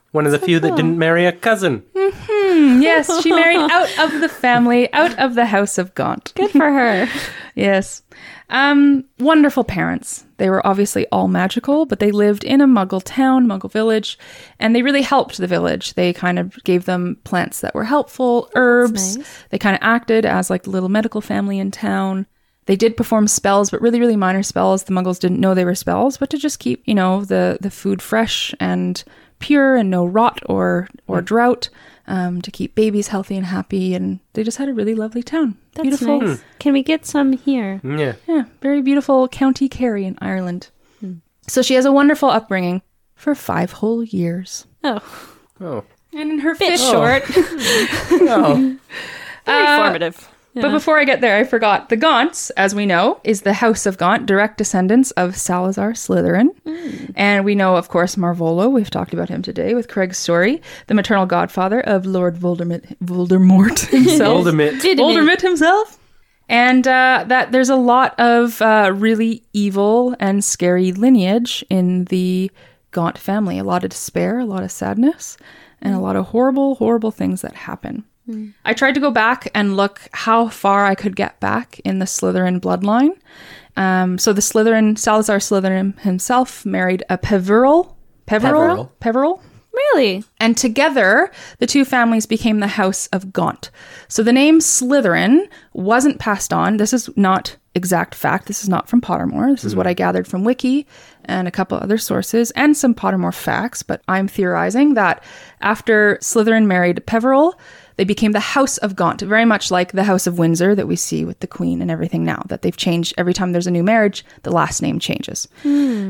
[SPEAKER 5] One of the few that didn't marry a cousin.
[SPEAKER 2] Yes, she married out of the family, out of the house of Gaunt.
[SPEAKER 3] Good for her.
[SPEAKER 2] Yes. Um, wonderful parents. They were obviously all magical, but they lived in a muggle town, muggle village, and they really helped the village. They kind of gave them plants that were
[SPEAKER 3] Oh,
[SPEAKER 2] helpful, herbs. They kind of acted as like the little medical family in town. They did perform spells, but really, really minor spells. The muggles didn't know they were spells, but to just keep, you know, the, the food fresh and pure and no rot or, or drought, um, to keep babies healthy and happy. And they just had a really lovely town.
[SPEAKER 3] That's
[SPEAKER 2] Beautiful.
[SPEAKER 3] nice. Can we get some here?
[SPEAKER 2] Mm.
[SPEAKER 5] Yeah.
[SPEAKER 2] Yeah, very beautiful County Kerry in Ireland. So she has a wonderful upbringing for five whole years.
[SPEAKER 3] Oh,
[SPEAKER 5] Oh.
[SPEAKER 2] And in her
[SPEAKER 3] bit
[SPEAKER 2] fish.
[SPEAKER 3] short.
[SPEAKER 5] Oh.
[SPEAKER 4] Very
[SPEAKER 2] Uh,
[SPEAKER 4] formative.
[SPEAKER 2] But before I get there, I forgot. The Gaunts, as we know, is the House of Gaunt, direct descendants of Salazar Slytherin. And we know, of course, Marvolo. We've talked about him today with Craig's story, the maternal godfather of Lord Voldemort, Voldemort himself.
[SPEAKER 5] Ultimate.
[SPEAKER 2] Voldemort himself. And uh, that there's a lot of uh, really evil and scary lineage in the Gaunt family. A lot of despair, a lot of sadness, and a lot of horrible, horrible things that happen. I tried to go back and look how far I could get back in the Slytherin bloodline. Um, so the Slytherin, Salazar Slytherin himself, married a Peveril. Peveril?
[SPEAKER 5] Peveril.
[SPEAKER 2] Peveril?
[SPEAKER 3] Really?
[SPEAKER 2] And together, the two families became the House of Gaunt. So the name Slytherin wasn't passed on. This is not exact fact. This is not from Pottermore. This is what I gathered from Wiki and a couple other sources and some Pottermore facts. But I'm theorizing that after Slytherin married Peveril, they became the House of Gaunt, very much like the House of Windsor that we see with the Queen and everything now, that they've changed every time there's a new marriage, the last name changes.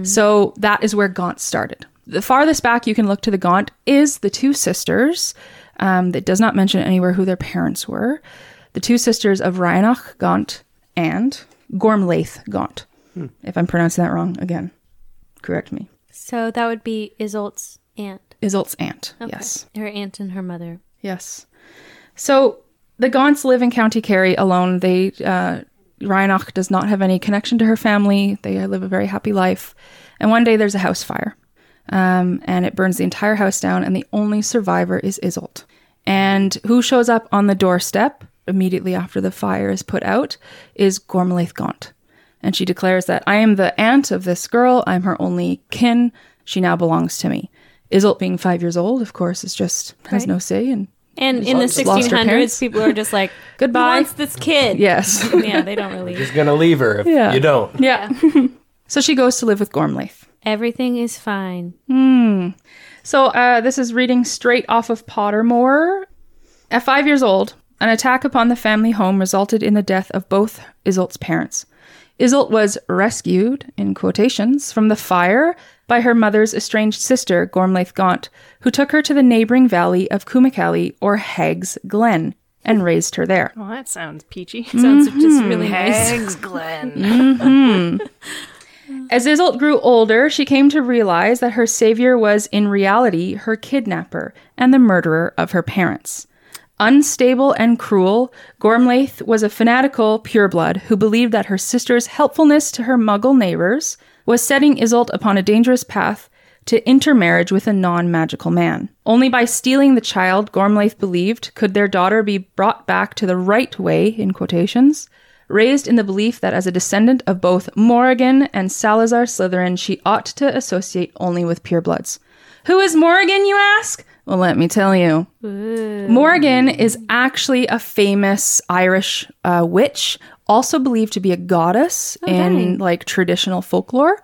[SPEAKER 2] So that is where Gaunt started. The farthest back you can look to the Gaunt is the two sisters. Um, that does not mention anywhere who their parents were. The two sisters of Reinach Gaunt and Gormlaith Gaunt. If I'm pronouncing that wrong, again, correct me.
[SPEAKER 3] So that would be Isolt's aunt.
[SPEAKER 2] Isolt's aunt.
[SPEAKER 3] Okay.
[SPEAKER 2] Yes.
[SPEAKER 3] Her aunt and her mother.
[SPEAKER 2] Yes. So the Gaunts live in County Kerry alone. They uh, Reinach does not have any connection to her family. They live a very happy life. And one day there's a house fire, um, and it burns the entire house down. And the only survivor is Isolt. And who shows up on the doorstep immediately after the fire is put out is Gormlaith Gaunt. And she declares that I am the aunt of this girl. I'm her only kin. She now belongs to me. Isolt, being five years old, of course, is just has no say and
[SPEAKER 3] And in the
[SPEAKER 2] Just lost her
[SPEAKER 3] 1600s,
[SPEAKER 2] parents.
[SPEAKER 3] people are just like,
[SPEAKER 2] Goodbye.
[SPEAKER 3] Who wants this kid?
[SPEAKER 2] Yes.
[SPEAKER 3] Yeah, they don't really.
[SPEAKER 5] Just gonna leave her if
[SPEAKER 2] Yeah.
[SPEAKER 5] you don't.
[SPEAKER 2] Yeah. so she goes to live with Gormlaith.
[SPEAKER 3] Everything is fine.
[SPEAKER 2] So uh, this is reading straight off of Pottermore. At five years old, an attack upon the family home resulted in the death of both Isolt's parents. Isolt was rescued, in quotations, from the fire by her mother's estranged sister, Gormlaith Gaunt, who took her to the neighboring valley of Cumacally or Hag's Glen and raised her there.
[SPEAKER 4] Well, that sounds peachy.
[SPEAKER 3] Sounds
[SPEAKER 4] Hmm.
[SPEAKER 3] just really nice.
[SPEAKER 4] Eggs, Glenn.
[SPEAKER 2] As Isolt grew older, she came to realize that her savior was, in reality, her kidnapper and the murderer of her parents. Unstable and cruel, Gormlaith was a fanatical pureblood who believed that her sister's helpfulness to her muggle neighbors was setting Isolt upon a dangerous path to intermarriage with a non magical man. Only by stealing the child, Gormlaith believed, could their daughter be brought back to the right way, in quotations, raised in the belief that as a descendant of both Morrigan and Salazar Slytherin, she ought to associate only with purebloods. Who is Morrigan, you ask? Well, let me tell you. Morrigan is actually a famous Irish uh, witch, also believed to be a goddess in like traditional folklore.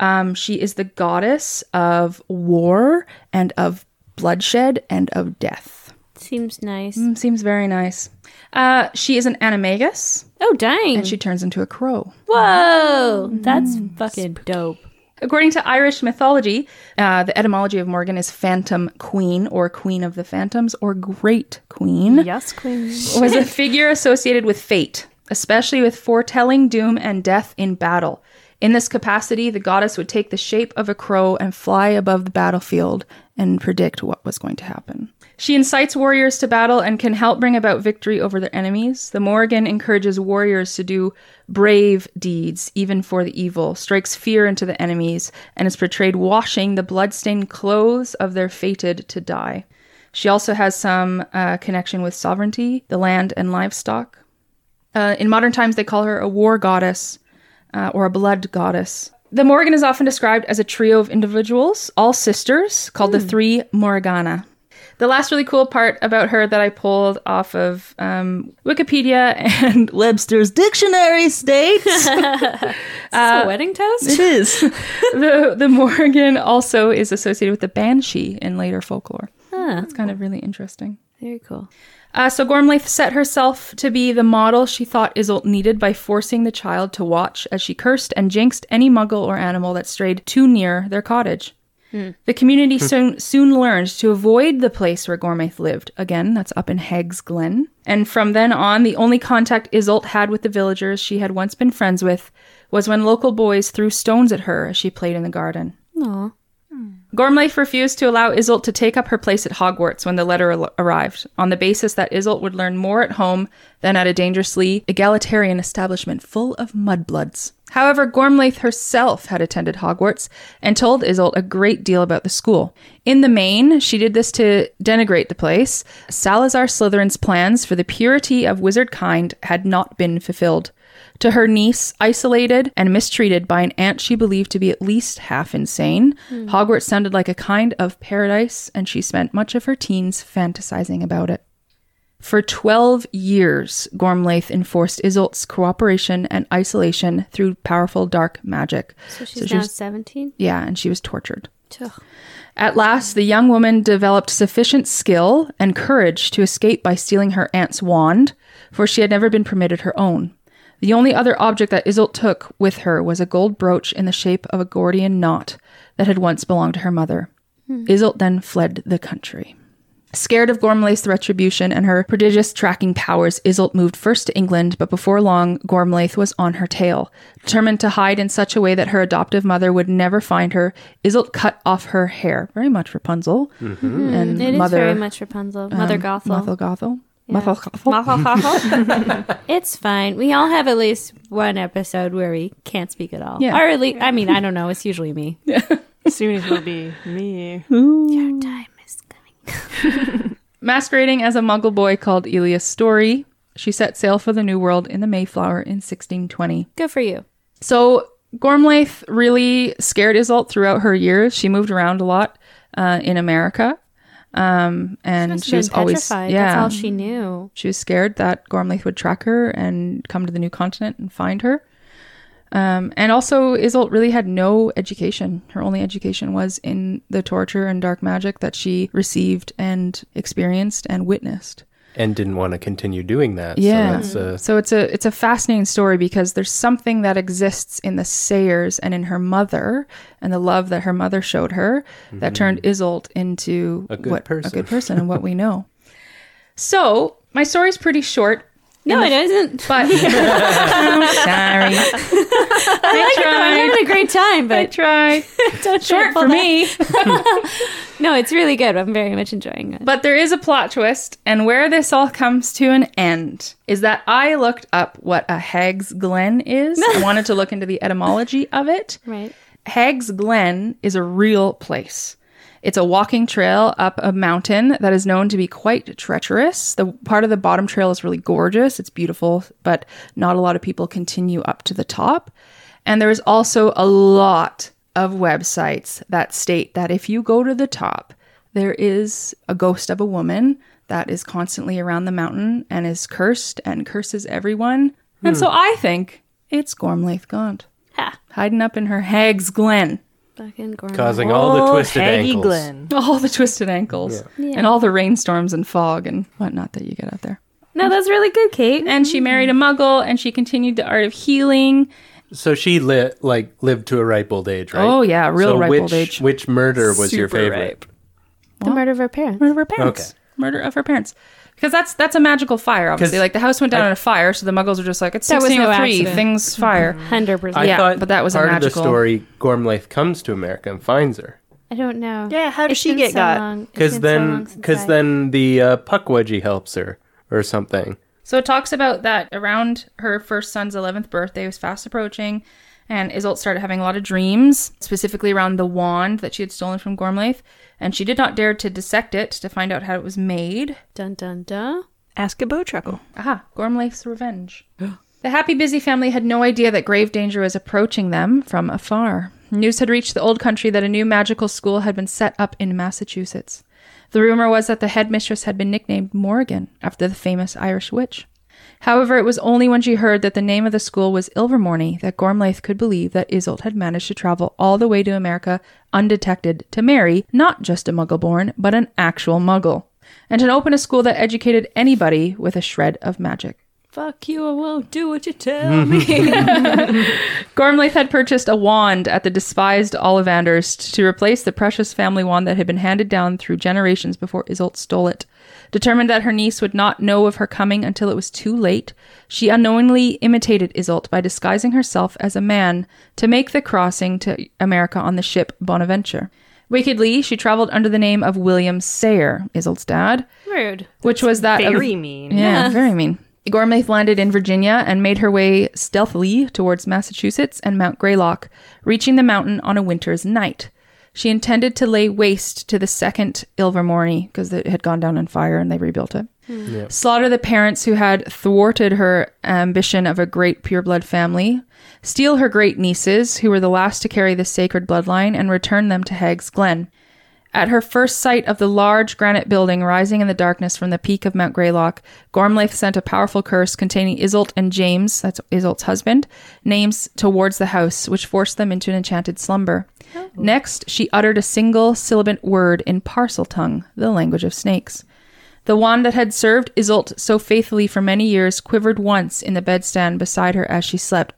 [SPEAKER 2] Um, she is the goddess of war and of bloodshed and of death.
[SPEAKER 3] Seems nice.
[SPEAKER 2] Mm, Seems very nice. Uh, she is an animagus
[SPEAKER 3] Oh, dang.
[SPEAKER 2] and she Hmm. turns into a crow.
[SPEAKER 3] Whoa. That's fucking dope.
[SPEAKER 2] According to Irish mythology, uh, the etymology of Morgan is phantom queen or queen of the phantoms or great queen.
[SPEAKER 4] yes, Queen.
[SPEAKER 2] was a figure associated with fate, especially with foretelling doom and death in battle. In this capacity, the goddess would take the shape of a crow and fly above the battlefield and predict what was going to happen. She incites warriors to battle and can help bring about victory over their enemies. The Morrigan encourages warriors to do brave deeds, even for the evil, strikes fear into the enemies, and is portrayed washing the bloodstained clothes of their fated to die. She also has some uh, connection with sovereignty, the land, and livestock. Uh, in modern times, they call her a war goddess uh, or a blood goddess. The Morgan is often described as a trio of individuals, all sisters, called the Three Morgana. The last really cool part about her that I pulled off of um, Wikipedia and Webster's Dictionary states Uh,
[SPEAKER 3] a wedding toast?
[SPEAKER 2] it is. the the Morgan also is associated with the banshee in later folklore. That's kind of really interesting.
[SPEAKER 3] Very cool.
[SPEAKER 2] Uh, so Gormley set herself to be the model she thought Isolt needed by forcing the child to watch as she cursed and jinxed any muggle or animal that strayed too near their cottage. The community soon, soon learned to avoid the place where Gormaith lived. Again, that's up in Heggs Glen. And from then on, the only contact Isolt had with the villagers she had once been friends with was when local boys threw stones at her as she played in the garden.
[SPEAKER 3] Aw.
[SPEAKER 2] Gormlaith refused to allow Isolt to take up her place at Hogwarts when the letter al- arrived, on the basis that Isolt would learn more at home than at a dangerously egalitarian establishment full of mudbloods. However, Gormlaith herself had attended Hogwarts and told Isolt a great deal about the school. In the main, she did this to denigrate the place. Salazar Slytherin's plans for the purity of wizard kind had not been fulfilled. To her niece, isolated and mistreated by an aunt she believed to be at least half insane,
[SPEAKER 3] Hmm.
[SPEAKER 2] Hogwarts sounded like a kind of paradise, and she spent much of her teens fantasizing about it. For 12 years, Gormlaith enforced Isolt's cooperation and isolation through powerful dark magic. So
[SPEAKER 3] So she's
[SPEAKER 2] she
[SPEAKER 3] now
[SPEAKER 2] was-
[SPEAKER 3] 17?
[SPEAKER 2] Yeah, and she was tortured.
[SPEAKER 3] Ugh.
[SPEAKER 2] At last, the young woman developed sufficient skill and courage to escape by stealing her aunt's wand, for she had never been permitted her own. The only other object that Isolt took with her was a gold brooch in the shape of a Gordian knot that had once belonged to her mother.
[SPEAKER 3] Hmm.
[SPEAKER 2] Isolt then fled the country. Scared of Gormlaith's retribution and her prodigious tracking powers, Isolt moved first to England, but before long, Gormlaith was on her tail. Determined to hide in such a way that her adoptive mother would never find her, Isolt cut off her hair, very much Rapunzel, and
[SPEAKER 3] Hmm. It is
[SPEAKER 2] mother, um,
[SPEAKER 3] very much Rapunzel. Mother Gothel.
[SPEAKER 2] Mothel Gothel.
[SPEAKER 3] Yeah.
[SPEAKER 2] Mothel Gothel.
[SPEAKER 3] it's fine. We all have at least one episode where we can't speak at all.
[SPEAKER 2] Yeah.
[SPEAKER 3] Or at least, I mean, I don't know. It's usually me.
[SPEAKER 4] Soon it will be me.
[SPEAKER 3] Your time is coming.
[SPEAKER 2] Masquerading as a muggle boy called Elias Story, she set sail for the New World in the Mayflower in 1620.
[SPEAKER 3] Good for you.
[SPEAKER 2] So Gormlaith really scared Isolt throughout her years. She moved around a lot uh, in America, um, and
[SPEAKER 3] Must
[SPEAKER 2] she,
[SPEAKER 3] have
[SPEAKER 2] was
[SPEAKER 3] been
[SPEAKER 2] always
[SPEAKER 3] petrified. That's
[SPEAKER 2] yeah.
[SPEAKER 3] all
[SPEAKER 2] She-,
[SPEAKER 3] she knew.
[SPEAKER 2] was scared that Gormlaith would track her and come to the new continent and find her. Um, and also, Isolt really had no education. Her only education was in the torture and dark magic that she received and experienced and witnessed.
[SPEAKER 5] and didn't want to continue doing that.
[SPEAKER 2] Yeah.
[SPEAKER 5] So that's, uh,
[SPEAKER 2] So it's a it's a fascinating story because there's something that exists in the Sayers and in her mother and the love that her mother showed her that turned Isolt into
[SPEAKER 5] Mm-hmm. A good
[SPEAKER 2] what,
[SPEAKER 5] person.
[SPEAKER 2] a good person and what we know. So my story's pretty short,
[SPEAKER 3] No, it isn't.
[SPEAKER 2] but I'm sorry.
[SPEAKER 3] I'm
[SPEAKER 2] I tried.
[SPEAKER 3] having a great time,
[SPEAKER 2] I
[SPEAKER 3] but
[SPEAKER 2] tried.
[SPEAKER 3] don't
[SPEAKER 2] Short
[SPEAKER 3] trample
[SPEAKER 2] for
[SPEAKER 3] that.
[SPEAKER 2] me.
[SPEAKER 3] No, it's really good. I'm very much enjoying it.
[SPEAKER 2] But there is a plot twist, and where this all comes to an end is that I looked up what a Hag's Glen is. I wanted to look into the etymology of it.
[SPEAKER 3] right.
[SPEAKER 2] Hag's Glen is a real place. It's a walking trail up a mountain that is known to be quite treacherous. The part of the bottom trail is really gorgeous, it's beautiful, but not a lot of people continue up to the top. And there is also a lot of websites that state that if you go to the top, there is a ghost of a woman that is constantly around the mountain and is cursed and curses everyone. And so I think it's Gormlaith Gaunt
[SPEAKER 3] Ha.
[SPEAKER 2] hiding up in her hag's glen.
[SPEAKER 3] Fucking gourmet.
[SPEAKER 5] causing all
[SPEAKER 2] Oh,
[SPEAKER 5] the twisted
[SPEAKER 4] Haggy
[SPEAKER 5] ankles.
[SPEAKER 4] Glen.
[SPEAKER 2] All the twisted ankles and all the rainstorms and fog and whatnot that you get out there.
[SPEAKER 3] No, that's really good, Kate.
[SPEAKER 2] And she married a
[SPEAKER 3] Mm-hmm.
[SPEAKER 2] muggle and she continued the art of healing.
[SPEAKER 5] So she lit like lived to a ripe old age, right?
[SPEAKER 2] Oh, yeah, real
[SPEAKER 5] so
[SPEAKER 2] ripe
[SPEAKER 5] which,
[SPEAKER 2] old age.
[SPEAKER 5] Which murder was your
[SPEAKER 2] Super
[SPEAKER 5] favorite?
[SPEAKER 2] ripe.
[SPEAKER 3] the murder of her parents.
[SPEAKER 2] Murder of her parents.
[SPEAKER 5] Okay.
[SPEAKER 2] Murder of her parents. Because that's that's a magical fire, obviously.
[SPEAKER 5] 'Cause
[SPEAKER 2] Like the house went down in a fire, so the muggles were just like, it's
[SPEAKER 3] That was no
[SPEAKER 2] 1603,
[SPEAKER 3] accident.
[SPEAKER 2] things fire.
[SPEAKER 5] Mm-hmm.
[SPEAKER 3] 100%.
[SPEAKER 5] I
[SPEAKER 2] Yeah,
[SPEAKER 5] thought
[SPEAKER 2] but that was a
[SPEAKER 5] part
[SPEAKER 2] magical-
[SPEAKER 5] of the story. Gormlaith comes to America and finds her
[SPEAKER 3] I don't know.
[SPEAKER 4] Yeah, how did
[SPEAKER 3] It's
[SPEAKER 4] she
[SPEAKER 3] been
[SPEAKER 4] get
[SPEAKER 3] so
[SPEAKER 4] got?
[SPEAKER 3] long- it's
[SPEAKER 5] because
[SPEAKER 3] been so
[SPEAKER 5] then
[SPEAKER 3] long since
[SPEAKER 5] because
[SPEAKER 3] I-
[SPEAKER 5] then the uh, Puckwudgie helps her or something.
[SPEAKER 2] So it talks about that around her first son's 11th birthday was fast approaching, and Isolt started having a lot of dreams, specifically around the wand that she had stolen from Gormlaith, and she did not dare to dissect it to find out how it was made.
[SPEAKER 3] Dun dun dun.
[SPEAKER 4] Ask a bow truckle.
[SPEAKER 2] Aha, Gormlaith's revenge. the happy, busy family had no idea that grave danger was approaching them from afar. News had reached the old country that a new magical school had been set up in Massachusetts. The rumor was that the headmistress had been nicknamed Morrigan after the famous Irish witch. However, it was only when she heard that the name of the school was Ilvermorny that Gormlaith could believe that Isolt had managed to travel all the way to America undetected to marry not just a muggle born, but an actual muggle. and to open a school that educated anybody with a shred of magic.
[SPEAKER 3] Fuck you, I won't do what you tell me.
[SPEAKER 2] Gormlaith had purchased a wand at the despised Ollivander's t- to replace the precious family wand that had been handed down through generations before Isolt stole it. Determined that her niece would not know of her coming until it was too late, she unknowingly imitated Isolt by disguising herself as a man to make the crossing to America on the ship Bonaventure. Wickedly, she traveled under the name of William Sayer, Isolt's dad,
[SPEAKER 3] Rude.
[SPEAKER 2] which was that of-
[SPEAKER 4] Very mean.
[SPEAKER 2] yeah, very mean. Gormlaith landed in Virginia and made her way stealthily towards Massachusetts and Mount Greylock, reaching the mountain on a winter's night. She intended to lay waste to the second Ilvermorny because it had gone down in fire and they rebuilt it.
[SPEAKER 4] Hmm.
[SPEAKER 2] Slaughter the parents who had thwarted her ambition of a great pureblood family, steal her great nieces who were the last to carry the sacred bloodline, and return them to Hag's Glen. At her first sight of the large granite building rising in the darkness from the peak of Mount Greylock, Gormlaith sent a powerful curse containing Isolt and James, that's Isolt's husband, names towards the house, which forced them into an enchanted slumber. Next, she uttered a single syllabant word in parcel tongue, the language of snakes. The wand that had served Isolt so faithfully for many years quivered once in the bedstand beside her as she slept,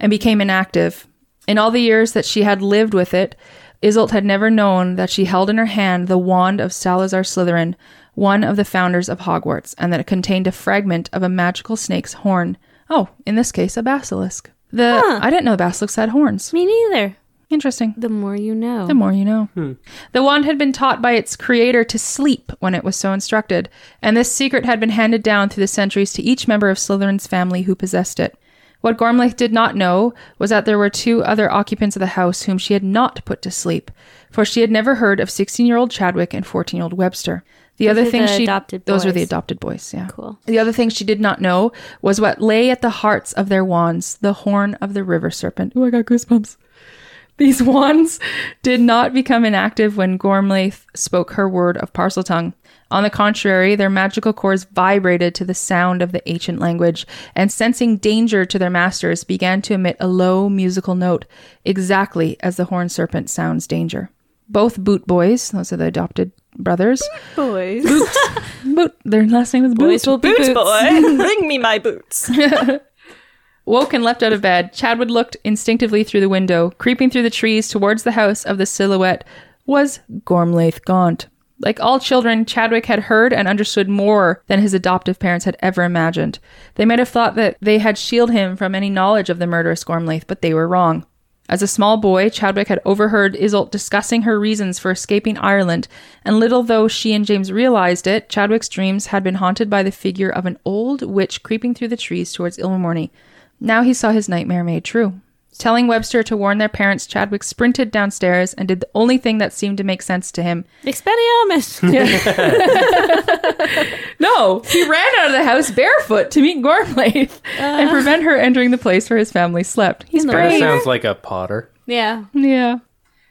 [SPEAKER 2] and became inactive. In all the years that she had lived with it, Isolt had never known that she held in her hand the wand of Salazar Slytherin, one of the founders of Hogwarts, and that it contained a fragment of a magical snake's horn. Oh, in this case, a basilisk. The I didn't know basilisks had horns.
[SPEAKER 3] Me neither.
[SPEAKER 2] Interesting.
[SPEAKER 3] The more you know.
[SPEAKER 2] The more you know. The wand had been taught by its creator to sleep when it was so instructed, and this secret had been handed down through the centuries to each member of Slytherin's family who possessed it. What Gormlaith did not know was that there were two other occupants of the house whom she had not put to sleep, for she had never heard of 16 year old Chadwick and 14 year old Webster. The other
[SPEAKER 3] are
[SPEAKER 2] thing
[SPEAKER 3] the
[SPEAKER 2] she.
[SPEAKER 3] adopted
[SPEAKER 2] those were
[SPEAKER 3] boys.
[SPEAKER 2] the adopted boys, yeah.
[SPEAKER 3] Cool.
[SPEAKER 2] The other thing she did not know was what lay at the hearts of their wands, the horn of the river serpent. Ooh, I got goosebumps. These wands did not become inactive when Gormlaith spoke her word of Parseltongue. On the contrary, their magical cords vibrated to the sound of the ancient language, and sensing danger to their masters, began to emit a low musical note, exactly as the horned serpent sounds danger. Both boot boys, those are the adopted brothers,
[SPEAKER 4] Boys.
[SPEAKER 2] boot, their last name is boot.
[SPEAKER 3] Boys will be
[SPEAKER 4] Boots
[SPEAKER 3] boots.
[SPEAKER 4] boy. Bring me my boots.
[SPEAKER 2] Woke and leapt out of bed, Chadwood looked instinctively through the window. Creeping through the trees towards the house of the silhouette was Gormlaith Gaunt. Like all children, Chadwick had heard and understood more than his adoptive parents had ever imagined. They might have thought that they had shielded him from any knowledge of the murderous Gormlaith, but they were wrong. As a small boy, Chadwick had overheard Isolt discussing her reasons for escaping Ireland, and little though she and James realized it, Chadwick's dreams had been haunted by the figure of an old witch creeping through the trees towards Ilvermorny. Now he saw his nightmare made true. Telling Webster to warn their parents, Chadwick sprinted downstairs and did the only thing that seemed to make sense to him.
[SPEAKER 3] Expelliarmus.
[SPEAKER 2] No, he ran out of the house barefoot to meet Gormlaith and prevent her entering the place where his family slept. He's
[SPEAKER 3] the
[SPEAKER 5] That
[SPEAKER 2] brave.
[SPEAKER 5] sounds like a Potter.
[SPEAKER 3] yeah.
[SPEAKER 2] Yeah.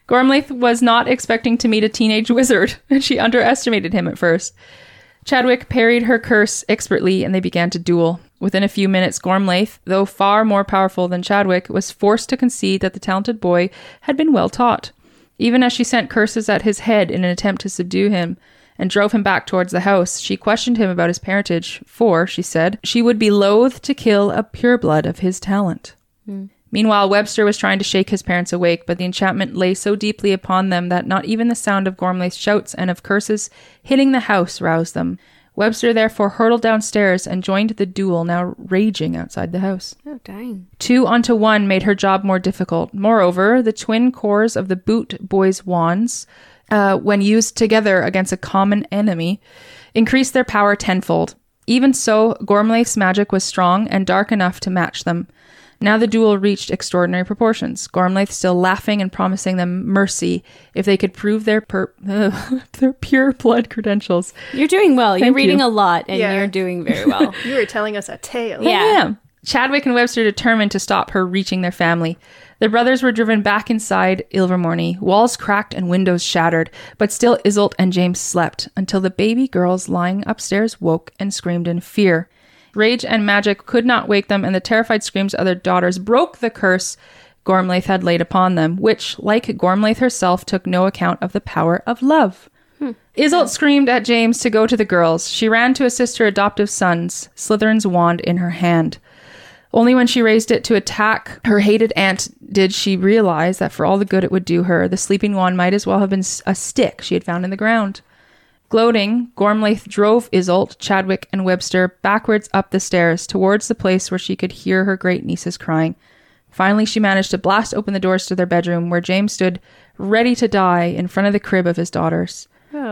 [SPEAKER 2] Gormlaith was not expecting to meet a teenage wizard, and she underestimated him at first. Chadwick parried her curse expertly, and they began to duel. Within a few minutes, Gormlaith, though far more powerful than Chadwick, was forced to concede that the talented boy had been well taught, even as she sent curses at his head in an attempt to subdue him and drove him back towards the house. She questioned him about his parentage, for, she said, she would be loath to kill a pureblood of his talent. Meanwhile, Webster was trying to shake his parents awake, but the enchantment lay so deeply upon them that not even the sound of Gormley's shouts and of curses hitting the house roused them. Webster therefore hurtled downstairs and joined the duel now raging outside the house.
[SPEAKER 3] Oh, dang.
[SPEAKER 2] Two onto one made her job more difficult. Moreover, the twin cores of the boot boys' wands, uh, when used together against a common enemy, increased their power tenfold. Even so, Gormlaith's magic was strong and dark enough to match them. Now the duel reached extraordinary proportions. Gormlaith still laughing and promising them mercy if they could prove their per- their pure blood credentials.
[SPEAKER 3] You're doing well. You're
[SPEAKER 2] Thank
[SPEAKER 3] reading
[SPEAKER 2] you.
[SPEAKER 3] a lot and
[SPEAKER 4] Yeah.
[SPEAKER 3] you're doing very well.
[SPEAKER 4] You were telling us a tale.
[SPEAKER 3] yeah.
[SPEAKER 2] Yeah. Chadwick and Webster determined to stop her reaching their family. The brothers were driven back inside Ilvermorny, walls cracked and windows shattered, but still Isolt and James slept until the baby girls lying upstairs woke and screamed in fear. Rage and magic could not wake them, and the terrified screams of their daughters broke the curse Gormlaith had laid upon them, which, like Gormlaith herself, took no account of the power of love. Isolt screamed at James to go to the girls. She ran to assist her adoptive sons, Slytherin's wand in her hand. Only when she raised it to attack her hated aunt did she realize that for all the good it would do her, the sleeping wand might as well have been s- a stick she had found in the ground. Gloating, Gormlaith drove Isolt, Chadwick, and Webster backwards up the stairs towards the place where she could hear her great nieces crying. Finally, she managed to blast open the doors to their bedroom, where James stood ready to die in front of the crib of his daughters.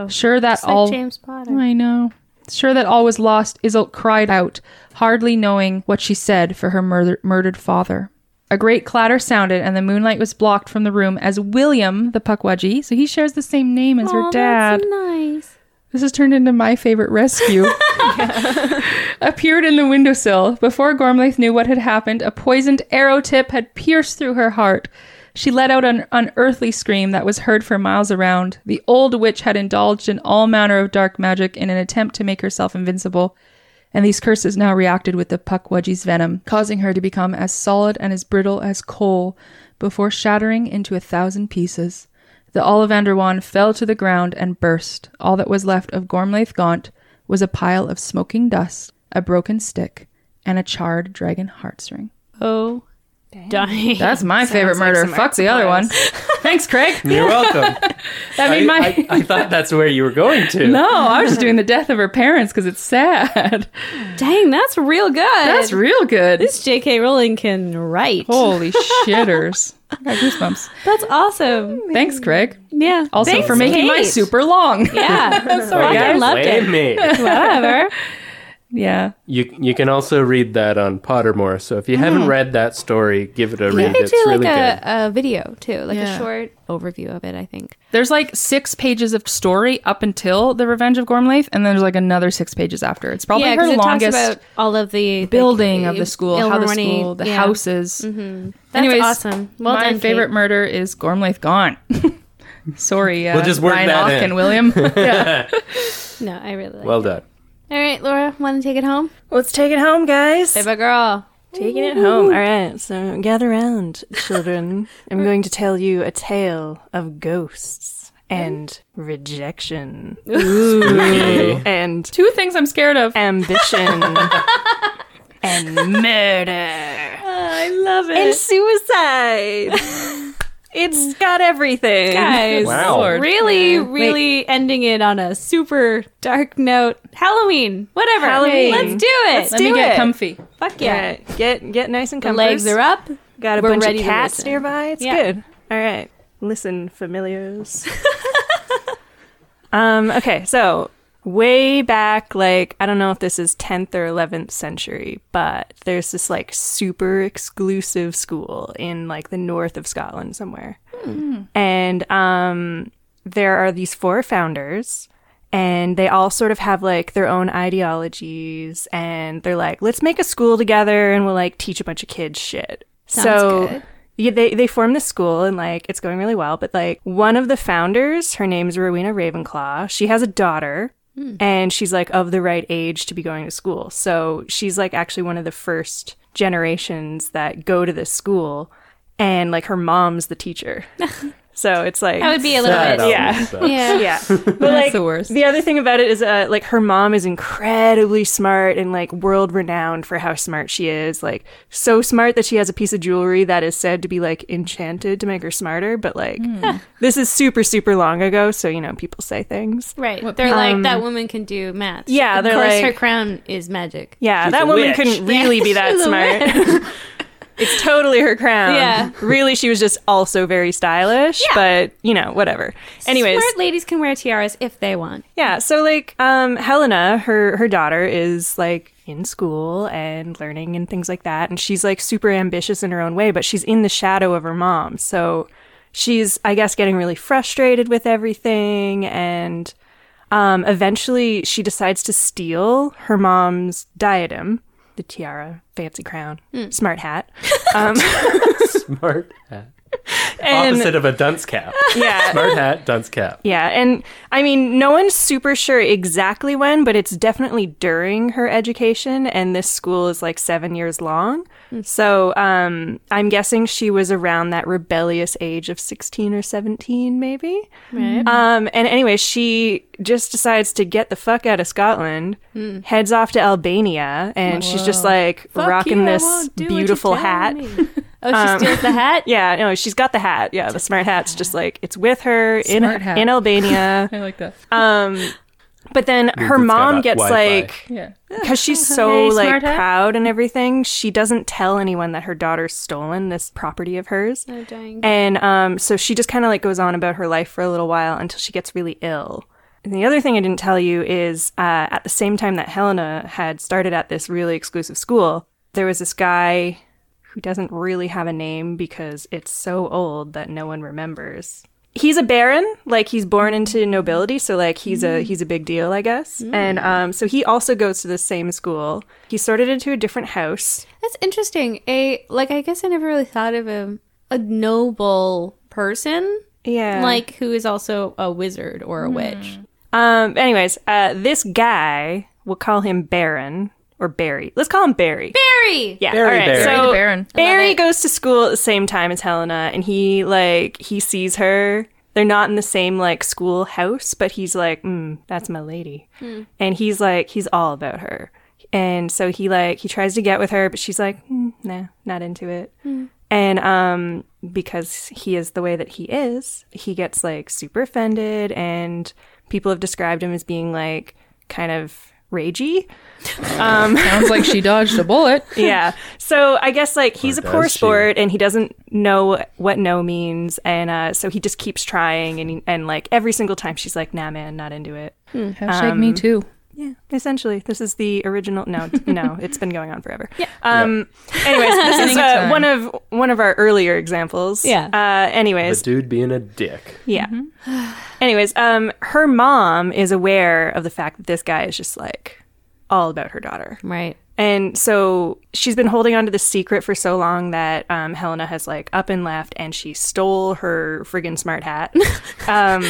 [SPEAKER 2] sure that
[SPEAKER 3] It's Oh, like
[SPEAKER 2] all
[SPEAKER 3] James Potter.
[SPEAKER 2] I know. Sure that all was lost, Isolt cried out, hardly knowing what she said for her murder- murdered father. A great clatter sounded, and the moonlight was blocked from the room as William, the Puckwudgie, so he shares the same name as her
[SPEAKER 3] Aw,
[SPEAKER 2] dad.
[SPEAKER 3] Oh, That's nice.
[SPEAKER 2] This has turned into my favorite rescue. Appeared in the windowsill. Before Gormlaith knew what had happened, a poisoned arrow tip had pierced through her heart. She let out an unearthly scream that was heard for miles around. The old witch had indulged in all manner of dark magic in an attempt to make herself invincible, and these curses now reacted with the Puckwudgie's venom, causing her to become as solid and as brittle as coal before shattering into a thousand pieces. The Ollivander wand fell to the ground and burst. All that was left of Gormlaith Gaunt was a pile of smoking dust, a broken stick, and a charred dragon heartstring.
[SPEAKER 3] Oh, dying.
[SPEAKER 2] That's my favorite
[SPEAKER 4] like
[SPEAKER 2] murder.
[SPEAKER 4] some
[SPEAKER 2] Fuck the other one. Thanks, Craig.
[SPEAKER 5] You're welcome.
[SPEAKER 2] That made my.
[SPEAKER 5] I, I thought that's where you were going to.
[SPEAKER 2] no, I was just doing the death of her parents because it's sad.
[SPEAKER 3] Dang, that's real good.
[SPEAKER 2] That's Oh. real good.
[SPEAKER 3] this J.K. Rowling can write.
[SPEAKER 2] Holy shitters. I got goosebumps.
[SPEAKER 3] That's awesome.
[SPEAKER 2] Thanks, Craig.
[SPEAKER 3] Yeah.
[SPEAKER 2] Also
[SPEAKER 3] Thanks,
[SPEAKER 2] for making my
[SPEAKER 3] Kate.
[SPEAKER 2] super long.
[SPEAKER 3] Yeah. I'm
[SPEAKER 5] You
[SPEAKER 3] I
[SPEAKER 5] guys
[SPEAKER 3] loved it.
[SPEAKER 5] blame me.
[SPEAKER 3] Whatever.
[SPEAKER 2] yeah.
[SPEAKER 5] You you can also read that on Pottermore. So if you haven't read that story, give it a
[SPEAKER 3] I
[SPEAKER 5] read.
[SPEAKER 3] think they
[SPEAKER 5] It's
[SPEAKER 3] do
[SPEAKER 5] really
[SPEAKER 3] like
[SPEAKER 5] good.
[SPEAKER 3] a, a video too, like
[SPEAKER 2] Yeah.
[SPEAKER 3] a short overview of it. I think.
[SPEAKER 2] There's like six pages of story up until the Revenge of Gormlaith, and then there's like another six pages after. It's probably her
[SPEAKER 3] yeah, because it talks
[SPEAKER 2] longest
[SPEAKER 3] about all of the like,
[SPEAKER 2] building of the school, how the
[SPEAKER 3] Ilvermorny-
[SPEAKER 2] school, the
[SPEAKER 3] yeah. Mm-hmm.
[SPEAKER 2] houses.
[SPEAKER 3] That's
[SPEAKER 2] Anyways,
[SPEAKER 3] awesome. Well
[SPEAKER 2] my
[SPEAKER 3] done, Kate.
[SPEAKER 2] favorite murder is Gormlaith gone. Sorry, uh,
[SPEAKER 5] We'll just work
[SPEAKER 2] Ryan
[SPEAKER 5] that
[SPEAKER 2] Ock
[SPEAKER 5] in.
[SPEAKER 2] and William. yeah.
[SPEAKER 3] No, I really like.
[SPEAKER 5] Well
[SPEAKER 3] it.
[SPEAKER 5] done.
[SPEAKER 3] All right, Laura, want to take it home?
[SPEAKER 4] Let's take it home, guys.
[SPEAKER 3] Baby girl.
[SPEAKER 4] Taking it home. All right, so gather round, children. I'm going to tell you a tale of ghosts and rejection and
[SPEAKER 2] Two things I'm scared of.
[SPEAKER 4] ambition and murder
[SPEAKER 3] Oh, I love
[SPEAKER 4] and suicide. It's got everything.
[SPEAKER 3] Guys,
[SPEAKER 5] Wow. Lord.
[SPEAKER 3] really, really ending it on a super dark note. Halloween, whatever.
[SPEAKER 4] Halloween.
[SPEAKER 3] Let's do it.
[SPEAKER 2] Let
[SPEAKER 4] do
[SPEAKER 2] me get
[SPEAKER 4] it.
[SPEAKER 2] comfy.
[SPEAKER 3] Fuck
[SPEAKER 4] All
[SPEAKER 3] yeah.
[SPEAKER 4] right, get get nice and
[SPEAKER 3] The
[SPEAKER 4] comfy.
[SPEAKER 3] legs are up.
[SPEAKER 4] Got a
[SPEAKER 3] We're
[SPEAKER 4] bunch
[SPEAKER 3] ready
[SPEAKER 4] of
[SPEAKER 3] to
[SPEAKER 4] cats
[SPEAKER 3] listen.
[SPEAKER 4] nearby. It's
[SPEAKER 3] Yeah.
[SPEAKER 4] good. All right. Listen, familiars. um, okay, so way back, like, I don't know if this is 10th or 11th century, but there's this, like, super exclusive school in, like, the north of Scotland somewhere. Hmm. And um, there are these four founders. And they all sort of have like their own ideologies, and they're like, let's make a school together and we'll like teach a bunch of kids shit. so
[SPEAKER 3] good.
[SPEAKER 4] yeah, they they formed this school and like it's going really well. But like one of the founders, her name's Rowena Ravenclaw. She has a daughter,
[SPEAKER 3] Hmm.
[SPEAKER 4] and she's like of the right age to be going to school. So she's like actually one of the first generations that go to this school, and like her mom's the teacher. so it's like
[SPEAKER 3] That would be a little
[SPEAKER 5] That
[SPEAKER 3] bit.
[SPEAKER 5] always
[SPEAKER 4] yeah.
[SPEAKER 5] sucks.
[SPEAKER 3] Yeah.
[SPEAKER 4] yeah. But like
[SPEAKER 2] the worst.
[SPEAKER 4] other thing about it is uh like her mom is incredibly smart and like world renowned for how smart she is. Like so smart that she has a piece of jewelry that is said to be like enchanted to make her smarter, but like
[SPEAKER 3] Hmm.
[SPEAKER 4] this is super super long ago, so you know people say things.
[SPEAKER 3] Right. they're like, that woman can do math.
[SPEAKER 4] Um, Yeah,
[SPEAKER 3] Of
[SPEAKER 4] they're
[SPEAKER 3] course,
[SPEAKER 4] like-
[SPEAKER 3] her crown is magic.
[SPEAKER 4] Yeah,
[SPEAKER 5] She's a
[SPEAKER 4] that woman
[SPEAKER 5] witch.
[SPEAKER 4] couldn't really be that
[SPEAKER 3] she's a
[SPEAKER 4] smart. it's totally her crown.
[SPEAKER 3] Yeah.
[SPEAKER 4] Really she was just also very stylish, but you know, whatever. Anyways,
[SPEAKER 3] Smart ladies can wear tiaras if they want.
[SPEAKER 4] Yeah, so like um Helena, her her daughter is like in school and learning and things like that and she's like super ambitious in her own way, but she's in the shadow of her mom. So she's I guess getting really frustrated with everything and um eventually she decides to steal her mom's diadem, the tiara, fancy crown, smart hat.
[SPEAKER 5] Smart. hat.
[SPEAKER 4] um, And
[SPEAKER 1] Opposite of a dunce cap.
[SPEAKER 4] yeah,
[SPEAKER 1] Smart hat, dunce cap.
[SPEAKER 4] Yeah, and I mean, no one's super sure exactly when, but it's definitely during her education, and this school is like seven years long.
[SPEAKER 3] Hmm.
[SPEAKER 4] So um, I'm guessing she was around that rebellious age of 16 or 17, maybe. Right. Um, and anyway, she just decides to get the fuck out of Scotland, heads off to Albania, and she's just like
[SPEAKER 3] Hmm. Fuck
[SPEAKER 4] rocking
[SPEAKER 3] you, I
[SPEAKER 4] this
[SPEAKER 3] won't do what you
[SPEAKER 4] beautiful
[SPEAKER 3] tell
[SPEAKER 4] hat. Um,
[SPEAKER 3] me. Oh, she steals the hat.
[SPEAKER 4] Yeah, no, she's got the hat. Yeah, the smart hat's just like it's with her
[SPEAKER 2] Smart
[SPEAKER 4] in
[SPEAKER 2] hat.
[SPEAKER 4] in Albania.
[SPEAKER 2] I like that.
[SPEAKER 3] Uh,
[SPEAKER 4] Um, but then her
[SPEAKER 5] it's got
[SPEAKER 4] mom
[SPEAKER 5] a
[SPEAKER 4] gets
[SPEAKER 5] Wi-Fi.
[SPEAKER 4] like,
[SPEAKER 2] Yeah.
[SPEAKER 4] because she's so
[SPEAKER 3] Hey,
[SPEAKER 4] like
[SPEAKER 3] smart hat.
[SPEAKER 4] proud and everything, she doesn't tell anyone that her daughter's stolen this property of hers.
[SPEAKER 3] Oh, dang.
[SPEAKER 4] And um, so she just kind of like goes on about her life for a little while until she gets really ill. And the other thing I didn't tell you is uh, at the same time that Helena had started at this really exclusive school, there was this guy who doesn't really have a name because it's so old that no one remembers. He's a baron, like he's born into nobility, so like he's a he's a big deal, I guess. And um, so he also goes to the same school. He's sorted into a different house.
[SPEAKER 3] That's interesting. A like I guess I never really thought of him a noble person
[SPEAKER 4] Yeah,
[SPEAKER 3] like who is also a wizard or a witch.
[SPEAKER 4] Um. Anyways, uh, this guy, we'll call him Baron or Barry. Let's call him Barry.
[SPEAKER 3] Barry.
[SPEAKER 4] Hmm. Yeah.
[SPEAKER 1] Barry,
[SPEAKER 4] all right.
[SPEAKER 1] Barry.
[SPEAKER 4] So
[SPEAKER 2] The Baron.
[SPEAKER 4] Barry goes to school at the same time as Helena, and he like he sees her. They're not in the same like schoolhouse, but he's like, mm, "That's my lady," and he's like, he's all about her. And so he like he tries to get with her, but she's like, mm, "No, not into it." And um, because he is the way that he is, he gets like super offended, and people have described him as being like kind of ragey.
[SPEAKER 2] Sounds like she dodged a bullet.
[SPEAKER 4] yeah. So I guess like he's a poor sport and he doesn't know what no means, and uh, so he just keeps trying, and he, and like every single time she's like, "Nah, man, not into it."
[SPEAKER 3] Um,
[SPEAKER 2] Hashtag me too.
[SPEAKER 4] Yeah. Essentially, this is the original. No, no, it's been going on forever. Yeah. Um. Anyways, this is uh, one of one of our earlier examples.
[SPEAKER 3] Yeah.
[SPEAKER 4] Uh.
[SPEAKER 5] The
[SPEAKER 4] Anyways,
[SPEAKER 5] dude being a dick.
[SPEAKER 4] yeah. Anyways, um, her mom is aware of the fact that this guy is just like all about her daughter.
[SPEAKER 3] Right.
[SPEAKER 4] And so she's been holding on to this secret for so long that um, Helena has like up and left, and she stole her friggin' smart hat. um,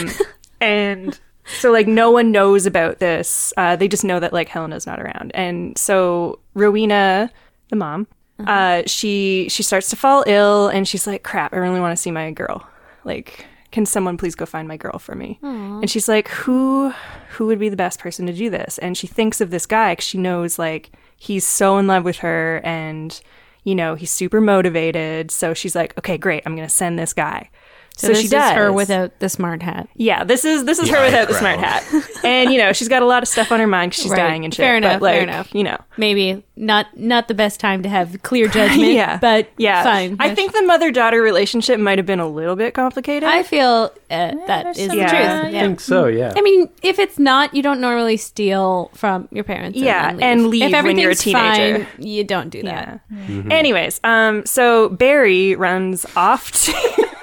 [SPEAKER 4] and so like no one knows about this. Uh, they just know that like Helena's not around, and so Rowena, the mom,
[SPEAKER 3] Mm-hmm.
[SPEAKER 4] uh, she she starts to fall ill, and she's like, "Crap, I really want to see my girl. Like, can someone please go find my girl for me?" And she's like, "Who who would be the best person to do this?" And she thinks of this guy 'cause she knows like he's so in love with her, and you know he's super motivated. So she's like, "Okay, great, I'm gonna send this guy." So,
[SPEAKER 3] this
[SPEAKER 4] she does
[SPEAKER 3] Is her without the smart hat.
[SPEAKER 4] yeah, this is this is her without the smart hat, and you know she's got a lot of stuff on her mind 'cause she's
[SPEAKER 3] Right.
[SPEAKER 4] dying and shit.
[SPEAKER 3] Fair
[SPEAKER 4] but,
[SPEAKER 3] enough,
[SPEAKER 4] like,
[SPEAKER 3] fair enough.
[SPEAKER 4] You know,
[SPEAKER 3] Maybe not not the best time to have clear judgment. But
[SPEAKER 4] yeah,
[SPEAKER 3] Fine.
[SPEAKER 4] I think the mother daughter relationship might have been a little bit complicated.
[SPEAKER 3] I feel uh, that
[SPEAKER 2] there's
[SPEAKER 3] is the
[SPEAKER 2] some-
[SPEAKER 3] truth.
[SPEAKER 4] Yeah.
[SPEAKER 5] I think so, yeah.
[SPEAKER 3] I mean, if it's not, you don't normally steal from your parents.
[SPEAKER 4] Yeah,
[SPEAKER 3] and,
[SPEAKER 4] and
[SPEAKER 3] then leave.
[SPEAKER 4] leave
[SPEAKER 3] If
[SPEAKER 4] when you're a
[SPEAKER 3] everything's
[SPEAKER 4] teenager.
[SPEAKER 3] fine, you don't do that.
[SPEAKER 4] yeah. Anyways, um, so Barry runs off to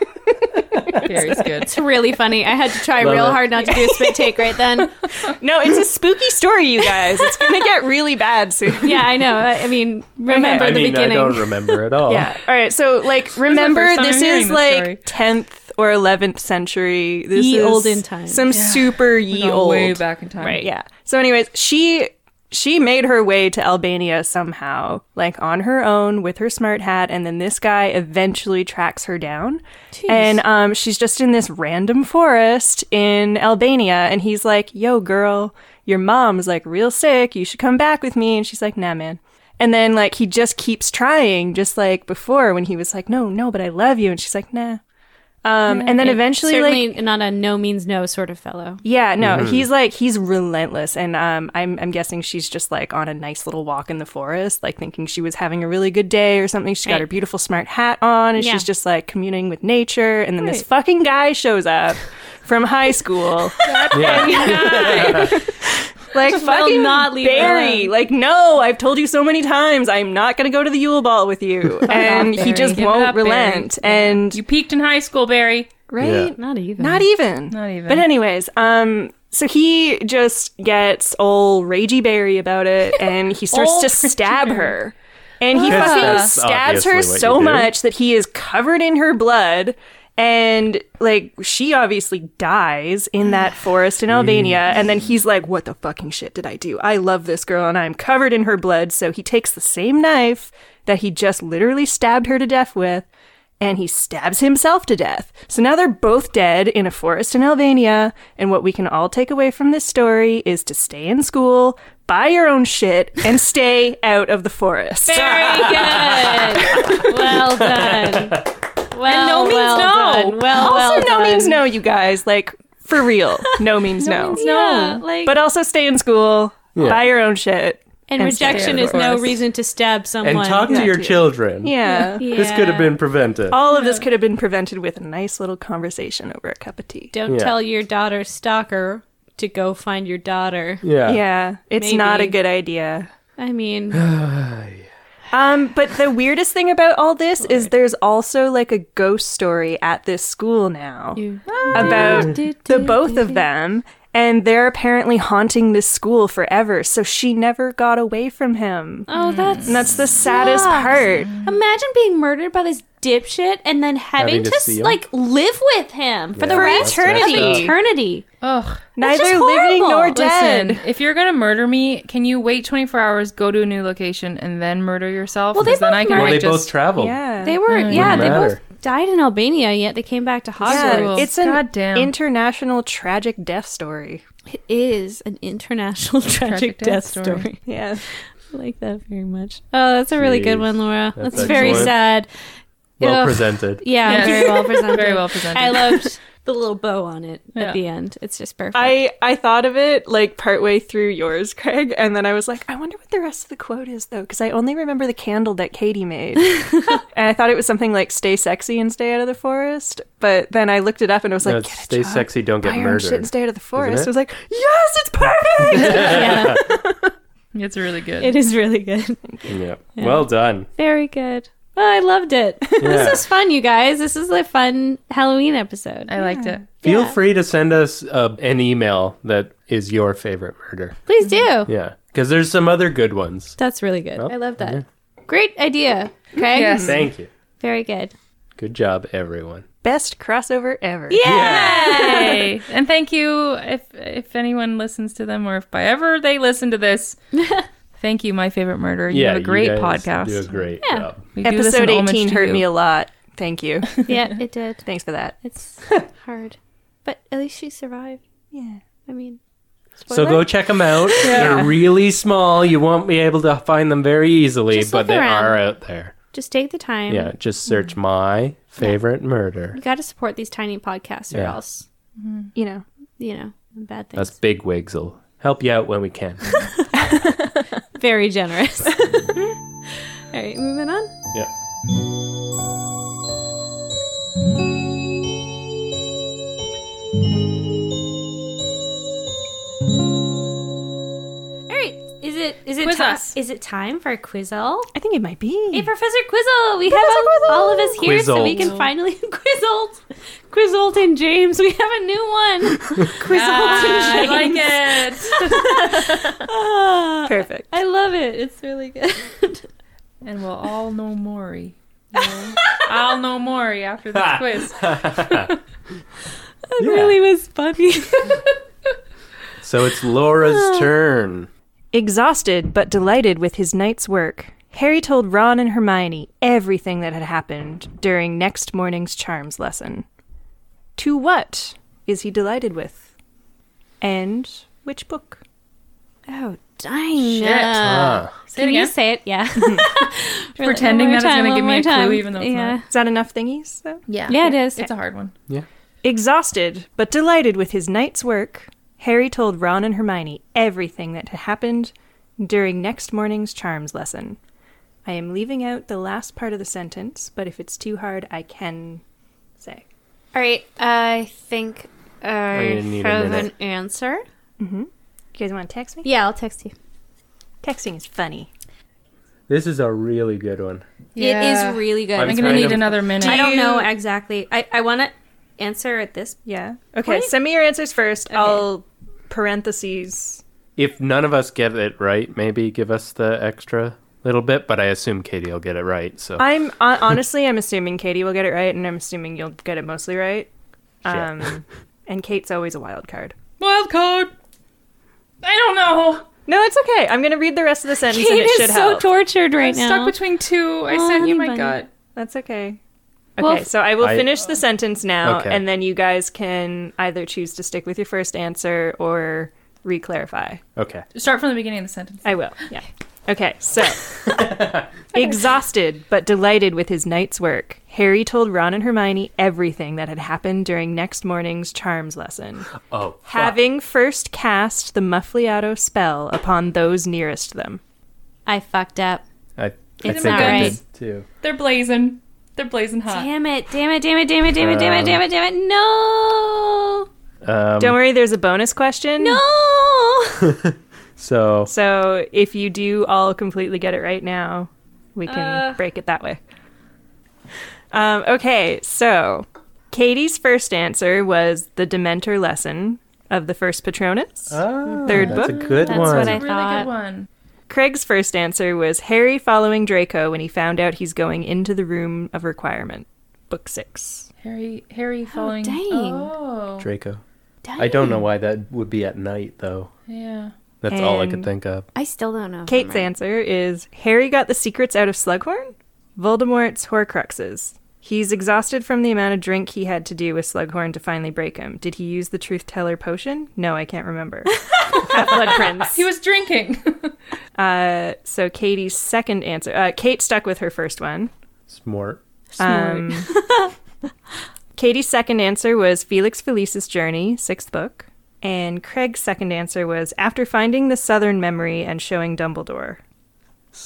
[SPEAKER 2] Barry's good.
[SPEAKER 3] It's really funny. I had to try
[SPEAKER 5] Love
[SPEAKER 3] real
[SPEAKER 5] it.
[SPEAKER 3] hard not to do a spit take right then.
[SPEAKER 4] no, it's a spooky story, you guys. It's gonna get really bad soon.
[SPEAKER 3] Yeah, I know. I I mean, remember
[SPEAKER 5] I
[SPEAKER 3] the
[SPEAKER 5] mean, I
[SPEAKER 3] beginning.
[SPEAKER 5] don't remember at all.
[SPEAKER 4] Yeah. All right. So, like, remember,
[SPEAKER 2] first time
[SPEAKER 4] this
[SPEAKER 2] I'm hearing
[SPEAKER 4] is
[SPEAKER 2] this
[SPEAKER 4] like
[SPEAKER 2] story.
[SPEAKER 4] tenth or eleventh century. This
[SPEAKER 3] Ye
[SPEAKER 4] is
[SPEAKER 3] olden times.
[SPEAKER 4] Some super ye
[SPEAKER 2] Gone
[SPEAKER 4] old.
[SPEAKER 2] way back in time.
[SPEAKER 4] Right. Yeah. So, anyways, she she made her way to Albania somehow, like on her own with her smart hat, and then this guy eventually tracks her down. And um, she's just in this random forest in Albania, and he's like, "Yo, girl, your mom's like real sick. You should come back with me." And she's like, "Nah, man." And then like he just keeps trying, just like before when he was like, "No, no, but I love you," and she's like, "Nah." Um, and then eventually, like,
[SPEAKER 3] Certainly not a no means no sort of fellow.
[SPEAKER 4] yeah, no, he's like he's relentless, and um, I'm I'm guessing she's just like on a nice little walk in the forest, like thinking she was having a really good day or something. She's got
[SPEAKER 3] Right.
[SPEAKER 4] her beautiful smart hat on, and
[SPEAKER 3] Yeah.
[SPEAKER 4] she's just like communing with nature. And then this fucking guy shows up from high school, like fucking
[SPEAKER 3] not leave her
[SPEAKER 4] Barry.
[SPEAKER 3] alone.
[SPEAKER 4] Like, no, I've told you so many times, I'm not gonna go to the Yule Ball with you, and he
[SPEAKER 2] Barry.
[SPEAKER 4] just
[SPEAKER 2] Give it
[SPEAKER 4] won't
[SPEAKER 2] up, Barry.
[SPEAKER 4] relent. And
[SPEAKER 2] You peaked in high school, Barry.
[SPEAKER 4] right,
[SPEAKER 5] Yeah.
[SPEAKER 3] Not even.
[SPEAKER 4] Not even.
[SPEAKER 2] Not even.
[SPEAKER 4] But anyways, um, so he just gets old ragey Barry about it, and he starts to stab her. And he
[SPEAKER 5] Because
[SPEAKER 4] fucking
[SPEAKER 5] that's
[SPEAKER 4] stabs
[SPEAKER 5] obviously
[SPEAKER 4] her
[SPEAKER 5] what
[SPEAKER 4] so
[SPEAKER 5] you do.
[SPEAKER 4] much that he is covered in her blood. And like she obviously dies in that forest in Albania, and then he's like, "What the fucking shit did I do? I love this girl, and I'm covered in her blood." So he takes the same knife that he just literally stabbed her to death with, and he stabs himself to death. So now they're both dead in a forest in Albania, and what we can all take away from this story is to stay in school, buy your own shit, and stay out of the forest.
[SPEAKER 3] Very good. Well done. Well,
[SPEAKER 4] And no means
[SPEAKER 3] well
[SPEAKER 4] no.
[SPEAKER 3] done. Well, Oh,
[SPEAKER 4] also,
[SPEAKER 3] well
[SPEAKER 4] no
[SPEAKER 3] done.
[SPEAKER 4] means no, you guys. Like for real, no means no.
[SPEAKER 3] Yeah, like,
[SPEAKER 4] But also stay in school, buy your own shit.
[SPEAKER 3] and
[SPEAKER 4] and stay
[SPEAKER 3] rejection
[SPEAKER 4] out of
[SPEAKER 3] is no
[SPEAKER 4] course.
[SPEAKER 3] reason to stab someone.
[SPEAKER 5] And talk to your children.
[SPEAKER 4] Yeah.
[SPEAKER 3] Yeah.
[SPEAKER 5] This could have been prevented.
[SPEAKER 4] All of this could have been prevented with a nice little conversation over a cup of tea.
[SPEAKER 3] Don't
[SPEAKER 5] Yeah.
[SPEAKER 3] tell your daughter stalker to go find your daughter.
[SPEAKER 5] Yeah.
[SPEAKER 4] Yeah, it's
[SPEAKER 3] Maybe.
[SPEAKER 4] not a good idea.
[SPEAKER 3] I mean,
[SPEAKER 4] Um, but the weirdest thing about all this is there's also like a ghost story at this school now about the both of them, and they're apparently haunting this school forever. So she never got away from him.
[SPEAKER 3] oh, that's
[SPEAKER 4] And that's the saddest
[SPEAKER 3] sucks.
[SPEAKER 4] part.
[SPEAKER 3] Imagine being murdered by this dipshit and then having,
[SPEAKER 5] Having
[SPEAKER 3] to,
[SPEAKER 5] to see him.
[SPEAKER 3] like live with him for the
[SPEAKER 5] For
[SPEAKER 3] rest of
[SPEAKER 5] eternity.
[SPEAKER 3] eternity.
[SPEAKER 2] Ugh.
[SPEAKER 3] That's
[SPEAKER 4] Neither
[SPEAKER 3] just
[SPEAKER 4] living
[SPEAKER 3] horrible.
[SPEAKER 4] nor dead.
[SPEAKER 2] Listen, if you're gonna murder me, can you wait 24 hours, go to a new location, and then murder yourself?
[SPEAKER 3] Well, they
[SPEAKER 2] 'Cause then
[SPEAKER 3] both
[SPEAKER 2] I can
[SPEAKER 5] Well,
[SPEAKER 3] murdered-
[SPEAKER 5] they
[SPEAKER 2] like, just
[SPEAKER 5] both traveled.
[SPEAKER 4] Yeah.
[SPEAKER 3] They were, yeah, they
[SPEAKER 5] matter.
[SPEAKER 3] both died in Albania, yet they came back to Hogwarts.
[SPEAKER 4] yeah,
[SPEAKER 2] Ugh.
[SPEAKER 4] it's an
[SPEAKER 2] Goddamn.
[SPEAKER 4] international tragic death story.
[SPEAKER 3] It is an international tragic,
[SPEAKER 2] Tragic
[SPEAKER 3] death,
[SPEAKER 2] death
[SPEAKER 3] story.
[SPEAKER 2] story.
[SPEAKER 4] Yeah.
[SPEAKER 3] I like that very much. Oh, that's a really good
[SPEAKER 5] Jeez.
[SPEAKER 3] one, Laura. That's,
[SPEAKER 5] That's
[SPEAKER 3] very
[SPEAKER 5] excellent.
[SPEAKER 3] sad.
[SPEAKER 5] Well
[SPEAKER 3] Ugh.
[SPEAKER 5] presented.
[SPEAKER 3] Yeah,
[SPEAKER 2] Yes.
[SPEAKER 3] very well presented.
[SPEAKER 2] Very well presented.
[SPEAKER 3] I loved the little bow on it
[SPEAKER 2] Yeah.
[SPEAKER 3] at the end. It's just perfect.
[SPEAKER 4] I, I thought of it like partway through yours, Craig, and then I was like, I wonder what the rest of the quote is though, because I only remember the candle that Katie made, and I thought it was something like "Stay sexy and stay out of the forest." But then I looked it up and it was like,
[SPEAKER 5] No,
[SPEAKER 4] "Get a
[SPEAKER 5] stay
[SPEAKER 4] job,
[SPEAKER 5] sexy, don't
[SPEAKER 4] buy
[SPEAKER 5] get
[SPEAKER 4] your own shit
[SPEAKER 5] murdered.
[SPEAKER 4] and stay out of the forest."
[SPEAKER 5] it?
[SPEAKER 4] I was like, "Yes, it's perfect."
[SPEAKER 3] yeah,
[SPEAKER 2] It's really good.
[SPEAKER 3] it is really good.
[SPEAKER 5] Yeah. Well done.
[SPEAKER 3] Very good. Oh, I loved it.
[SPEAKER 5] Yeah.
[SPEAKER 3] This is fun, you guys. This is a fun Halloween episode.
[SPEAKER 2] I liked it.
[SPEAKER 5] Feel
[SPEAKER 3] Yeah.
[SPEAKER 5] free to send us uh, an email that is your favorite murder.
[SPEAKER 3] Please do.
[SPEAKER 5] Yeah. Because there's some other good ones.
[SPEAKER 3] That's really good. I love that. Great idea, Craig.
[SPEAKER 2] Yes.
[SPEAKER 5] Thank you.
[SPEAKER 3] Very good.
[SPEAKER 5] Good job, everyone.
[SPEAKER 4] Best crossover ever.
[SPEAKER 2] Yay! and thank you if if anyone listens to them or if by ever they listen to this. thank you, my favorite murder. You
[SPEAKER 5] yeah.
[SPEAKER 2] have a
[SPEAKER 5] you
[SPEAKER 2] great
[SPEAKER 5] guys
[SPEAKER 2] podcast.
[SPEAKER 5] Do a great job.
[SPEAKER 2] We do this in
[SPEAKER 4] Episode
[SPEAKER 2] homage
[SPEAKER 4] 18
[SPEAKER 2] to
[SPEAKER 4] hurt
[SPEAKER 2] you.
[SPEAKER 4] me a lot. Thank you.
[SPEAKER 3] Yeah, it did.
[SPEAKER 4] Thanks for that.
[SPEAKER 3] It's hard. But at least she survived.
[SPEAKER 4] Yeah.
[SPEAKER 3] I mean,
[SPEAKER 5] So go check them out. They're really small. You won't be able to find them very easily,
[SPEAKER 3] Just look
[SPEAKER 5] but they
[SPEAKER 3] around.
[SPEAKER 5] are out there.
[SPEAKER 3] just take the time.
[SPEAKER 5] Yeah. Just search my favorite murder.
[SPEAKER 3] You got to support these tiny podcasts or
[SPEAKER 5] Yeah.
[SPEAKER 3] else,
[SPEAKER 4] You know.
[SPEAKER 3] you know, bad things.
[SPEAKER 5] That's big wigs. will help you out when we can.
[SPEAKER 3] very generous. All right, moving on.
[SPEAKER 5] yeah.
[SPEAKER 3] All right, is it is it
[SPEAKER 2] Quiz
[SPEAKER 3] ti-
[SPEAKER 2] us.
[SPEAKER 3] is it time for a quizzle?
[SPEAKER 4] I think it might be.
[SPEAKER 3] Hey, Professor Quizzle, we have all, all of us here, so we can
[SPEAKER 5] Quizzled.
[SPEAKER 3] finally Quizzled, Quizzled and James. We have a new one.
[SPEAKER 2] Ah, I like it.
[SPEAKER 4] Perfect.
[SPEAKER 3] I love it. It's really good.
[SPEAKER 2] and we'll all know Maury. Well, I'll know Maury after this quiz.
[SPEAKER 3] It really was funny.
[SPEAKER 5] So it's Laura's turn.
[SPEAKER 4] Exhausted but delighted with his night's work, Harry told Ron and Hermione everything that had happened during next morning's charms lesson. To what is he delighted with? And which book?
[SPEAKER 3] oh, dang. Uh,
[SPEAKER 2] Shit.
[SPEAKER 5] Ah.
[SPEAKER 2] Say
[SPEAKER 3] Can
[SPEAKER 2] it
[SPEAKER 3] you
[SPEAKER 2] again.
[SPEAKER 3] say it? Yeah.
[SPEAKER 2] Pretending that it's gonna give me a clue even though it's
[SPEAKER 3] yeah.
[SPEAKER 2] not.
[SPEAKER 4] Is that enough thingies? though?
[SPEAKER 3] Yeah, it is.
[SPEAKER 2] It's a hard one.
[SPEAKER 4] Exhausted but delighted with his night's work, Harry told Ron and Hermione everything that had happened during next morning's charms lesson. I am leaving out the last part of the sentence, but if it's too hard, I can say.
[SPEAKER 3] All right. I think I
[SPEAKER 5] gonna need a
[SPEAKER 3] have an
[SPEAKER 5] minute.
[SPEAKER 3] answer.
[SPEAKER 4] You guys want to text me?
[SPEAKER 3] Yeah, I'll text you.
[SPEAKER 4] Texting is funny.
[SPEAKER 5] This is a really good one.
[SPEAKER 3] It is really good.
[SPEAKER 5] I'm
[SPEAKER 2] I'm gonna
[SPEAKER 5] kind
[SPEAKER 2] need
[SPEAKER 5] of-
[SPEAKER 2] another minute.
[SPEAKER 3] I don't know exactly. I, I want to answer at this.
[SPEAKER 4] Yeah. Okay, send me your answers first. I'll parentheses.
[SPEAKER 5] If none of us get it right, maybe give us the extra. little bit, but I assume Katie will get it right. So
[SPEAKER 4] I'm hon- honestly, I'm assuming Katie will get it right, and I'm assuming you'll get it mostly right.
[SPEAKER 5] Shit.
[SPEAKER 4] Um, and Kate's always a wild card.
[SPEAKER 2] Wild card. I don't know.
[SPEAKER 4] No, it's okay. I'm gonna read the rest of the sentence,
[SPEAKER 3] Kate
[SPEAKER 4] and it should
[SPEAKER 3] is so
[SPEAKER 4] help.
[SPEAKER 3] tortured right now.
[SPEAKER 2] Stuck between two. I
[SPEAKER 3] Oh,
[SPEAKER 2] sent you my
[SPEAKER 3] honey bunny.
[SPEAKER 2] gut.
[SPEAKER 4] That's okay. Okay,
[SPEAKER 3] Well, f-
[SPEAKER 4] so I will
[SPEAKER 5] I-
[SPEAKER 4] finish the sentence now,
[SPEAKER 5] Okay.
[SPEAKER 4] and then you guys can either choose to stick with your first answer or re-clarify.
[SPEAKER 5] okay,
[SPEAKER 2] Start from the beginning of the sentence.
[SPEAKER 4] I will. Yeah. Okay, so exhausted but delighted with his night's work, Harry told Ron and Hermione everything that had happened during next morning's charms lesson,
[SPEAKER 5] oh,
[SPEAKER 4] having first cast the muffliato spell upon those nearest them.
[SPEAKER 3] I fucked up.
[SPEAKER 5] I, I
[SPEAKER 2] It's
[SPEAKER 5] think
[SPEAKER 2] not
[SPEAKER 5] I
[SPEAKER 3] right.
[SPEAKER 5] did too.
[SPEAKER 2] They're blazing. They're blazing hot.
[SPEAKER 3] Damn it! Damn it! Damn it! Damn it! Damn it! Damn
[SPEAKER 5] Uh,
[SPEAKER 3] it! Damn it! Damn it! No!
[SPEAKER 5] Um,
[SPEAKER 4] Don't worry, there's a bonus question.
[SPEAKER 3] No!
[SPEAKER 5] so
[SPEAKER 4] So if you do all completely get it right now, we can
[SPEAKER 3] Uh.
[SPEAKER 4] break it that way. Um, okay, so Katie's first answer was the Dementor lesson of the first Patronus.
[SPEAKER 5] Ah,
[SPEAKER 4] Third
[SPEAKER 5] that's
[SPEAKER 4] book?
[SPEAKER 5] a good
[SPEAKER 3] That's
[SPEAKER 5] one.
[SPEAKER 3] what I
[SPEAKER 2] Really
[SPEAKER 3] thought.
[SPEAKER 2] good one.
[SPEAKER 4] Craig's first answer was Harry following Draco when he found out he's going into the Room of Requirement, Book Six.
[SPEAKER 2] Harry, Harry following.
[SPEAKER 3] dang.
[SPEAKER 2] Oh,
[SPEAKER 5] Draco.
[SPEAKER 3] Dang.
[SPEAKER 5] I don't know why that would be at night though.
[SPEAKER 2] yeah.
[SPEAKER 5] That's all I
[SPEAKER 4] And-
[SPEAKER 5] could think of.
[SPEAKER 3] I still don't know. if I'm
[SPEAKER 4] Kate's
[SPEAKER 3] right.
[SPEAKER 4] answer is Harry got the secrets out of Slughorn? Voldemort's Horcruxes. He's exhausted from the amount of drink he had to do with Slughorn to finally break him. Did he use the truth teller potion? No, I can't remember. Half blood prince.
[SPEAKER 2] He was drinking.
[SPEAKER 4] Uh, so Katie's second answer. Uh, Kate stuck with her first one.
[SPEAKER 5] Smart.
[SPEAKER 4] Um, Katie's second answer was Felix Felice's Journey, sixth book. And Craig's second answer was After Finding the Southern Memory and Showing Dumbledore,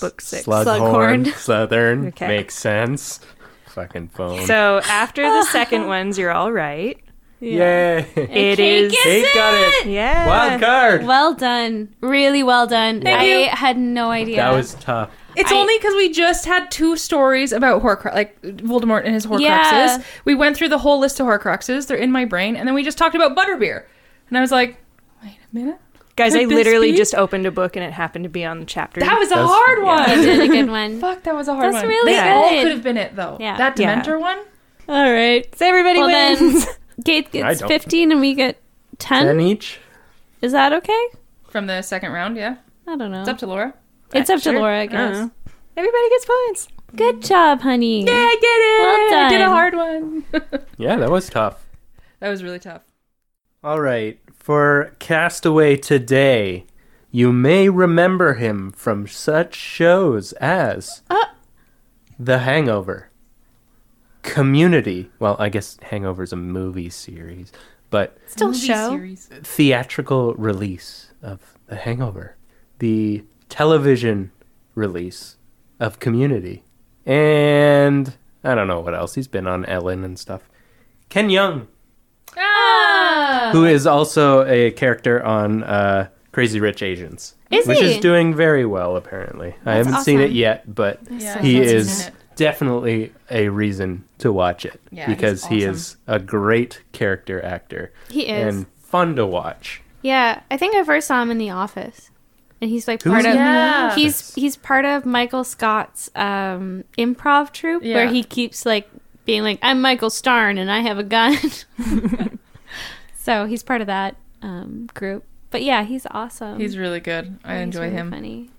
[SPEAKER 4] book six.
[SPEAKER 5] Slughorn. Southern.
[SPEAKER 4] Okay.
[SPEAKER 5] Makes sense. Fucking phone.
[SPEAKER 4] So after the second ones, you're all right.
[SPEAKER 5] Yay.
[SPEAKER 4] It
[SPEAKER 3] Kate
[SPEAKER 4] is.
[SPEAKER 3] gets
[SPEAKER 5] Kate got it.
[SPEAKER 4] Yeah.
[SPEAKER 5] Wild card.
[SPEAKER 3] Well done. Really well done. I
[SPEAKER 2] you.
[SPEAKER 3] had no idea.
[SPEAKER 5] That was tough.
[SPEAKER 2] It's
[SPEAKER 3] I-
[SPEAKER 2] only because we just had two stories about Horcrux, like Voldemort and his Horcruxes.
[SPEAKER 3] Yeah.
[SPEAKER 2] We went through the whole list of Horcruxes. They're in my brain, and then we just talked about Butterbeer, and I was like, "Wait a minute,
[SPEAKER 4] Guys, I
[SPEAKER 2] Could this
[SPEAKER 4] literally
[SPEAKER 2] be?
[SPEAKER 4] just opened a book and it happened to be on the chapter.
[SPEAKER 2] that was a
[SPEAKER 5] That's-
[SPEAKER 2] hard one."
[SPEAKER 3] You did a good one.
[SPEAKER 2] Fuck, that was a hard
[SPEAKER 3] That's
[SPEAKER 2] one.
[SPEAKER 3] really
[SPEAKER 2] they
[SPEAKER 4] Yeah.
[SPEAKER 2] all
[SPEAKER 3] good.
[SPEAKER 2] could have been it though.
[SPEAKER 3] Yeah.
[SPEAKER 2] That
[SPEAKER 4] Yeah.
[SPEAKER 2] Dementor one.
[SPEAKER 3] All right.
[SPEAKER 4] so everybody
[SPEAKER 3] Well
[SPEAKER 4] wins.
[SPEAKER 3] then, Kate
[SPEAKER 5] I
[SPEAKER 3] gets
[SPEAKER 5] don't.
[SPEAKER 3] 15 and we get 10.
[SPEAKER 5] Ten each.
[SPEAKER 3] Is that okay?
[SPEAKER 2] From the second round, yeah.
[SPEAKER 3] I don't know.
[SPEAKER 2] It's up to Laura.
[SPEAKER 3] It's up to
[SPEAKER 4] Sure.
[SPEAKER 3] Laura, I
[SPEAKER 4] don't
[SPEAKER 3] guess.
[SPEAKER 4] know. Everybody gets points.
[SPEAKER 2] Mm.
[SPEAKER 3] Good job, honey.
[SPEAKER 2] I get it.
[SPEAKER 3] Well
[SPEAKER 2] I did a
[SPEAKER 3] done.
[SPEAKER 2] hard one. that
[SPEAKER 5] Yeah, that was tough.
[SPEAKER 2] was really tough.
[SPEAKER 5] All right. For Castaway today, you may remember him from such shows as
[SPEAKER 3] Uh.
[SPEAKER 5] The Hangover, Community. Well, I guess Hangover's a movie series, but
[SPEAKER 3] Still
[SPEAKER 2] Movie
[SPEAKER 3] show.
[SPEAKER 2] series.
[SPEAKER 5] theatrical release of The Hangover, the television release of Community, and I don't know what else. He's been on Ellen and stuff. Ken Young,
[SPEAKER 2] Ah.
[SPEAKER 3] Oh.
[SPEAKER 5] who is also a character on uh, Crazy Rich Asians,
[SPEAKER 3] Is
[SPEAKER 5] which
[SPEAKER 3] he?
[SPEAKER 5] is doing very well apparently. I haven't seen it
[SPEAKER 3] awesome.
[SPEAKER 5] yet, but
[SPEAKER 2] Yeah,
[SPEAKER 5] he
[SPEAKER 2] I've seen
[SPEAKER 5] is
[SPEAKER 2] it.
[SPEAKER 5] definitely a reason to watch it
[SPEAKER 2] Yeah, he's
[SPEAKER 5] because he
[SPEAKER 2] awesome.
[SPEAKER 5] is a great character actor
[SPEAKER 3] He is.
[SPEAKER 5] and fun to watch.
[SPEAKER 3] Yeah, I think I first saw him in The Office, and he's like
[SPEAKER 5] Who's
[SPEAKER 3] part of
[SPEAKER 5] in The
[SPEAKER 2] Yeah.
[SPEAKER 3] he's he's part of Michael Scott's um, improv troupe where
[SPEAKER 2] Yeah.
[SPEAKER 3] he keeps like being like I'm Michael Starn and I have a gun, so he's part of that um, group. But yeah, he's awesome.
[SPEAKER 2] He's really good. I
[SPEAKER 3] He's
[SPEAKER 2] enjoy
[SPEAKER 3] really
[SPEAKER 2] him.
[SPEAKER 3] Funny.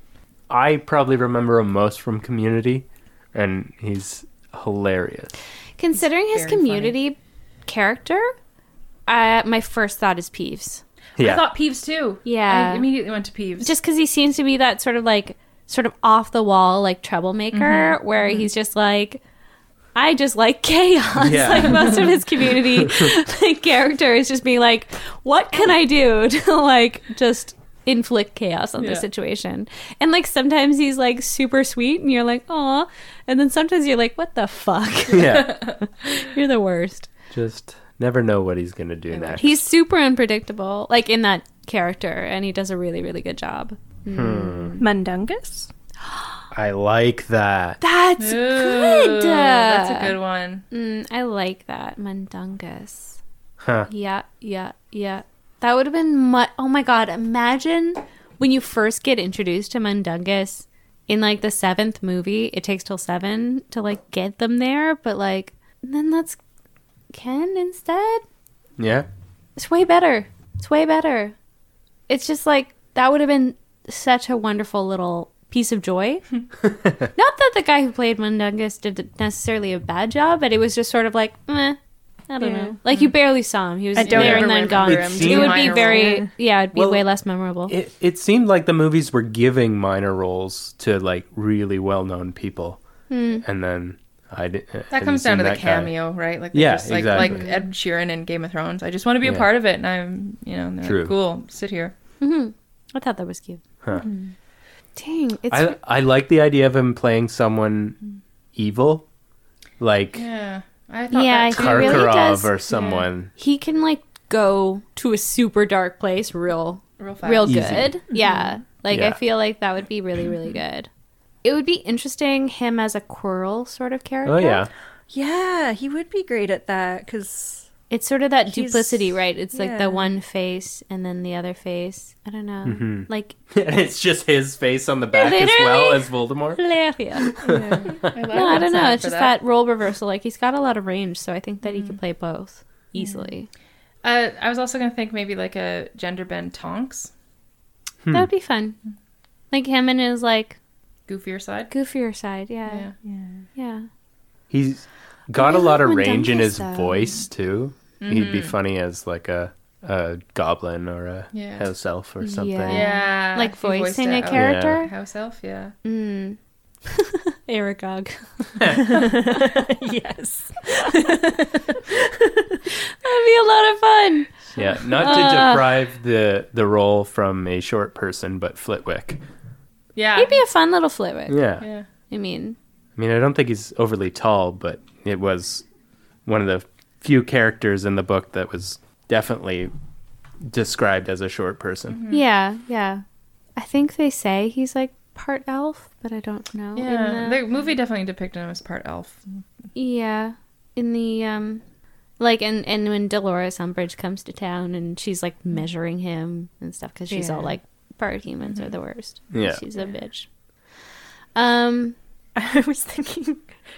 [SPEAKER 5] I probably remember him most from Community, and he's hilarious.
[SPEAKER 3] Considering his
[SPEAKER 2] very funny.
[SPEAKER 3] community character, uh, my first thought is Peeves,
[SPEAKER 5] Yeah,
[SPEAKER 2] I thought Peeves too.
[SPEAKER 3] Yeah.
[SPEAKER 2] I immediately went to Peeves.
[SPEAKER 3] just because he seems to be that sort of like sort of off the wall like troublemaker
[SPEAKER 2] Mm-hmm.
[SPEAKER 3] where he's just like. I just like chaos.
[SPEAKER 5] Yeah.
[SPEAKER 3] Like most of his community like character is just being like, what can I do to like just inflict chaos on the
[SPEAKER 2] Yeah.
[SPEAKER 3] situation? And like sometimes he's like super sweet and you're like, aw. And then sometimes you're like, what the fuck?
[SPEAKER 5] yeah.
[SPEAKER 3] you're the worst.
[SPEAKER 5] Just never know what he's gonna do next.
[SPEAKER 3] He's super unpredictable, like in that character, and he does a really, really good job.
[SPEAKER 4] Mundungus?
[SPEAKER 5] I like that.
[SPEAKER 3] That's
[SPEAKER 2] Ooh,
[SPEAKER 3] good.
[SPEAKER 2] That's
[SPEAKER 3] uh,
[SPEAKER 2] a good one.
[SPEAKER 3] Mm, I like that. Mundungus.
[SPEAKER 5] Huh.
[SPEAKER 3] Yeah, yeah, yeah. That would have been mu- Oh my god, imagine when you first get introduced to Mundungus in like the seventh movie, it takes till seven to like get them there, but like then that's Ken instead.
[SPEAKER 5] Yeah.
[SPEAKER 3] It's way better. It's way better. It's just like that would have been such a wonderful little piece of joy. Not that the guy who played Mundungus did necessarily a bad job, but it was just sort of like, meh. I don't know. Like you barely saw him. He was
[SPEAKER 2] Mm. I don't
[SPEAKER 3] there and
[SPEAKER 2] ever
[SPEAKER 3] then
[SPEAKER 2] remember
[SPEAKER 3] gone.
[SPEAKER 2] him
[SPEAKER 5] doing
[SPEAKER 3] It would be
[SPEAKER 2] minor
[SPEAKER 3] very, yeah, it'd be
[SPEAKER 5] Well,
[SPEAKER 3] way less memorable.
[SPEAKER 5] It it seemed like the movies were giving minor roles to like really well known people, and then I uh, did.
[SPEAKER 2] Hmm. That comes down to the cameo, right? Like, they
[SPEAKER 5] Yeah,
[SPEAKER 2] just, like like
[SPEAKER 5] exactly.
[SPEAKER 2] Ed Sheeran in Game of Thrones. I just want to be a
[SPEAKER 5] Yeah.
[SPEAKER 2] part of it, and I'm, you know, they're
[SPEAKER 5] True.
[SPEAKER 2] Like, cool. Sit here.
[SPEAKER 3] I thought that was cute.
[SPEAKER 5] Huh.
[SPEAKER 2] Hmm.
[SPEAKER 3] Dang, it's
[SPEAKER 5] I I like the idea of him playing someone evil, like
[SPEAKER 2] Yeah, I
[SPEAKER 3] thought Yeah, that I too. think- He
[SPEAKER 5] Karkarov
[SPEAKER 3] really does-
[SPEAKER 5] or someone.
[SPEAKER 3] he can like go to a super dark place real
[SPEAKER 2] Real fast.
[SPEAKER 3] real
[SPEAKER 5] Easy.
[SPEAKER 3] good. Yeah. Like I
[SPEAKER 5] Yeah.
[SPEAKER 3] feel like that would be really really good. It would be interesting him as a Quirrell sort of character.
[SPEAKER 5] Oh yeah,
[SPEAKER 4] Yeah, he would be great at that because
[SPEAKER 3] It's sort of that
[SPEAKER 4] He's-
[SPEAKER 3] duplicity, right? It's like
[SPEAKER 4] yeah.
[SPEAKER 3] the one face and then the other face. I don't know.
[SPEAKER 5] Mm-hmm.
[SPEAKER 3] Like
[SPEAKER 5] and it's just his face on the back as well
[SPEAKER 3] Literally.
[SPEAKER 5] as Voldemort.
[SPEAKER 3] Hilarious. No, I don't know. It's just that. role reversal. Like he's got a lot of range, so I think that he could play both easily.
[SPEAKER 2] Uh, I was also gonna think maybe like a gender bend Tonks,
[SPEAKER 5] Hmm.
[SPEAKER 3] That would be fun. Like him and his like
[SPEAKER 2] goofier side.
[SPEAKER 3] goofier side. yeah.
[SPEAKER 2] Yeah.
[SPEAKER 3] yeah.
[SPEAKER 5] He's got a
[SPEAKER 3] really
[SPEAKER 5] lot of
[SPEAKER 3] like
[SPEAKER 5] range in
[SPEAKER 3] Mundungus,
[SPEAKER 5] his
[SPEAKER 3] though.
[SPEAKER 5] voice too. He'd be funny as like a a goblin or a
[SPEAKER 2] Yeah.
[SPEAKER 5] house elf or something.
[SPEAKER 3] Yeah.
[SPEAKER 2] Yeah,
[SPEAKER 3] like
[SPEAKER 2] if Uh, he voiced
[SPEAKER 3] voicing a
[SPEAKER 2] it Oh, out.
[SPEAKER 3] character.
[SPEAKER 2] House elf, yeah.
[SPEAKER 3] Mm. Aragog.
[SPEAKER 4] yes,
[SPEAKER 3] That'd be a lot of fun.
[SPEAKER 5] Yeah, not to deprive the the role from a short person, but Flitwick.
[SPEAKER 2] Yeah.
[SPEAKER 3] He'd be a fun little Flitwick.
[SPEAKER 5] Yeah.
[SPEAKER 2] yeah.
[SPEAKER 3] I mean,
[SPEAKER 5] I mean, I don't think he's overly tall, but it was one of the few characters in the book that was definitely described as a short person.
[SPEAKER 3] Mm-hmm.
[SPEAKER 2] Hmm.
[SPEAKER 3] yeah, yeah. I think they say he's like part elf, but I don't know. in
[SPEAKER 2] Yeah.
[SPEAKER 3] the-
[SPEAKER 2] The movie definitely depicted him as part elf.
[SPEAKER 3] yeah. In the um, like and and when Dolores Umbridge comes to town and she's like measuring him and stuff because she's all
[SPEAKER 2] Yeah.
[SPEAKER 3] like, part humans are the worst.
[SPEAKER 5] Yeah.
[SPEAKER 3] she's a bitch. Um.
[SPEAKER 4] I was thinking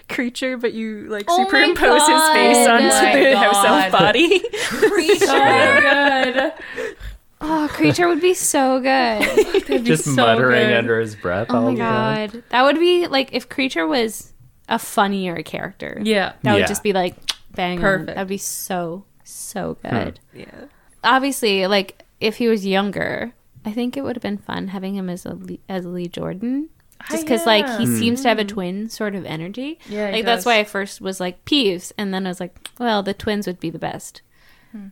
[SPEAKER 4] creature, but you like
[SPEAKER 3] Oh my
[SPEAKER 4] superimpose his face
[SPEAKER 3] God.
[SPEAKER 4] onto
[SPEAKER 2] Oh my
[SPEAKER 4] the house
[SPEAKER 2] God.
[SPEAKER 4] elf body.
[SPEAKER 2] good.
[SPEAKER 3] Oh, creature would be so good.
[SPEAKER 5] Just
[SPEAKER 2] so
[SPEAKER 5] muttering
[SPEAKER 2] good.
[SPEAKER 5] under his breath
[SPEAKER 3] Oh
[SPEAKER 5] all
[SPEAKER 3] my
[SPEAKER 5] the time.
[SPEAKER 3] god. That would be like if Creature was a funnier character.
[SPEAKER 2] Yeah.
[SPEAKER 3] That
[SPEAKER 5] Yeah.
[SPEAKER 3] would just be like bang. Perfect.
[SPEAKER 2] Perfect.
[SPEAKER 3] That'd be so, so
[SPEAKER 5] Hmm.
[SPEAKER 3] good.
[SPEAKER 4] yeah,
[SPEAKER 3] Obviously, like if he was younger, I think it would have been fun having him as a Lee, as Lee Jordan.
[SPEAKER 2] Ah,
[SPEAKER 3] Just because, like, he seems to have a twin sort of energy.
[SPEAKER 2] Hmm. Yeah, he
[SPEAKER 3] like that's
[SPEAKER 2] does.
[SPEAKER 3] why I first was like Peeves, and then I was like, well, the twins would be the best.
[SPEAKER 2] Hmm.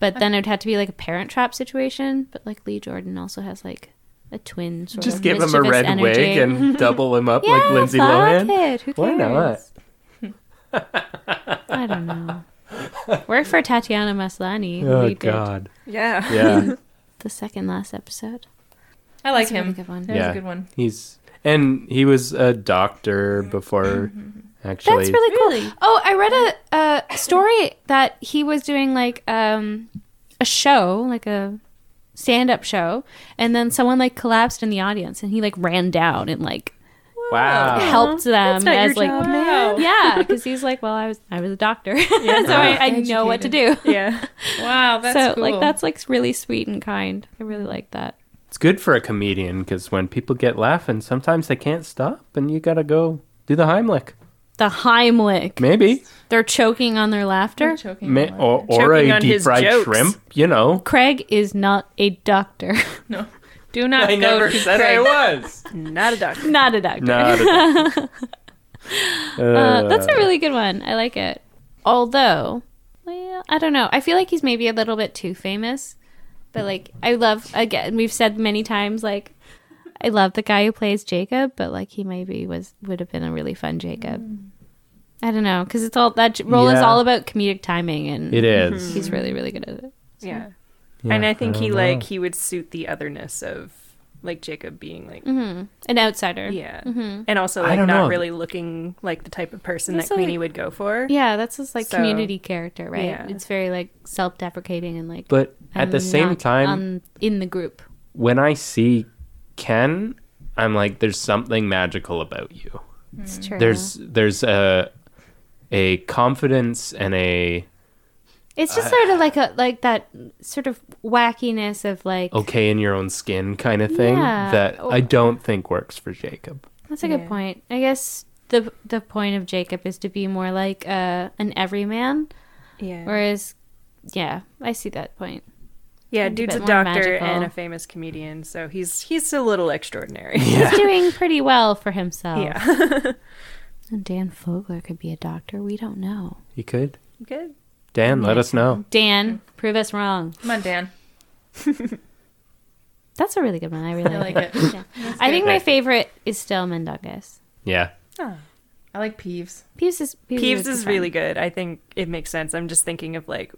[SPEAKER 3] But then it would have to be like a Parent Trap situation. But like Lee Jordan also has like a twin sort
[SPEAKER 5] Just
[SPEAKER 3] of
[SPEAKER 5] give him a
[SPEAKER 3] mischievous
[SPEAKER 5] red
[SPEAKER 3] energy.
[SPEAKER 5] wig and double him up like Lindsay
[SPEAKER 3] fuck
[SPEAKER 5] Lohan.
[SPEAKER 3] It. Who cares?
[SPEAKER 5] Why not?
[SPEAKER 3] I don't know. Work for Tatiana Maslany. who
[SPEAKER 5] Oh
[SPEAKER 3] we did
[SPEAKER 5] god.
[SPEAKER 4] yeah.
[SPEAKER 5] Yeah.
[SPEAKER 3] The second last episode.
[SPEAKER 2] I like
[SPEAKER 3] That's a really
[SPEAKER 2] him.
[SPEAKER 3] good one.
[SPEAKER 2] That was
[SPEAKER 5] Yeah.
[SPEAKER 2] a good one.
[SPEAKER 5] He's and he was a doctor before actually.
[SPEAKER 3] That's really cool. Oh, I read a, a story that he was doing like um, a show, like a stand-up show, and then someone like collapsed in the audience, and he like ran down and like
[SPEAKER 5] wow.
[SPEAKER 3] helped them
[SPEAKER 4] That's not
[SPEAKER 3] as
[SPEAKER 4] your
[SPEAKER 3] like
[SPEAKER 4] job,
[SPEAKER 2] Wow.
[SPEAKER 3] yeah, because he's like, well, I was I was a doctor, so I, I know what to do.
[SPEAKER 4] Yeah,
[SPEAKER 2] Wow, that's
[SPEAKER 3] so
[SPEAKER 2] cool.
[SPEAKER 3] like that's like really sweet and kind. I really like that.
[SPEAKER 5] It's good for a comedian because when people get laughing, sometimes they can't stop, and you gotta go do the Heimlich.
[SPEAKER 3] The Heimlich.
[SPEAKER 5] Maybe,
[SPEAKER 3] They're choking on their laughter.
[SPEAKER 2] choking.
[SPEAKER 5] Ma-
[SPEAKER 2] on
[SPEAKER 5] or, or
[SPEAKER 4] Choking
[SPEAKER 5] a
[SPEAKER 4] on
[SPEAKER 5] deep
[SPEAKER 4] his
[SPEAKER 5] fried
[SPEAKER 4] jokes.
[SPEAKER 5] shrimp. You know,
[SPEAKER 3] Craig is not a doctor.
[SPEAKER 2] it. No. Do not go to Craig.
[SPEAKER 5] was.
[SPEAKER 4] not a doctor.
[SPEAKER 3] not a doctor.
[SPEAKER 5] Not a-
[SPEAKER 3] Uh,
[SPEAKER 5] Uh,
[SPEAKER 3] that's a really good one. I like it. Although, well, I don't know. I feel like he's maybe a little bit too famous. But like, I love again. We've said many times like, I love the guy who plays Jacob, but like he maybe was would have been a really fun Jacob. I don't know because it's all that j- role is
[SPEAKER 5] Yeah.
[SPEAKER 3] all about comedic timing, and
[SPEAKER 5] it is.
[SPEAKER 3] he's really really good at it.
[SPEAKER 4] Yeah.
[SPEAKER 5] Yeah,
[SPEAKER 4] and I think he
[SPEAKER 5] don't
[SPEAKER 4] like
[SPEAKER 5] know.
[SPEAKER 4] he would suit the otherness of like Jacob being like
[SPEAKER 3] Hmm. An outsider.
[SPEAKER 4] yeah, and also
[SPEAKER 5] I
[SPEAKER 4] like
[SPEAKER 5] don't
[SPEAKER 4] not
[SPEAKER 5] know.
[SPEAKER 4] really looking like the type of person
[SPEAKER 3] That's
[SPEAKER 4] that
[SPEAKER 3] like-
[SPEAKER 4] Queenie would go for.
[SPEAKER 3] Yeah, that's his like
[SPEAKER 4] So-
[SPEAKER 3] community character, right?
[SPEAKER 4] Yeah.
[SPEAKER 3] It's very like self-deprecating and like.
[SPEAKER 5] But at the
[SPEAKER 3] I'm
[SPEAKER 5] same
[SPEAKER 3] not
[SPEAKER 5] time,
[SPEAKER 3] on- in the group.
[SPEAKER 5] when I see Ken, I'm like, there's something magical about you.
[SPEAKER 4] Mm.
[SPEAKER 3] It's true.
[SPEAKER 5] There's there's a a confidence and a
[SPEAKER 3] it's
[SPEAKER 5] uh,
[SPEAKER 3] just sort of like a like that sort of wackiness of like
[SPEAKER 5] okay in your own skin kind of thing
[SPEAKER 3] Yeah. Oh.
[SPEAKER 5] that I don't think works for Jacob.
[SPEAKER 3] That's a good point. I guess the the point of Jacob is to be more like uh, an everyman,
[SPEAKER 4] Yeah.
[SPEAKER 3] whereas yeah, I see that point.
[SPEAKER 4] yeah,
[SPEAKER 3] a
[SPEAKER 4] dude's a
[SPEAKER 3] bit more
[SPEAKER 4] doctor
[SPEAKER 3] magical.
[SPEAKER 4] and a famous comedian, so he's he's a little extraordinary.
[SPEAKER 3] He's doing pretty well for himself.
[SPEAKER 4] yeah.
[SPEAKER 3] And Dan Fogler could be a doctor. We don't know.
[SPEAKER 5] You could
[SPEAKER 4] Good.
[SPEAKER 5] Dan, let us know.
[SPEAKER 3] Dan, prove us wrong.
[SPEAKER 2] Come on, Dan.
[SPEAKER 3] That's a really good one. I really
[SPEAKER 2] I
[SPEAKER 3] like
[SPEAKER 2] like
[SPEAKER 3] it.
[SPEAKER 2] it.
[SPEAKER 3] I think my
[SPEAKER 5] Right.
[SPEAKER 3] favorite is still Mendongas.
[SPEAKER 5] Yeah.
[SPEAKER 2] I like Peeves.
[SPEAKER 3] Peeves is would
[SPEAKER 4] Peeves
[SPEAKER 3] be
[SPEAKER 4] is
[SPEAKER 3] fun.
[SPEAKER 4] really good. I think it makes sense. I'm just thinking of like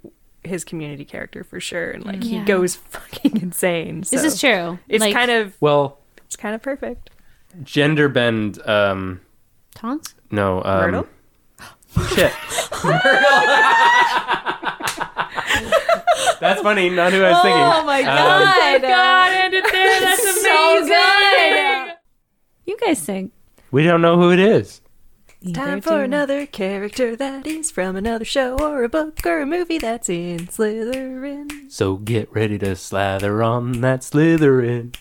[SPEAKER 4] his community character for sure, and like
[SPEAKER 3] Yeah.
[SPEAKER 4] he goes fucking insane.
[SPEAKER 3] This
[SPEAKER 4] so
[SPEAKER 3] is true.
[SPEAKER 4] It's
[SPEAKER 3] Like,
[SPEAKER 4] kind of
[SPEAKER 5] Well,
[SPEAKER 4] it's kind of perfect.
[SPEAKER 5] gender bend. Um,
[SPEAKER 3] Tonks.
[SPEAKER 5] no. Um,
[SPEAKER 4] Myrtle?
[SPEAKER 5] Shit. That's funny. Not who I was thinking.
[SPEAKER 3] Oh my
[SPEAKER 5] God.
[SPEAKER 3] God, ended there. That's
[SPEAKER 2] so
[SPEAKER 3] good. You guys sing.
[SPEAKER 5] We don't know who it is.
[SPEAKER 4] Time for another character that is from another show or a book or a movie that's in Slytherin.
[SPEAKER 5] So get ready to slather on that Slytherin.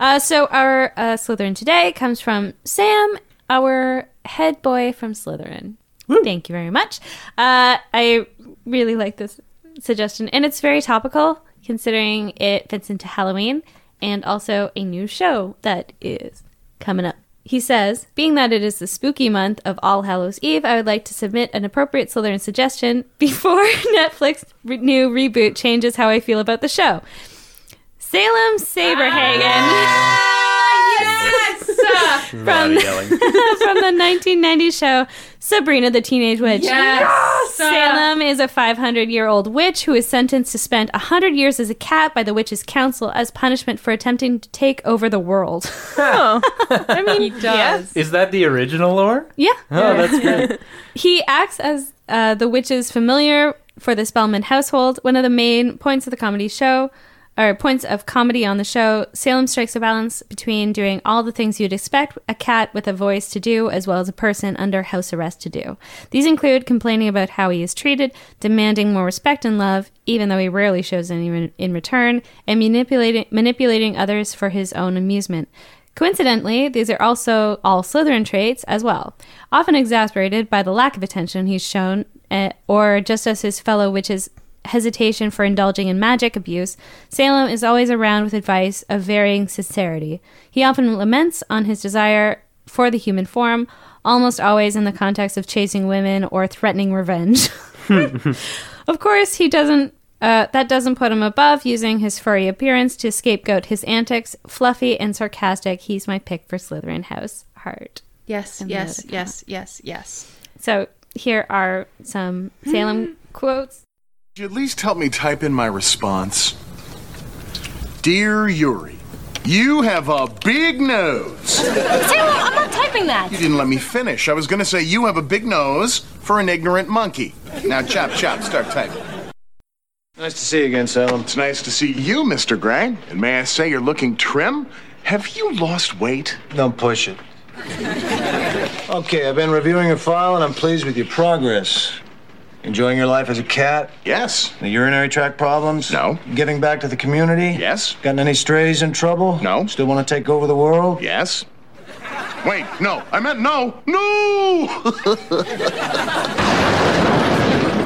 [SPEAKER 3] Uh, so our uh, Slytherin today comes from Sam, our head boy from Slytherin. Thank you very much. Uh, I really like this suggestion, and it's very topical considering it fits into Halloween and also a new show that is coming up. He says, being that it is the spooky month of All Hallows Eve, I would like to submit an appropriate Slytherin suggestion before Netflix re- new reboot changes how I feel about the show. Salem Saberhagen. yes!
[SPEAKER 5] Lot of yelling.
[SPEAKER 3] from the 1990 show Sabrina the Teenage Witch.
[SPEAKER 2] uh,
[SPEAKER 3] Salem is a 500 year old witch who is sentenced to spend 100 years as a cat by the witch's council as punishment for attempting to take over the world.
[SPEAKER 4] I mean,
[SPEAKER 2] He does.
[SPEAKER 5] Is that the original lore?
[SPEAKER 3] yeah.
[SPEAKER 5] Oh, that's good.
[SPEAKER 3] He acts as uh, the witch's familiar for the Spellman household, one of the main points of the comedy show. Or points of comedy on the show, Salem strikes a balance between doing all the things you'd expect a cat with a voice to do, as well as a person under house arrest to do. These include complaining about how he is treated, demanding more respect and love, even though he rarely shows any re- in return, and manipulating manipulating others for his own amusement. Coincidentally, these are also all Slytherin traits as well, often exasperated by the lack of attention he's shown, eh, or just as his fellow witches' hesitation for indulging in magic abuse, Salem is always around with advice of varying sincerity. He often laments on his desire for the human form, almost always in the context of chasing women or threatening revenge. Of course, he doesn't. Uh, that doesn't put him above using his furry appearance to scapegoat his antics. Fluffy and sarcastic, he's my pick for Slytherin House Heart.
[SPEAKER 2] Yes,
[SPEAKER 3] And the
[SPEAKER 2] yes,
[SPEAKER 3] other
[SPEAKER 2] yes, yes, yes.
[SPEAKER 3] So here are some
[SPEAKER 2] Hmm.
[SPEAKER 3] Salem quotes.
[SPEAKER 6] Could you at least help me type in my response? Dear Yuri, you have a big nose.
[SPEAKER 7] Salem, I'm not typing that.
[SPEAKER 6] You didn't let me finish. I was going to say you have a big nose for an ignorant monkey. Now, chop, chop, start typing.
[SPEAKER 8] Nice to see you again, Salem.
[SPEAKER 6] It's nice to see you, Mr. Gray. And may I say you're looking trim? Have you lost weight?
[SPEAKER 8] Don't push it. Okay, I've been reviewing your file and I'm pleased with your progress. Enjoying your life as a cat?
[SPEAKER 6] Yes.
[SPEAKER 8] The urinary tract problems?
[SPEAKER 6] No.
[SPEAKER 8] Giving back to the community?
[SPEAKER 6] Yes.
[SPEAKER 8] Gotten any strays in trouble?
[SPEAKER 6] No.
[SPEAKER 8] Still want to take over the world?
[SPEAKER 6] Yes. Wait, no. I meant no. No!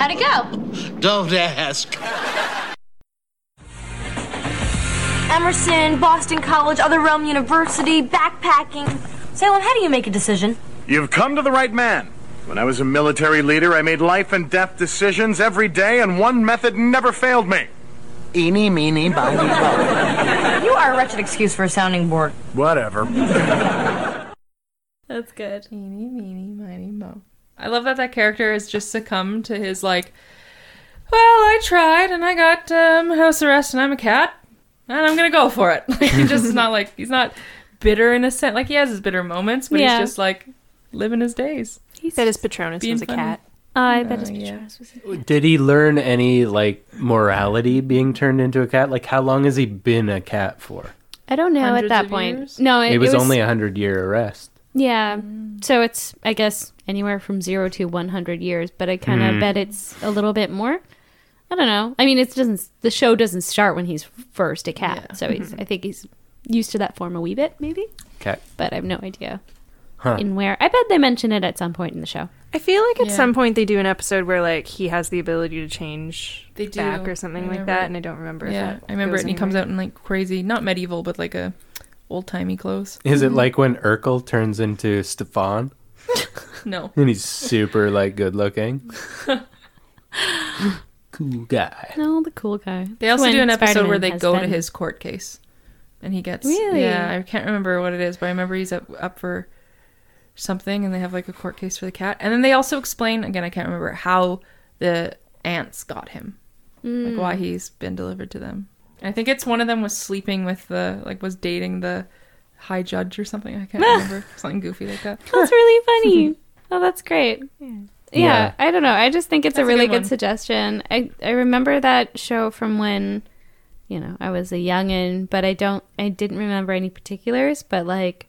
[SPEAKER 7] How'd it go?
[SPEAKER 9] Don't ask.
[SPEAKER 7] Emerson, Boston College, Other Realm University, backpacking. Salem, how do you make a decision?
[SPEAKER 6] You've come to the right man. When I was a military leader, I made life and death decisions every day, and one method never failed me.
[SPEAKER 9] Eeny, meeny, miny, mo.
[SPEAKER 7] You are a wretched excuse for a sounding board.
[SPEAKER 6] Whatever.
[SPEAKER 3] That's good.
[SPEAKER 2] Meeny, meeny, miny, mo. I love that that character has just succumbed to his like. Well, I tried and I got um, house arrest and I'm a cat and I'm gonna go for it. Like, he just is not like he's not bitter in a sense. Like he has his bitter moments, but
[SPEAKER 3] Yeah.
[SPEAKER 2] he's just like living his days.
[SPEAKER 4] that is Patronus
[SPEAKER 2] Being
[SPEAKER 4] was a
[SPEAKER 2] funny.
[SPEAKER 4] cat.
[SPEAKER 3] I
[SPEAKER 2] Oh,
[SPEAKER 3] bet his pajamas was in.
[SPEAKER 5] Did he learn any like morality being turned into a cat? Like how long has he been a cat for?
[SPEAKER 3] I don't know
[SPEAKER 2] Hundreds
[SPEAKER 3] at that
[SPEAKER 2] of
[SPEAKER 3] point.
[SPEAKER 2] years?
[SPEAKER 3] No, it,
[SPEAKER 5] It was, only a hundred year arrest.
[SPEAKER 3] yeah.
[SPEAKER 2] Mm.
[SPEAKER 3] So it's I guess anywhere from zero to one hundred years, but I kind of bet it's a little bit more. I don't know. I mean, it doesn't. The show doesn't start when he's first a cat, so he's. I think he's used to that form a wee bit, maybe.
[SPEAKER 5] Cat.
[SPEAKER 3] But I have no idea
[SPEAKER 5] Huh.
[SPEAKER 3] in where. I bet they mention it at some point in the show.
[SPEAKER 4] I feel like at
[SPEAKER 2] Yeah.
[SPEAKER 4] some point they do an episode where like he has the ability to change
[SPEAKER 2] They do.
[SPEAKER 4] back or
[SPEAKER 2] I
[SPEAKER 4] something like
[SPEAKER 2] remember
[SPEAKER 4] that,
[SPEAKER 2] it.
[SPEAKER 4] and I don't remember. if
[SPEAKER 2] Yeah,
[SPEAKER 4] that
[SPEAKER 2] I remember it.
[SPEAKER 4] goes
[SPEAKER 2] And he comes
[SPEAKER 4] anywhere.
[SPEAKER 2] out in like crazy, not medieval, but like a old timey clothes.
[SPEAKER 5] Is it like when Urkel turns into Stefan
[SPEAKER 2] No,
[SPEAKER 5] and he's super like good looking? cool guy.
[SPEAKER 3] No, the cool guy.
[SPEAKER 2] they also
[SPEAKER 3] When
[SPEAKER 2] do an episode
[SPEAKER 3] Spider-Man
[SPEAKER 2] where they
[SPEAKER 3] has
[SPEAKER 2] go to
[SPEAKER 3] been-
[SPEAKER 2] his court case, and he gets
[SPEAKER 3] Really?
[SPEAKER 2] Yeah, I can't remember what it is, but I remember he's up up for something, and they have like a court case for the cat, and then they also explain again. I can't remember how the ants got him, like why
[SPEAKER 3] Hmm.
[SPEAKER 2] he's been delivered to them. I think it's one of them was sleeping with the like was dating the high judge or something. I can't remember something goofy like that.
[SPEAKER 3] That's really funny. oh, that's great. Yeah.
[SPEAKER 5] Yeah.
[SPEAKER 3] I don't know. I just think it's
[SPEAKER 2] That's
[SPEAKER 3] a
[SPEAKER 2] a
[SPEAKER 3] really
[SPEAKER 2] good
[SPEAKER 3] good,
[SPEAKER 2] one.
[SPEAKER 3] suggestion. I I remember that show from when, you know, I was a youngin, but I don't. I didn't remember any particulars. But like,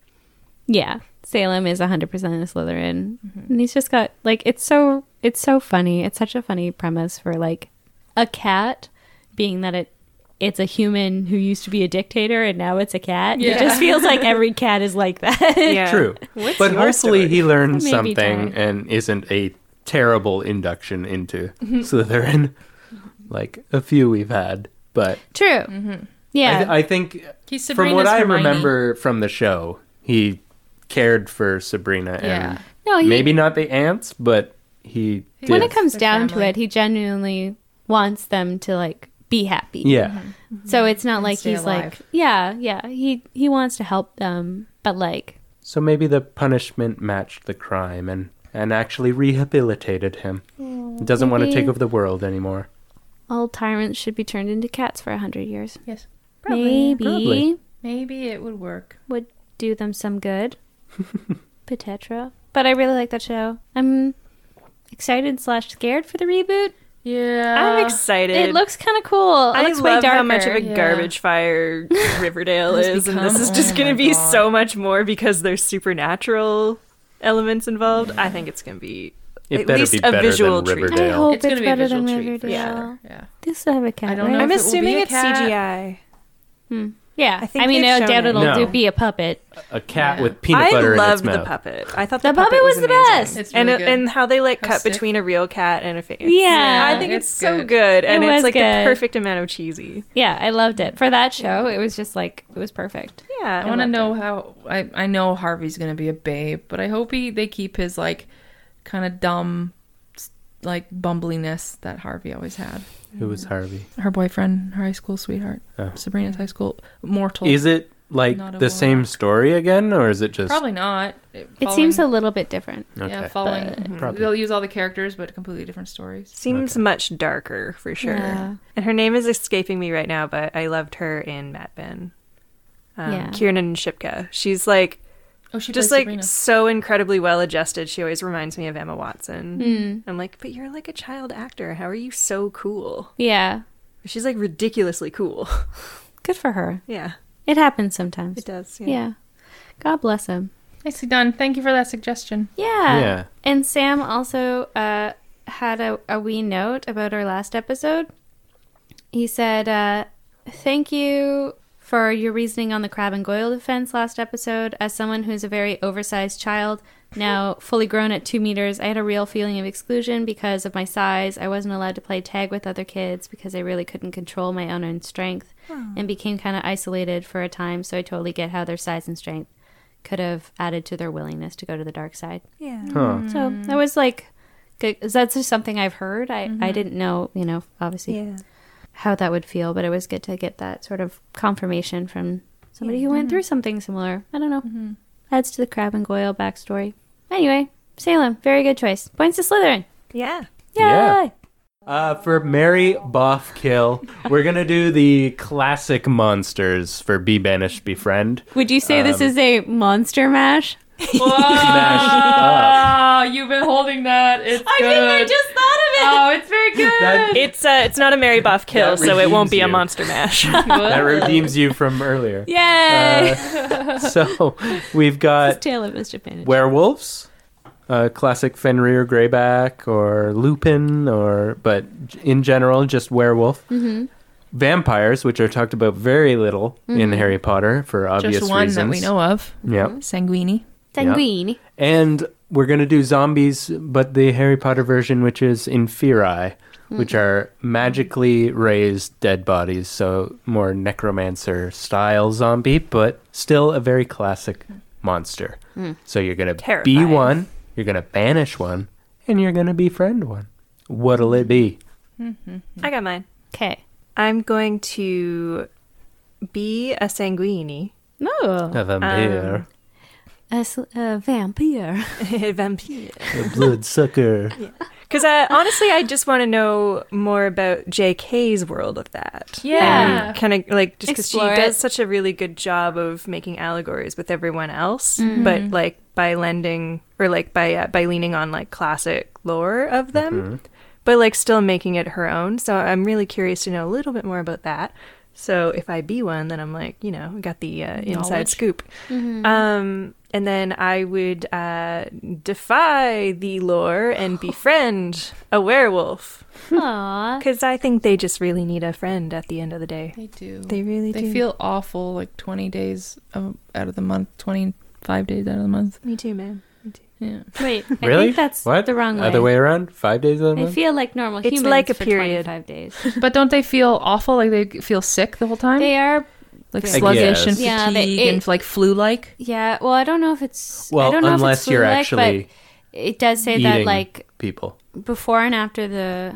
[SPEAKER 3] yeah, Salem is hundred percent a Slytherin,
[SPEAKER 2] Mm-hmm.
[SPEAKER 3] and he's just got like it's so it's so funny. It's such a funny premise for like a cat, being that it. It's a human who used to be a dictator and now it's a cat. It
[SPEAKER 2] Yeah.
[SPEAKER 3] just feels like every cat is like that.
[SPEAKER 4] Yeah.
[SPEAKER 5] True.
[SPEAKER 4] What's
[SPEAKER 5] but
[SPEAKER 4] your
[SPEAKER 5] hopefully
[SPEAKER 4] story?
[SPEAKER 5] he learns
[SPEAKER 3] Maybe
[SPEAKER 5] something
[SPEAKER 3] Darren.
[SPEAKER 5] and isn't a terrible induction into Slytherin like a few we've had. But
[SPEAKER 3] True.
[SPEAKER 2] Mm-hmm.
[SPEAKER 3] Yeah.
[SPEAKER 5] I, th- I think
[SPEAKER 2] He's
[SPEAKER 5] from
[SPEAKER 2] Sabrina's
[SPEAKER 5] what I
[SPEAKER 2] Hermione.
[SPEAKER 5] remember from the show, he cared for Sabrina
[SPEAKER 2] Yeah.
[SPEAKER 5] and
[SPEAKER 3] no, he,
[SPEAKER 5] maybe not the ants, but he did.
[SPEAKER 3] when it comes
[SPEAKER 2] Their
[SPEAKER 3] down to
[SPEAKER 2] family.
[SPEAKER 3] it, he genuinely wants them to like be happy.
[SPEAKER 5] yeah,
[SPEAKER 2] Mm-hmm.
[SPEAKER 3] So it's not like
[SPEAKER 2] stay
[SPEAKER 3] he's like,
[SPEAKER 2] alive.
[SPEAKER 3] yeah, yeah. He he wants to help them, but like,
[SPEAKER 5] so maybe the punishment matched the crime and and actually rehabilitated him. He doesn't want to
[SPEAKER 3] maybe.
[SPEAKER 5] take over the world anymore.
[SPEAKER 3] all tyrants should be turned into cats for a hundred years.
[SPEAKER 2] Yes.
[SPEAKER 3] maybe
[SPEAKER 5] Probably.
[SPEAKER 2] Maybe it would work.
[SPEAKER 3] would do them some good. Petetra. But I really like that show. I'm excited slash scared for the reboot.
[SPEAKER 2] Yeah.
[SPEAKER 4] I'm excited.
[SPEAKER 3] it looks kind of cool. It
[SPEAKER 4] I
[SPEAKER 3] looks way
[SPEAKER 4] love
[SPEAKER 3] darker.
[SPEAKER 4] how much of a
[SPEAKER 2] Yeah.
[SPEAKER 4] garbage fire Riverdale
[SPEAKER 2] It has
[SPEAKER 4] is, and
[SPEAKER 2] become-
[SPEAKER 4] this is
[SPEAKER 2] oh
[SPEAKER 4] just going
[SPEAKER 2] my
[SPEAKER 4] to be
[SPEAKER 2] God.
[SPEAKER 4] so much more because there's supernatural elements involved. I think it's going to be
[SPEAKER 5] It
[SPEAKER 4] At
[SPEAKER 5] better
[SPEAKER 4] least
[SPEAKER 5] be
[SPEAKER 4] a
[SPEAKER 5] better
[SPEAKER 4] visual
[SPEAKER 5] than
[SPEAKER 4] treat. I
[SPEAKER 3] I
[SPEAKER 5] Riverdale.
[SPEAKER 3] hope
[SPEAKER 2] It's
[SPEAKER 3] it's,
[SPEAKER 2] gonna be a
[SPEAKER 3] better than
[SPEAKER 2] visual treat for
[SPEAKER 3] Riverdale.
[SPEAKER 2] sure. Yeah.
[SPEAKER 3] They still have a cat.
[SPEAKER 2] I don't
[SPEAKER 3] right?
[SPEAKER 2] know.
[SPEAKER 4] I'm
[SPEAKER 2] if it will
[SPEAKER 4] assuming
[SPEAKER 2] be a
[SPEAKER 4] it's
[SPEAKER 2] cat.
[SPEAKER 4] CGI.
[SPEAKER 3] Yeah, I,
[SPEAKER 4] I think
[SPEAKER 3] mean, no
[SPEAKER 4] they've shown
[SPEAKER 3] doubt
[SPEAKER 4] it.
[SPEAKER 3] it'll
[SPEAKER 5] No.
[SPEAKER 3] do be a puppet.
[SPEAKER 5] A cat
[SPEAKER 2] Yeah.
[SPEAKER 5] with peanut
[SPEAKER 4] I
[SPEAKER 5] butter in its
[SPEAKER 4] loved
[SPEAKER 5] mouth.
[SPEAKER 4] the puppet. I thought
[SPEAKER 3] The
[SPEAKER 4] the,
[SPEAKER 3] puppet was the
[SPEAKER 4] amazing.
[SPEAKER 3] best.
[SPEAKER 2] It's really
[SPEAKER 4] and uh,
[SPEAKER 2] good.
[SPEAKER 4] and how they like
[SPEAKER 2] How
[SPEAKER 4] cut
[SPEAKER 2] stiff.
[SPEAKER 4] between a real cat and a face.
[SPEAKER 3] Yeah.
[SPEAKER 4] I think
[SPEAKER 2] It's
[SPEAKER 4] it's, so
[SPEAKER 2] good.
[SPEAKER 4] good, and
[SPEAKER 3] It was
[SPEAKER 4] it's like
[SPEAKER 3] good.
[SPEAKER 4] the perfect amount of cheesy.
[SPEAKER 3] Yeah, I loved it for that show. It was just like it was perfect.
[SPEAKER 4] Yeah,
[SPEAKER 2] I want to know how. I I know Harvey's gonna be a babe, but I hope he they keep his like kind of dumb, s- like bumbliness that Harvey always had.
[SPEAKER 5] Who was Harvey?
[SPEAKER 2] Her boyfriend, her high school sweetheart,
[SPEAKER 5] Oh.
[SPEAKER 2] Sabrina's high school mortal.
[SPEAKER 5] Is it like
[SPEAKER 2] Not a
[SPEAKER 5] the same
[SPEAKER 2] warlock.
[SPEAKER 5] story again, or is it just
[SPEAKER 2] probably not? It,
[SPEAKER 3] It seems a little bit different.
[SPEAKER 5] Okay.
[SPEAKER 2] yeah, following.
[SPEAKER 5] Probably.
[SPEAKER 2] They'll use all the characters, but completely different stories.
[SPEAKER 4] Seems much darker for sure.
[SPEAKER 3] Yeah.
[SPEAKER 4] And her name is escaping me right now, but I loved her in Mad Men. Um,
[SPEAKER 3] Yeah.
[SPEAKER 4] Kiernan Shipka. She's like
[SPEAKER 2] Oh, she
[SPEAKER 4] just
[SPEAKER 2] plays
[SPEAKER 4] like
[SPEAKER 2] Sabrina.
[SPEAKER 4] so incredibly well adjusted. She always reminds me of Emma Watson. I'm like, but you're like a child actor. How are you so cool?
[SPEAKER 3] Yeah,
[SPEAKER 4] She's like ridiculously cool.
[SPEAKER 3] good for her.
[SPEAKER 4] yeah,
[SPEAKER 3] It happens sometimes.
[SPEAKER 4] it does.
[SPEAKER 3] Yeah. God bless him.
[SPEAKER 2] nicely done. Thank you for that suggestion.
[SPEAKER 3] Yeah.
[SPEAKER 5] Yeah.
[SPEAKER 3] And Sam also uh, had a, a wee note about our last episode. He said, uh, Thank you for your reasoning on the crab and goyle defense last episode. As someone who's a very oversized child, now fully grown at two meters, I had a real feeling of exclusion because of my size. I wasn't allowed to play tag with other kids because I really couldn't control my own, own strength and became kind of isolated for a time. So I totally get how their size and strength could have added to their willingness to go to the dark side.
[SPEAKER 4] Yeah.
[SPEAKER 5] Huh.
[SPEAKER 3] So that was like, good- that's just something I've heard. I, I didn't know, you know, obviously
[SPEAKER 4] Yeah.
[SPEAKER 3] how that would feel, but it was good to get that sort of confirmation from somebody who went through something similar. I don't know. Adds to the Crab and Goyle backstory. Anyway, Salem, very good choice. Points to Slytherin.
[SPEAKER 4] Yeah.
[SPEAKER 3] Yay!
[SPEAKER 5] Yeah. Uh, for Mary Boff Kill, we're gonna do the classic monsters for Be Banished Befriend. Um,
[SPEAKER 3] Would you say this is a monster mash?
[SPEAKER 2] Ah.
[SPEAKER 5] Smash up.
[SPEAKER 2] Oh, you've been holding that. It's
[SPEAKER 3] I
[SPEAKER 2] good.
[SPEAKER 3] mean, I just thought of it.
[SPEAKER 2] Oh, it's very good.
[SPEAKER 5] That-
[SPEAKER 4] It's uh, it's not a Mary Buff kill,
[SPEAKER 5] That
[SPEAKER 4] so it won't be
[SPEAKER 5] redeems
[SPEAKER 4] a
[SPEAKER 5] you.
[SPEAKER 4] monster mash.
[SPEAKER 5] That redeems you from earlier. Uh,
[SPEAKER 3] Yay!
[SPEAKER 5] So we've got
[SPEAKER 3] Tale of Mr. Panic.
[SPEAKER 5] werewolves, uh, classic Fenrir Greyback or Lupin, or but g- in general just werewolf. Mm-hmm. Vampires, which are talked about very little in Harry Potter for obvious
[SPEAKER 2] Mm-hmm. just one
[SPEAKER 5] reasons.
[SPEAKER 2] that we know of.
[SPEAKER 5] Yeah,
[SPEAKER 2] Sanguini.
[SPEAKER 3] Sanguini.
[SPEAKER 5] and we're gonna do zombies, but the Harry Potter version, which is inferi,
[SPEAKER 3] Hmm.
[SPEAKER 5] which are magically raised dead bodies, so more necromancer style zombie, but still a very classic monster.
[SPEAKER 3] Hmm.
[SPEAKER 5] So you're gonna be
[SPEAKER 4] Terrifying.
[SPEAKER 5] one, you're gonna banish one, and you're gonna befriend one. What'll it be?
[SPEAKER 4] I got mine.
[SPEAKER 3] Okay.
[SPEAKER 4] I'm going to be a sanguini
[SPEAKER 3] No.
[SPEAKER 5] A vampire,
[SPEAKER 3] A, s- a vampire.
[SPEAKER 4] vampire.
[SPEAKER 3] Um,
[SPEAKER 5] a bloodsucker.
[SPEAKER 4] Because uh, honestly, I just want to know more about J.K.'s world of that.
[SPEAKER 3] Yeah.
[SPEAKER 4] kind of like just because she
[SPEAKER 3] Explore it.
[SPEAKER 4] does such a really good job of making allegories with everyone else,
[SPEAKER 3] Mm-hmm.
[SPEAKER 4] but like by lending or like by uh, by leaning on like classic lore of them, but like still making it her own. So I'm really curious to know a little bit more about that. So if I be one, then I'm like you know got the uh, inside
[SPEAKER 2] Knowledge.
[SPEAKER 4] scoop. Um, and then I would uh, defy the lore and befriend a werewolf
[SPEAKER 3] Aww.
[SPEAKER 4] because I think they just really need a friend at the end of the day.
[SPEAKER 2] They do.
[SPEAKER 4] They really
[SPEAKER 2] They
[SPEAKER 4] do.
[SPEAKER 2] feel awful like 20 days of, out of the month, 25 days out of the month.
[SPEAKER 4] Me too, man. Me too.
[SPEAKER 2] Yeah.
[SPEAKER 3] Wait, I
[SPEAKER 5] Really?
[SPEAKER 3] think that's
[SPEAKER 5] what?
[SPEAKER 3] the wrong way.
[SPEAKER 5] Other way around? Five days of the
[SPEAKER 3] They
[SPEAKER 5] month?
[SPEAKER 3] feel like normal
[SPEAKER 4] It's
[SPEAKER 3] humans
[SPEAKER 4] like a
[SPEAKER 3] for
[SPEAKER 4] period.
[SPEAKER 3] 25 days.
[SPEAKER 2] But don't they feel awful? Like they feel sick the whole time?
[SPEAKER 3] they are,
[SPEAKER 2] like
[SPEAKER 5] I
[SPEAKER 2] sluggish and
[SPEAKER 5] guess.
[SPEAKER 2] fatigue
[SPEAKER 3] Yeah, they- it-
[SPEAKER 2] and like flu like?
[SPEAKER 3] yeah, well, I don't know if it's, I
[SPEAKER 5] Well,
[SPEAKER 3] don't know if it's
[SPEAKER 5] unless you're
[SPEAKER 3] flu-like,
[SPEAKER 5] actually
[SPEAKER 3] but it does say that,
[SPEAKER 5] Eating
[SPEAKER 3] like,
[SPEAKER 5] people.
[SPEAKER 3] before and after the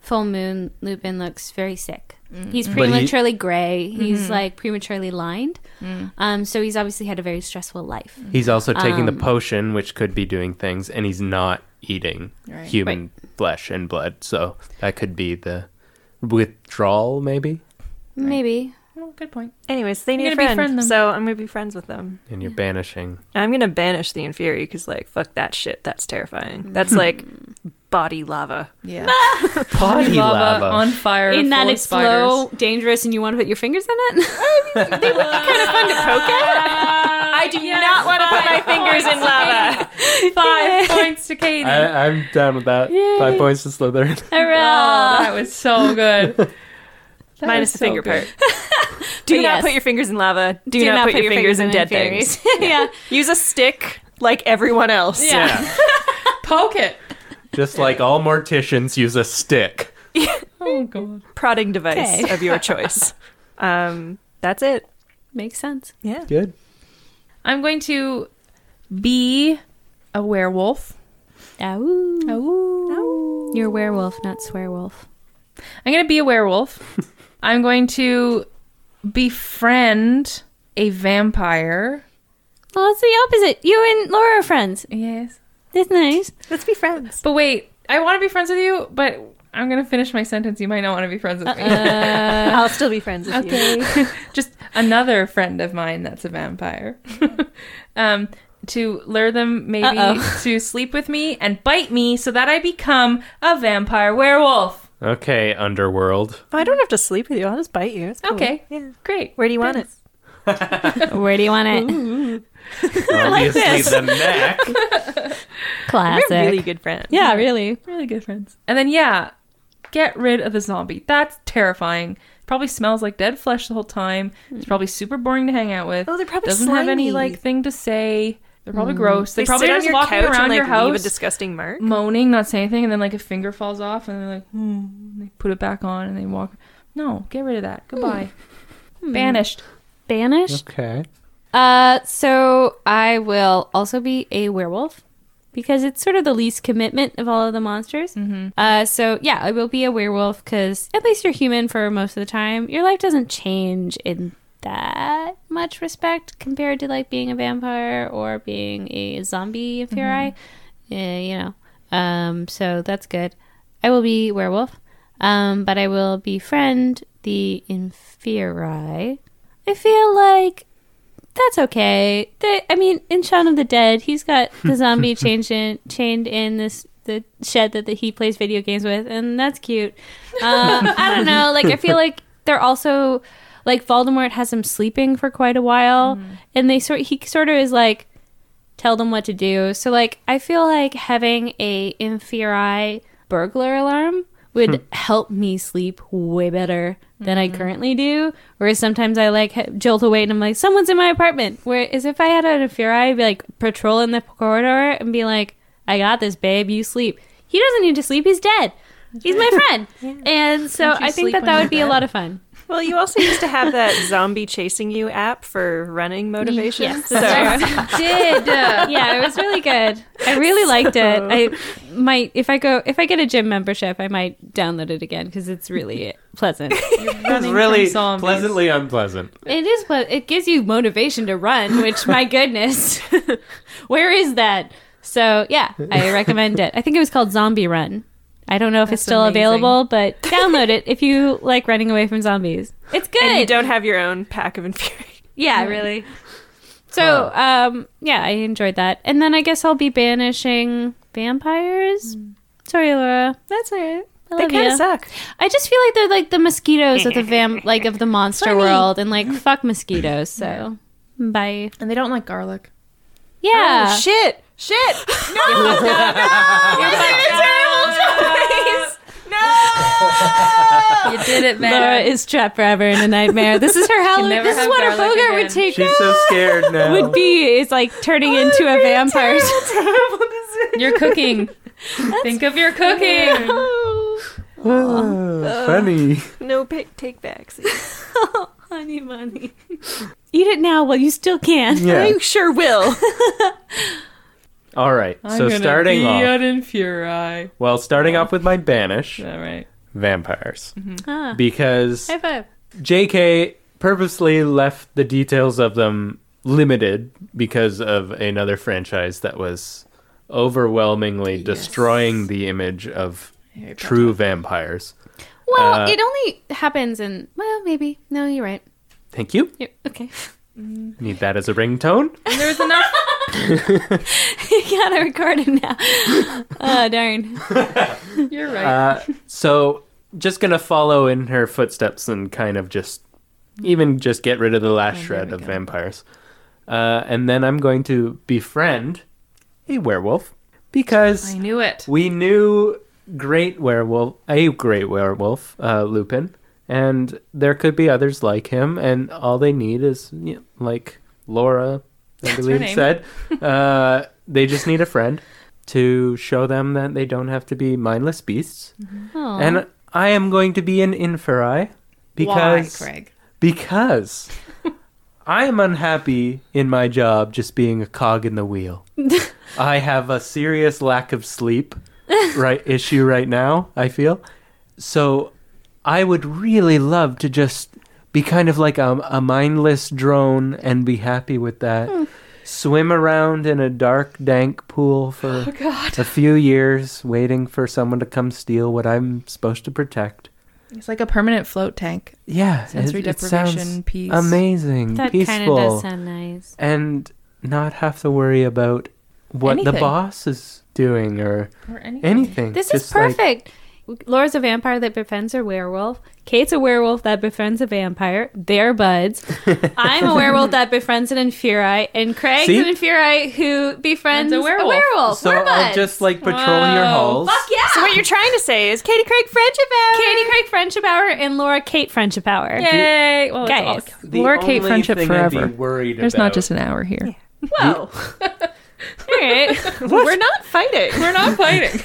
[SPEAKER 3] full moon, Lupin looks very sick.
[SPEAKER 4] Mm.
[SPEAKER 3] He's
[SPEAKER 5] But he-
[SPEAKER 3] prematurely gray. He's
[SPEAKER 4] Mm-hmm.
[SPEAKER 3] like prematurely lined.
[SPEAKER 4] Mm.
[SPEAKER 3] Um, so he's obviously had a very stressful life.
[SPEAKER 5] He's also taking
[SPEAKER 2] Um,
[SPEAKER 5] the potion, which could be doing things, and he's not eating
[SPEAKER 2] Right.
[SPEAKER 5] human flesh and blood. So that could be the withdrawal, maybe.
[SPEAKER 3] Maybe.
[SPEAKER 2] Oh, good point.
[SPEAKER 4] Anyways, they need
[SPEAKER 2] gonna
[SPEAKER 4] a friend,
[SPEAKER 2] befriend them.
[SPEAKER 4] so I'm gonna be friends with them.
[SPEAKER 5] And you're banishing.
[SPEAKER 4] I'm gonna banish the inferi because, like, fuck that shit. That's terrifying. That's like body lava.
[SPEAKER 2] Yeah.
[SPEAKER 5] Body
[SPEAKER 2] Lava on fire.
[SPEAKER 3] In
[SPEAKER 2] full
[SPEAKER 3] that
[SPEAKER 2] of
[SPEAKER 3] it's
[SPEAKER 2] spiders.
[SPEAKER 3] slow, dangerous, and you want to put your fingers in it?
[SPEAKER 4] I do not want to put my fingers in lava.
[SPEAKER 2] Five points to Katie.
[SPEAKER 5] I, I'm down with that. Five points to Slytherin.
[SPEAKER 4] Oh.
[SPEAKER 3] Hurrah.
[SPEAKER 2] Oh, that was so good. That
[SPEAKER 4] Minus
[SPEAKER 2] was
[SPEAKER 4] the
[SPEAKER 2] so
[SPEAKER 4] finger
[SPEAKER 2] good.
[SPEAKER 4] part. do
[SPEAKER 3] But
[SPEAKER 4] not
[SPEAKER 3] yes.
[SPEAKER 4] put your fingers in lava. Do, not, put, your fingers, in dead
[SPEAKER 3] inferiors.
[SPEAKER 4] things.
[SPEAKER 3] yeah.
[SPEAKER 4] Use a stick like everyone else.
[SPEAKER 3] Yeah.
[SPEAKER 2] Poke it.
[SPEAKER 5] Just like all morticians use a stick.
[SPEAKER 2] Oh, God.
[SPEAKER 4] Prodding device
[SPEAKER 3] Okay.
[SPEAKER 4] of your choice. um, that's it.
[SPEAKER 3] Makes sense.
[SPEAKER 4] Yeah.
[SPEAKER 5] Good.
[SPEAKER 2] I'm going to be a werewolf.
[SPEAKER 3] Ow.
[SPEAKER 2] Oh.
[SPEAKER 3] You're a werewolf, not swearwolf.
[SPEAKER 2] I'm going to be a werewolf. I'm going to befriend a vampire.
[SPEAKER 3] Well, Oh, it's the opposite. You and Laura are friends.
[SPEAKER 2] Yes.
[SPEAKER 3] That's nice.
[SPEAKER 4] Let's be friends.
[SPEAKER 2] But wait, I want to be friends with you, but I'm going to finish my sentence. You might not want to be friends with me.
[SPEAKER 3] Uh,
[SPEAKER 4] I'll still be friends with you.
[SPEAKER 2] Just another friend of mine that's a vampire. um, to lure them maybe
[SPEAKER 3] Uh-oh.
[SPEAKER 2] to sleep with me and bite me so that I become a vampire werewolf.
[SPEAKER 5] Okay, underworld.
[SPEAKER 4] I don't have to sleep with you. I'll just bite you. It's cool.
[SPEAKER 2] Okay.
[SPEAKER 4] Yeah.
[SPEAKER 2] Great.
[SPEAKER 4] Where do you want it?
[SPEAKER 3] Where do you want it?
[SPEAKER 5] Obviously, the neck.
[SPEAKER 3] Classic.
[SPEAKER 4] Really good friend.
[SPEAKER 3] yeah, really.
[SPEAKER 2] Really good friends. And then yeah, get rid of the zombie. That's terrifying. Probably smells like dead flesh the whole time. It's probably super boring to hang out with.
[SPEAKER 4] Hmm. Oh, they're probably
[SPEAKER 2] doesn't have any
[SPEAKER 4] slimy. Hmm.
[SPEAKER 2] like thing to say. They're probably gross. They,
[SPEAKER 4] They
[SPEAKER 2] probably
[SPEAKER 4] sit
[SPEAKER 2] are
[SPEAKER 4] on
[SPEAKER 2] just
[SPEAKER 4] your
[SPEAKER 2] walking
[SPEAKER 4] couch
[SPEAKER 2] around
[SPEAKER 4] and like
[SPEAKER 2] your house,
[SPEAKER 4] leave a disgusting mark.
[SPEAKER 2] moaning, not saying anything, and then like a finger falls off, and they're like, hmm, and they put it back on, and they walk. No, get rid of that.
[SPEAKER 4] Hmm.
[SPEAKER 2] Goodbye. Banished.
[SPEAKER 3] Banished.
[SPEAKER 5] Okay.
[SPEAKER 3] Uh, so I will also be a werewolf because it's sort of the least commitment of all of the monsters. Mm-hmm. Uh, so yeah, I will be a werewolf because at least you're human for most of the time. Your life doesn't change in that much respect compared to like being a vampire or being a zombie if you're I, Yeah, you know. Um, so that's good. I will be werewolf, um, but I will befriend the inferi. I feel like that's okay. They, I mean, in Shaun of the Dead, he's got the zombie chained in, chained in this the shed that the, he plays video games with, and that's cute. Uh, I don't know. Like, I feel like they're also like Voldemort has him sleeping for quite a while, and they sort he sort of is like tell them what to do. So like, I feel like having a inferi burglar alarm
[SPEAKER 2] Hmm.
[SPEAKER 3] would help me sleep way better than
[SPEAKER 2] Mm-hmm.
[SPEAKER 3] I currently do. Whereas sometimes I like ha- jolt away and I'm like, someone's in my apartment. Whereas if I had an inferi, I'd be like patrolling the corridor and be like, I got this, babe. You sleep. He doesn't need to sleep. He's dead. He's my friend. And so I think
[SPEAKER 2] sleep
[SPEAKER 3] that
[SPEAKER 2] when
[SPEAKER 3] that
[SPEAKER 2] you're
[SPEAKER 3] would be a lot of fun.
[SPEAKER 4] Well, you also used to have that zombie chasing you app for running motivation. so
[SPEAKER 2] Did uh,
[SPEAKER 3] yeah, it was really good. I really liked it. I might if I go if I get a gym membership, I might download it again because it's really pleasant.
[SPEAKER 5] That's really pleasantly unpleasant.
[SPEAKER 3] it is ple- it gives you motivation to run, which my goodness, where is that? So yeah, I recommend it. I think it was called Zombie Run. I don't know if it's still
[SPEAKER 2] amazing.
[SPEAKER 3] available, but download it if you like running away from zombies. It's good.
[SPEAKER 4] and you don't have your own pack of inferior.
[SPEAKER 3] Yeah, really. So, um, yeah, I enjoyed that. And then I guess I'll be banishing vampires. Sorry, Laura.
[SPEAKER 4] That's all right.
[SPEAKER 3] I
[SPEAKER 4] They
[SPEAKER 3] love
[SPEAKER 4] kind
[SPEAKER 3] ya.
[SPEAKER 4] of suck.
[SPEAKER 3] I just feel like they're like the mosquitoes of the vam, like of the monster world, and like fuck mosquitoes. So, bye.
[SPEAKER 2] and they don't like garlic.
[SPEAKER 3] Yeah.
[SPEAKER 4] Shit. Shit.
[SPEAKER 2] You did it, man.
[SPEAKER 3] Laura is trapped forever in a nightmare. This is her Halloween.
[SPEAKER 2] never
[SPEAKER 3] This is
[SPEAKER 2] have
[SPEAKER 3] what a
[SPEAKER 2] garlic
[SPEAKER 3] booger would
[SPEAKER 2] again.
[SPEAKER 3] take
[SPEAKER 5] She's so scared now.
[SPEAKER 3] would be is like turning into a vampire.
[SPEAKER 2] You're cooking. Think of your cooking.
[SPEAKER 5] funny.
[SPEAKER 4] No pick take backs.
[SPEAKER 3] honey money. Eat it now while you still can.
[SPEAKER 5] Yeah.
[SPEAKER 4] sure will.
[SPEAKER 5] All right. so starting off, well, starting off with my banish
[SPEAKER 2] All right.
[SPEAKER 5] vampires
[SPEAKER 2] Mm-hmm.
[SPEAKER 3] Ah.
[SPEAKER 5] because
[SPEAKER 3] High five.
[SPEAKER 5] J.K. purposely left the details of them limited because of another franchise that was overwhelmingly destroying the image of true vampires.
[SPEAKER 3] Well,
[SPEAKER 5] Uh,
[SPEAKER 3] it only happens in well, maybe. No, you're right.
[SPEAKER 5] Thank you.
[SPEAKER 3] You're, okay,
[SPEAKER 5] Need that as a ringtone.
[SPEAKER 2] There's enough.
[SPEAKER 3] you gotta record it now. oh darn!
[SPEAKER 2] You're right.
[SPEAKER 5] Uh, So, just gonna follow in her footsteps and kind of just even just get rid of the last shred of vampires. Uh, and then I'm going to befriend a werewolf because
[SPEAKER 2] I knew it.
[SPEAKER 5] we knew great werewolf, a great werewolf, uh, Lupin, and there could be others like him. And all they need is you know, like Laura, I believe
[SPEAKER 2] name.
[SPEAKER 5] said. Uh, they just need a friend to show them that they don't have to be mindless beasts.
[SPEAKER 2] Mm-hmm.
[SPEAKER 5] And I am going to be an inferi because
[SPEAKER 2] Why, Craig?
[SPEAKER 5] because I am unhappy in my job just being a cog in the wheel. I have a serious lack of sleep right issue right now, I feel. So I would really love to just be kind of like a, a mindless drone and be happy with that.
[SPEAKER 2] Hmm.
[SPEAKER 5] Swim around in a dark, dank pool for
[SPEAKER 2] Oh,
[SPEAKER 5] a few years, waiting for someone to come steal what I'm supposed to protect.
[SPEAKER 2] It's like a permanent float tank.
[SPEAKER 5] Yeah,
[SPEAKER 2] Sensory
[SPEAKER 5] it, it sounds
[SPEAKER 2] deprivation, peace.
[SPEAKER 5] amazing,
[SPEAKER 3] That kind of
[SPEAKER 5] peaceful,
[SPEAKER 3] does sound nice.
[SPEAKER 5] and not have to worry about what the
[SPEAKER 2] Anything.
[SPEAKER 5] boss is doing or
[SPEAKER 2] Or anything.
[SPEAKER 5] anything.
[SPEAKER 3] This is
[SPEAKER 5] Just like-
[SPEAKER 3] perfect. Laura's a vampire that befriends her werewolf. Kate's a werewolf that befriends a vampire. They're buds. I'm a werewolf that befriends an inferi, and Craig's
[SPEAKER 5] See?
[SPEAKER 3] an inferi who
[SPEAKER 2] Friends
[SPEAKER 3] befriends
[SPEAKER 2] a
[SPEAKER 3] a werewolf.
[SPEAKER 2] werewolf.
[SPEAKER 5] so
[SPEAKER 3] We're
[SPEAKER 5] I'll
[SPEAKER 3] buds.
[SPEAKER 5] just like patrol your halls.
[SPEAKER 3] Fuck yeah!
[SPEAKER 4] so what you're trying to say is Katie Craig friendship hour.
[SPEAKER 3] Katie Craig Friendship Hour and Laura Kate Friendship Hour.
[SPEAKER 2] Yay! Well,
[SPEAKER 3] Guys.
[SPEAKER 2] it's all Laura Kate friendship forever. There's not just an hour here.
[SPEAKER 3] All right.
[SPEAKER 4] We're not fighting.
[SPEAKER 2] We're not fighting.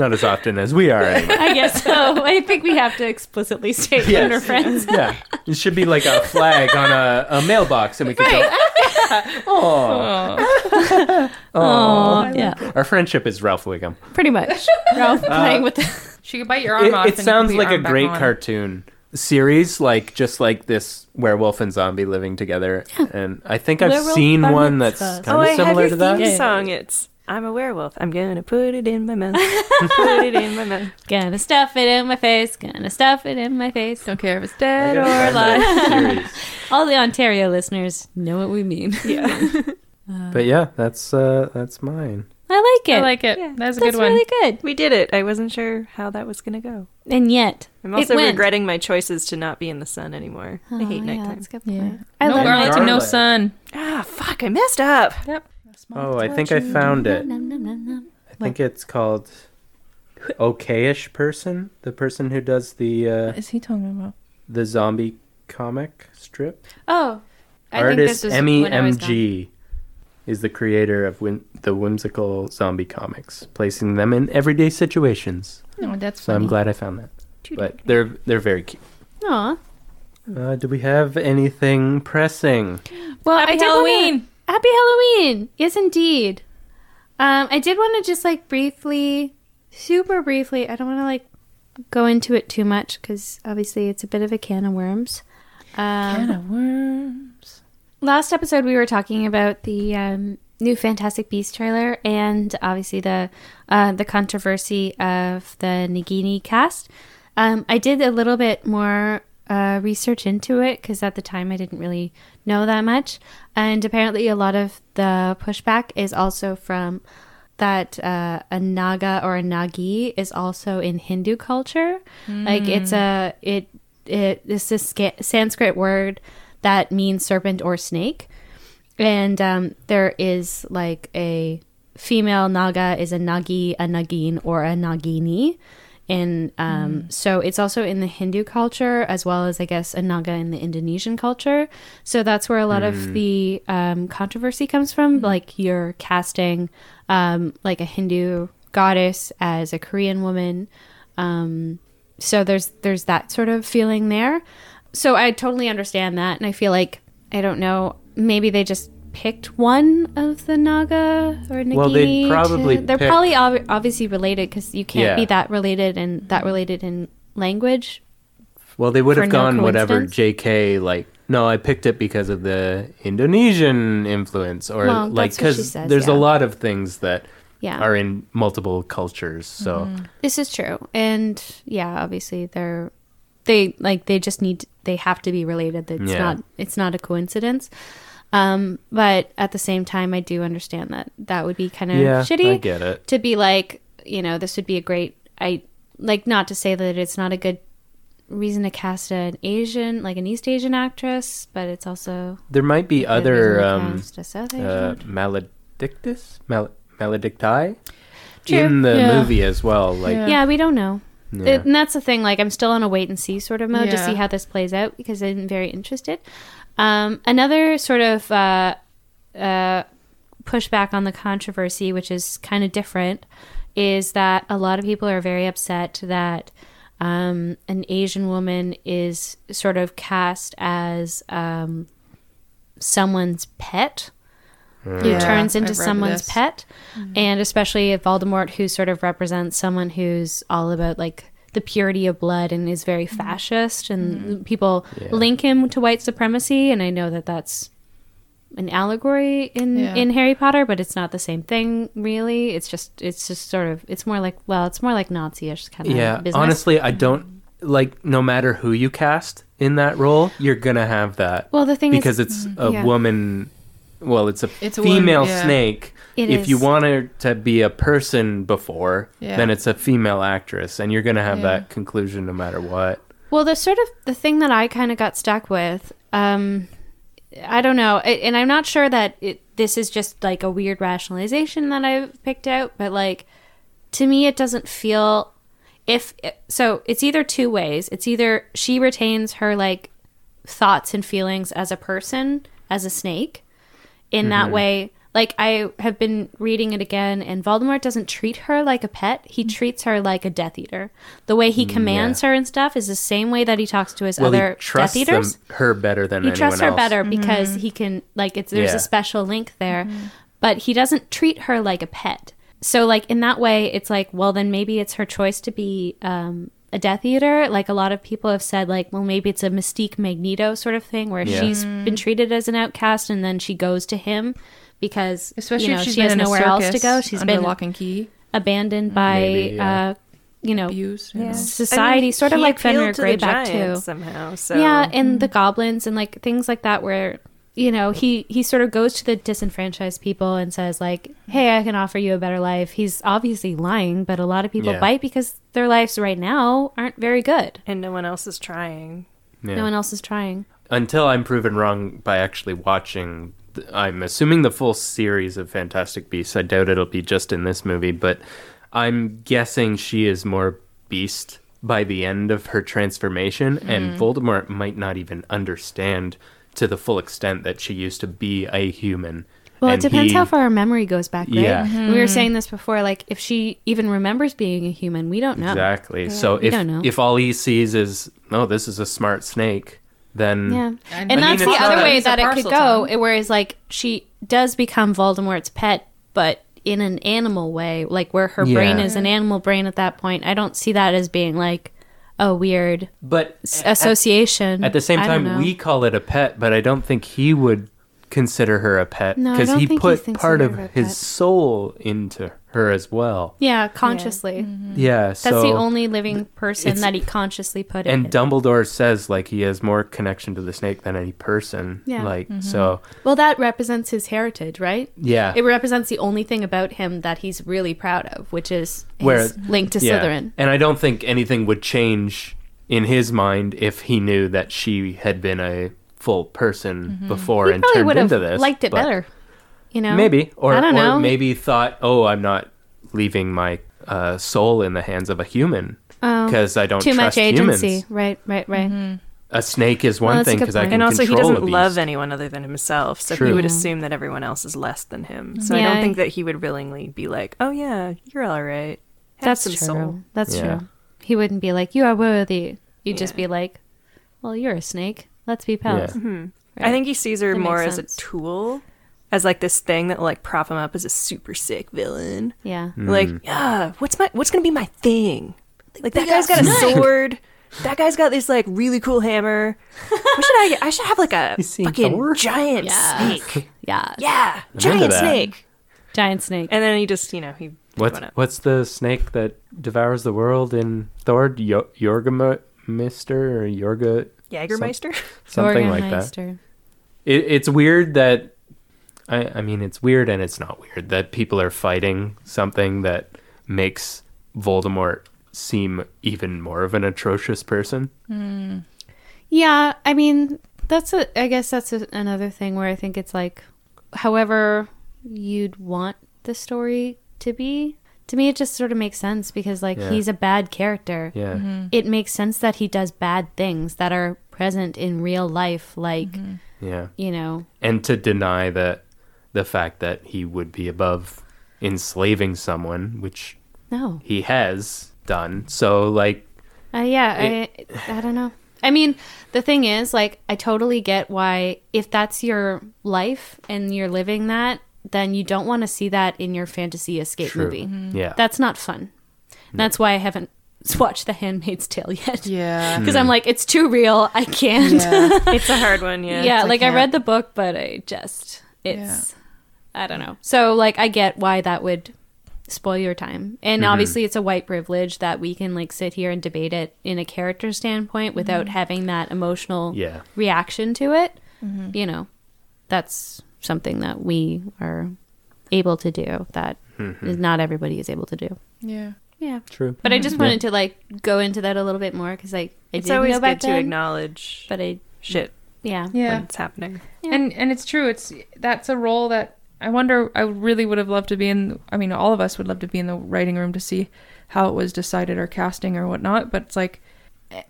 [SPEAKER 5] not as often as we are. Anyway.
[SPEAKER 3] I guess so. I think we have to explicitly state
[SPEAKER 5] Yes.
[SPEAKER 3] that we're friends.
[SPEAKER 5] yeah, it should be like a flag on a, a mailbox, and we could go. Aw.
[SPEAKER 3] Oh, yeah.
[SPEAKER 5] Our friendship is Ralph Wiggum.
[SPEAKER 3] Pretty much. Ralph
[SPEAKER 4] Uh,
[SPEAKER 3] playing with the.
[SPEAKER 2] she could bite your arm
[SPEAKER 5] It,
[SPEAKER 2] off.
[SPEAKER 5] it
[SPEAKER 2] and
[SPEAKER 5] sounds
[SPEAKER 2] put your
[SPEAKER 5] like a
[SPEAKER 2] arm back
[SPEAKER 5] great
[SPEAKER 2] on.
[SPEAKER 5] cartoon series, like just like this werewolf and zombie living together. And I think I've
[SPEAKER 3] Werewolf
[SPEAKER 5] seen
[SPEAKER 3] Bar
[SPEAKER 5] one that's
[SPEAKER 3] Mitzvah.
[SPEAKER 5] kind
[SPEAKER 4] Oh,
[SPEAKER 5] of
[SPEAKER 4] I have
[SPEAKER 5] similar
[SPEAKER 4] your
[SPEAKER 5] to
[SPEAKER 4] theme
[SPEAKER 5] that.
[SPEAKER 4] song. It's I'm a werewolf. I'm gonna put it in my mouth. put it in my mouth.
[SPEAKER 3] Gonna stuff it in my face. Gonna stuff it in my face.
[SPEAKER 2] Don't care if it's dead or
[SPEAKER 5] And the series.
[SPEAKER 3] All the Ontario listeners know what we mean.
[SPEAKER 5] But yeah, that's uh, that's mine.
[SPEAKER 3] I like
[SPEAKER 2] I
[SPEAKER 3] it.
[SPEAKER 2] like it. That was a
[SPEAKER 3] That's
[SPEAKER 2] good one.
[SPEAKER 3] really good.
[SPEAKER 4] We did it. I wasn't sure how that was gonna go.
[SPEAKER 3] And yet,
[SPEAKER 4] I'm
[SPEAKER 3] it
[SPEAKER 4] also
[SPEAKER 3] went.
[SPEAKER 4] regretting my choices to not be in the sun anymore. I hate
[SPEAKER 3] Oh, yeah,
[SPEAKER 4] nighttime.
[SPEAKER 3] that's a good
[SPEAKER 2] Yeah.
[SPEAKER 3] point. I
[SPEAKER 2] no
[SPEAKER 3] love
[SPEAKER 2] garlic
[SPEAKER 3] it.
[SPEAKER 2] and no
[SPEAKER 5] Garlic.
[SPEAKER 2] sun.
[SPEAKER 4] Ah, fuck! I messed up.
[SPEAKER 5] Oh, I think I found it.
[SPEAKER 3] Nom, nom, nom, nom.
[SPEAKER 5] I think it's called Okayish person, the person who does the uh,
[SPEAKER 2] What is he talking about?
[SPEAKER 5] the zombie comic strip.
[SPEAKER 3] Oh, I think this
[SPEAKER 5] Artist
[SPEAKER 3] was
[SPEAKER 5] Emmy
[SPEAKER 3] when I was
[SPEAKER 5] MG is the creator of win- the whimsical zombie comics, placing them in everyday situations.
[SPEAKER 2] No, Oh, that's
[SPEAKER 5] So
[SPEAKER 2] funny.
[SPEAKER 5] I'm glad I found that. But they're they're very cute.
[SPEAKER 3] gone. Aw.
[SPEAKER 5] Uh, do we have anything pressing?
[SPEAKER 3] Well,
[SPEAKER 2] Happy
[SPEAKER 3] I did wanna-
[SPEAKER 2] Halloween!
[SPEAKER 3] Happy Halloween! Yes, indeed. Um, I did want to just like briefly, super briefly. I don't want to like go into it too much because obviously it's a bit of a can of worms. Um,
[SPEAKER 2] Can of worms.
[SPEAKER 3] last episode we were talking about the um, new Fantastic Beasts trailer and obviously the uh, the controversy of the Nagini cast. Um, I did a little bit more uh, research into it because at the time I didn't really know that much, and apparently a lot of the pushback is also from that uh, a naga or a nagi is also in Hindu culture. Like it's a it it this is sca- Sanskrit word that means serpent or snake, and um, there is like a female naga is a nagi, a nagin, or a nagini. And um, so it's also in the Hindu culture as well as I guess a naga in the Indonesian culture. So that's where a lot of the um, controversy comes from. Like you're casting um, like a Hindu goddess as a Korean woman. Um, so there's there's that sort of feeling there. So I totally understand that, and I feel like I don't know. Maybe they just picked one of the Naga or Nagini.
[SPEAKER 5] Well, they'd probably
[SPEAKER 3] to- they're
[SPEAKER 5] pick-
[SPEAKER 3] probably ob- obviously related because you can't
[SPEAKER 5] Yeah.
[SPEAKER 3] be that related and that related in language.
[SPEAKER 5] Well, they would
[SPEAKER 3] For
[SPEAKER 5] have
[SPEAKER 3] no
[SPEAKER 5] gone whatever
[SPEAKER 3] coincidence?
[SPEAKER 5] JK like. No, I picked it because of the Indonesian influence, or
[SPEAKER 3] Well,
[SPEAKER 5] like
[SPEAKER 3] that's what she
[SPEAKER 5] because
[SPEAKER 3] says,
[SPEAKER 5] there's
[SPEAKER 3] yeah.
[SPEAKER 5] a lot of things that
[SPEAKER 3] Yeah, Mm-hmm.
[SPEAKER 5] are in multiple cultures. So
[SPEAKER 3] this is true, and yeah, obviously they're they like they just need they have to be related. It's
[SPEAKER 5] Yeah.
[SPEAKER 3] not it's not a coincidence. Um, but at the same time, I do understand that that would be kind of
[SPEAKER 5] yeah,
[SPEAKER 3] shitty.
[SPEAKER 5] I get it.
[SPEAKER 3] to be like, you know, this would be a great I like not to say that it's not a good reason to cast an Asian, like an East Asian actress, but it's also
[SPEAKER 5] There might be
[SPEAKER 3] a good reason
[SPEAKER 5] other
[SPEAKER 3] to
[SPEAKER 5] um,
[SPEAKER 3] cast a South
[SPEAKER 5] uh,
[SPEAKER 3] Asian.
[SPEAKER 5] maledictus, Mal- maledicti
[SPEAKER 3] True.
[SPEAKER 5] in the
[SPEAKER 2] Yeah.
[SPEAKER 5] movie as well. Like,
[SPEAKER 2] Yeah.
[SPEAKER 3] yeah, we don't know.
[SPEAKER 5] yeah.
[SPEAKER 3] It, and that's the thing. Like, I'm still on a wait and see sort of mode to
[SPEAKER 2] Yeah.
[SPEAKER 3] see how this plays out because I'm very interested. Um, another sort of uh, uh, pushback on the controversy, which is kind of different, is that a lot of people are very upset that um, an Asian woman is sort of cast as um, someone's pet who
[SPEAKER 2] Yeah,
[SPEAKER 3] turns
[SPEAKER 2] I've
[SPEAKER 3] into
[SPEAKER 2] read
[SPEAKER 3] someone's
[SPEAKER 2] this. Mm-hmm.
[SPEAKER 3] pet, and especially if Voldemort, who sort of represents someone who's all about like the purity of blood and is very
[SPEAKER 2] Mm-hmm.
[SPEAKER 3] fascist, and people link him to white supremacy, and I know that that's an allegory in
[SPEAKER 2] Yeah.
[SPEAKER 3] in Harry Potter, but it's not the same thing really. It's just it's just sort of it's more like well, it's more like Nazi-ish kind
[SPEAKER 5] yeah.
[SPEAKER 3] of business.
[SPEAKER 5] Honestly, I don't like. No matter who you cast in that role, you're gonna have that
[SPEAKER 3] well, the thing
[SPEAKER 5] because
[SPEAKER 3] is,
[SPEAKER 5] it's a
[SPEAKER 3] yeah.
[SPEAKER 5] woman. Well, it's a
[SPEAKER 2] It's a woman,
[SPEAKER 5] female
[SPEAKER 2] yeah.
[SPEAKER 5] snake.
[SPEAKER 3] It
[SPEAKER 5] if you
[SPEAKER 3] is.
[SPEAKER 5] want her to be a person before,
[SPEAKER 2] Yeah.
[SPEAKER 5] then it's a female actress, and you're gonna have
[SPEAKER 2] Yeah.
[SPEAKER 5] that conclusion no matter what.
[SPEAKER 3] Well, the sort of the thing that I kind of got stuck with, um, I don't know, a- and I'm not sure that it, this is just like a weird rationalization that I've picked out, but like to me, it doesn't feel if so. It's either two ways. It's either she retains her like thoughts and feelings as a person, as a snake, in
[SPEAKER 5] Mm-hmm.
[SPEAKER 3] that way. Like I have been reading it again, and Voldemort doesn't treat her like a pet. He
[SPEAKER 5] Mm.
[SPEAKER 3] treats her like a Death Eater. The way he commands her and stuff is the same way that he talks to his
[SPEAKER 5] Well, he
[SPEAKER 3] other Death
[SPEAKER 5] trusts them,
[SPEAKER 3] Eaters.
[SPEAKER 5] her better than
[SPEAKER 3] He
[SPEAKER 5] anyone
[SPEAKER 3] trusts her
[SPEAKER 5] else.
[SPEAKER 3] better because
[SPEAKER 2] Mm-hmm.
[SPEAKER 3] he can like it's there's
[SPEAKER 5] Yeah.
[SPEAKER 3] a special link there, but he doesn't treat her like a pet. So like in that way, it's like well then maybe it's her choice to be um, a Death Eater. Like a lot of people have said, like well maybe it's a Mystique Magneto sort of thing where
[SPEAKER 2] Mm-hmm.
[SPEAKER 5] Yeah.
[SPEAKER 3] she's been treated as an outcast and then she goes to him because
[SPEAKER 2] Especially
[SPEAKER 3] you know,
[SPEAKER 2] if she's
[SPEAKER 3] she
[SPEAKER 2] been
[SPEAKER 3] has
[SPEAKER 2] in a
[SPEAKER 3] nowhere else to
[SPEAKER 2] circus
[SPEAKER 3] go. She's
[SPEAKER 2] under
[SPEAKER 3] been
[SPEAKER 2] lock and key,
[SPEAKER 3] abandoned by
[SPEAKER 5] Maybe, yeah.
[SPEAKER 3] uh, you know
[SPEAKER 2] abused. you know.
[SPEAKER 3] society, sort of
[SPEAKER 4] he
[SPEAKER 3] like Fenrir
[SPEAKER 4] appealed to the
[SPEAKER 3] Greyback
[SPEAKER 4] giants
[SPEAKER 3] too.
[SPEAKER 4] somehow. So
[SPEAKER 3] Yeah, and
[SPEAKER 5] mm-hmm.
[SPEAKER 3] the goblins and like things like that where you know he he sort of goes to the disenfranchised people and says like hey i can offer you a better life he's obviously lying but a lot of people
[SPEAKER 5] Yeah.
[SPEAKER 3] bite because their lives right now aren't very good
[SPEAKER 4] and no one else is trying.
[SPEAKER 5] Yeah.
[SPEAKER 3] no one else is trying
[SPEAKER 5] until I'm proven wrong by actually watching. th- I'm assuming the full series of Fantastic Beasts. I doubt it'll be just in this movie, but I'm guessing she is more beast by the end of her transformation,
[SPEAKER 3] Mm-hmm.
[SPEAKER 5] and Voldemort might not even understand to the full extent that she used to be a human.
[SPEAKER 3] Well,
[SPEAKER 5] And
[SPEAKER 3] it depends
[SPEAKER 5] he-
[SPEAKER 3] how far our memory goes back, right?
[SPEAKER 5] Yeah.
[SPEAKER 3] We were saying this before, like if she even remembers being a human, we don't know.
[SPEAKER 5] Exactly. So if
[SPEAKER 3] don't know.
[SPEAKER 5] if all he sees is oh, this is a smart snake, then
[SPEAKER 3] Yeah. And,
[SPEAKER 5] mean,
[SPEAKER 3] that's
[SPEAKER 5] it's
[SPEAKER 3] the
[SPEAKER 5] not
[SPEAKER 3] other
[SPEAKER 5] a-
[SPEAKER 3] way
[SPEAKER 2] it's a
[SPEAKER 3] that it could
[SPEAKER 2] parcel
[SPEAKER 3] go,
[SPEAKER 2] tongue.
[SPEAKER 3] it- whereas like she does become Voldemort's pet, but in an animal way, like where her brain
[SPEAKER 5] Yeah.
[SPEAKER 3] is an animal brain at that point. I don't see that as being like a weird
[SPEAKER 5] but
[SPEAKER 3] s- association.
[SPEAKER 5] At the same
[SPEAKER 3] I don't
[SPEAKER 5] time,
[SPEAKER 3] know.
[SPEAKER 5] we call it a pet, but I don't think he would consider her a pet
[SPEAKER 3] No, I
[SPEAKER 5] because
[SPEAKER 3] don't
[SPEAKER 5] he
[SPEAKER 3] think he
[SPEAKER 5] put
[SPEAKER 3] thinks
[SPEAKER 5] part
[SPEAKER 3] of
[SPEAKER 5] of
[SPEAKER 3] her a
[SPEAKER 5] his
[SPEAKER 3] pet.
[SPEAKER 5] soul into her as well.
[SPEAKER 3] Yeah, consciously. Mm.
[SPEAKER 5] Yeah,
[SPEAKER 3] That's
[SPEAKER 5] so
[SPEAKER 3] the only living person
[SPEAKER 5] it's-
[SPEAKER 3] that he consciously put in.
[SPEAKER 5] and Dumbledore says like he has more connection to the snake than any person.
[SPEAKER 3] Yeah.
[SPEAKER 5] like so.
[SPEAKER 3] Well, that represents his heritage, right?
[SPEAKER 5] Yeah,
[SPEAKER 3] It represents the only thing about him that he's really proud of, which is his
[SPEAKER 5] Where-
[SPEAKER 3] link to
[SPEAKER 5] yeah.
[SPEAKER 3] Slytherin.
[SPEAKER 5] And I don't think anything would change in his mind if he knew that she had been a full person before
[SPEAKER 3] Mm-hmm. He
[SPEAKER 5] and
[SPEAKER 3] probably
[SPEAKER 5] turned
[SPEAKER 3] would have
[SPEAKER 5] into this.
[SPEAKER 3] liked it
[SPEAKER 5] but-
[SPEAKER 3] better, you know.
[SPEAKER 5] Maybe, or,
[SPEAKER 3] I don't
[SPEAKER 5] or
[SPEAKER 3] know.
[SPEAKER 5] maybe thought, oh, I'm not leaving my uh, soul in the hands of a human because I don't
[SPEAKER 3] Oh, Um, too much
[SPEAKER 5] trust
[SPEAKER 3] agency.
[SPEAKER 5] humans.
[SPEAKER 3] Right, right, right.
[SPEAKER 5] A snake is one
[SPEAKER 3] Well, that's a
[SPEAKER 5] thing
[SPEAKER 3] good
[SPEAKER 5] because I
[SPEAKER 3] point.
[SPEAKER 5] can
[SPEAKER 4] And also, he
[SPEAKER 5] control a
[SPEAKER 4] doesn't
[SPEAKER 5] beast.
[SPEAKER 4] love anyone other than himself, so
[SPEAKER 5] True.
[SPEAKER 4] he would assume that everyone else is less than him. So
[SPEAKER 3] Yeah,
[SPEAKER 4] I
[SPEAKER 3] I-
[SPEAKER 4] don't think that he would willingly be like, "Oh yeah, you're all right." Have
[SPEAKER 3] That's
[SPEAKER 4] some
[SPEAKER 3] true.
[SPEAKER 4] soul."
[SPEAKER 3] That's
[SPEAKER 5] Yeah.
[SPEAKER 3] true. He wouldn't be like, "You are worthy." You'd just be like, "Well, you're a snake. Let's be pals."
[SPEAKER 5] Yeah.
[SPEAKER 3] Right.
[SPEAKER 4] I think he sees her
[SPEAKER 3] That makes
[SPEAKER 4] more as a
[SPEAKER 3] sense.
[SPEAKER 4] tool, as like this thing that will like prop him up as a super sick villain.
[SPEAKER 3] Yeah.
[SPEAKER 5] Mm. Mm-hmm.
[SPEAKER 4] Like, yeah, what's my what's gonna be my thing? Like that guy's got a sword. That guy's got this like really cool hammer. What should I? Get? I should have like a
[SPEAKER 5] seen
[SPEAKER 4] fucking
[SPEAKER 5] Thor?
[SPEAKER 4] giant
[SPEAKER 3] Yeah.
[SPEAKER 4] snake.
[SPEAKER 3] Yeah.
[SPEAKER 4] Yeah,
[SPEAKER 5] into
[SPEAKER 4] giant
[SPEAKER 5] that.
[SPEAKER 4] snake.
[SPEAKER 3] Giant snake.
[SPEAKER 4] And then he just, you know, he
[SPEAKER 5] What's,
[SPEAKER 4] went up.
[SPEAKER 5] what's the snake that devours the world in Thor? Yo- Jorgamister or Yorga?
[SPEAKER 4] Jägermeister.
[SPEAKER 5] Something like that.
[SPEAKER 3] Jorgenmeister.
[SPEAKER 5] it, it's weird that I, I mean it's weird and it's not weird that people are fighting something that makes Voldemort seem even more of an atrocious person.
[SPEAKER 3] Yeah, I mean, that's a. I guess that's a, another thing where I think it's like, however you'd want the story to be. To me, it just sort of makes sense because like
[SPEAKER 5] Yeah.
[SPEAKER 3] he's a bad character.
[SPEAKER 5] Yeah.
[SPEAKER 3] Mm-hmm. It makes sense that he does bad things that are present in real life, like
[SPEAKER 5] Yeah.
[SPEAKER 3] you know,
[SPEAKER 5] And to deny that the fact that he would be above enslaving someone, which
[SPEAKER 3] no,
[SPEAKER 5] he has done. So like
[SPEAKER 3] Uh, yeah, I, I don't know. I mean, the thing is, like, I totally get why if that's your life and you're living that, then you don't want to see that in your fantasy escape
[SPEAKER 5] True. Mm-hmm.
[SPEAKER 3] movie.
[SPEAKER 5] yeah.
[SPEAKER 3] That's not fun. And That's why I haven't watched The Handmaid's Tale yet.
[SPEAKER 2] yeah.
[SPEAKER 3] Because I'm like, it's too real. I can't. Yeah,
[SPEAKER 4] It's a hard one, yeah.
[SPEAKER 3] like I
[SPEAKER 2] can't.
[SPEAKER 3] read the book, but I just, it's, I don't know. So, like, I get why that would spoil your time. And obviously, it's a white privilege that we can, like, sit here and debate it in a character standpoint without having that emotional
[SPEAKER 5] yeah.
[SPEAKER 3] reaction to it.
[SPEAKER 4] Mm-hmm.
[SPEAKER 3] You know, that's something that we are able to do that not everybody is able to do.
[SPEAKER 2] yeah.
[SPEAKER 3] Yeah.
[SPEAKER 5] True.
[SPEAKER 3] But I just wanted to like go into that a little bit more because like I
[SPEAKER 4] Mm-hmm. It's
[SPEAKER 3] didn't
[SPEAKER 4] always
[SPEAKER 3] know back
[SPEAKER 4] good to
[SPEAKER 3] then,
[SPEAKER 4] acknowledge
[SPEAKER 3] But I
[SPEAKER 4] shit
[SPEAKER 3] yeah
[SPEAKER 2] Yeah.
[SPEAKER 4] when it's happening.
[SPEAKER 2] and and it's true it's that's a role that i wonder i really would have loved to be in i mean all of us would love to be in the writing room to see how it was decided or casting or whatnot but it's like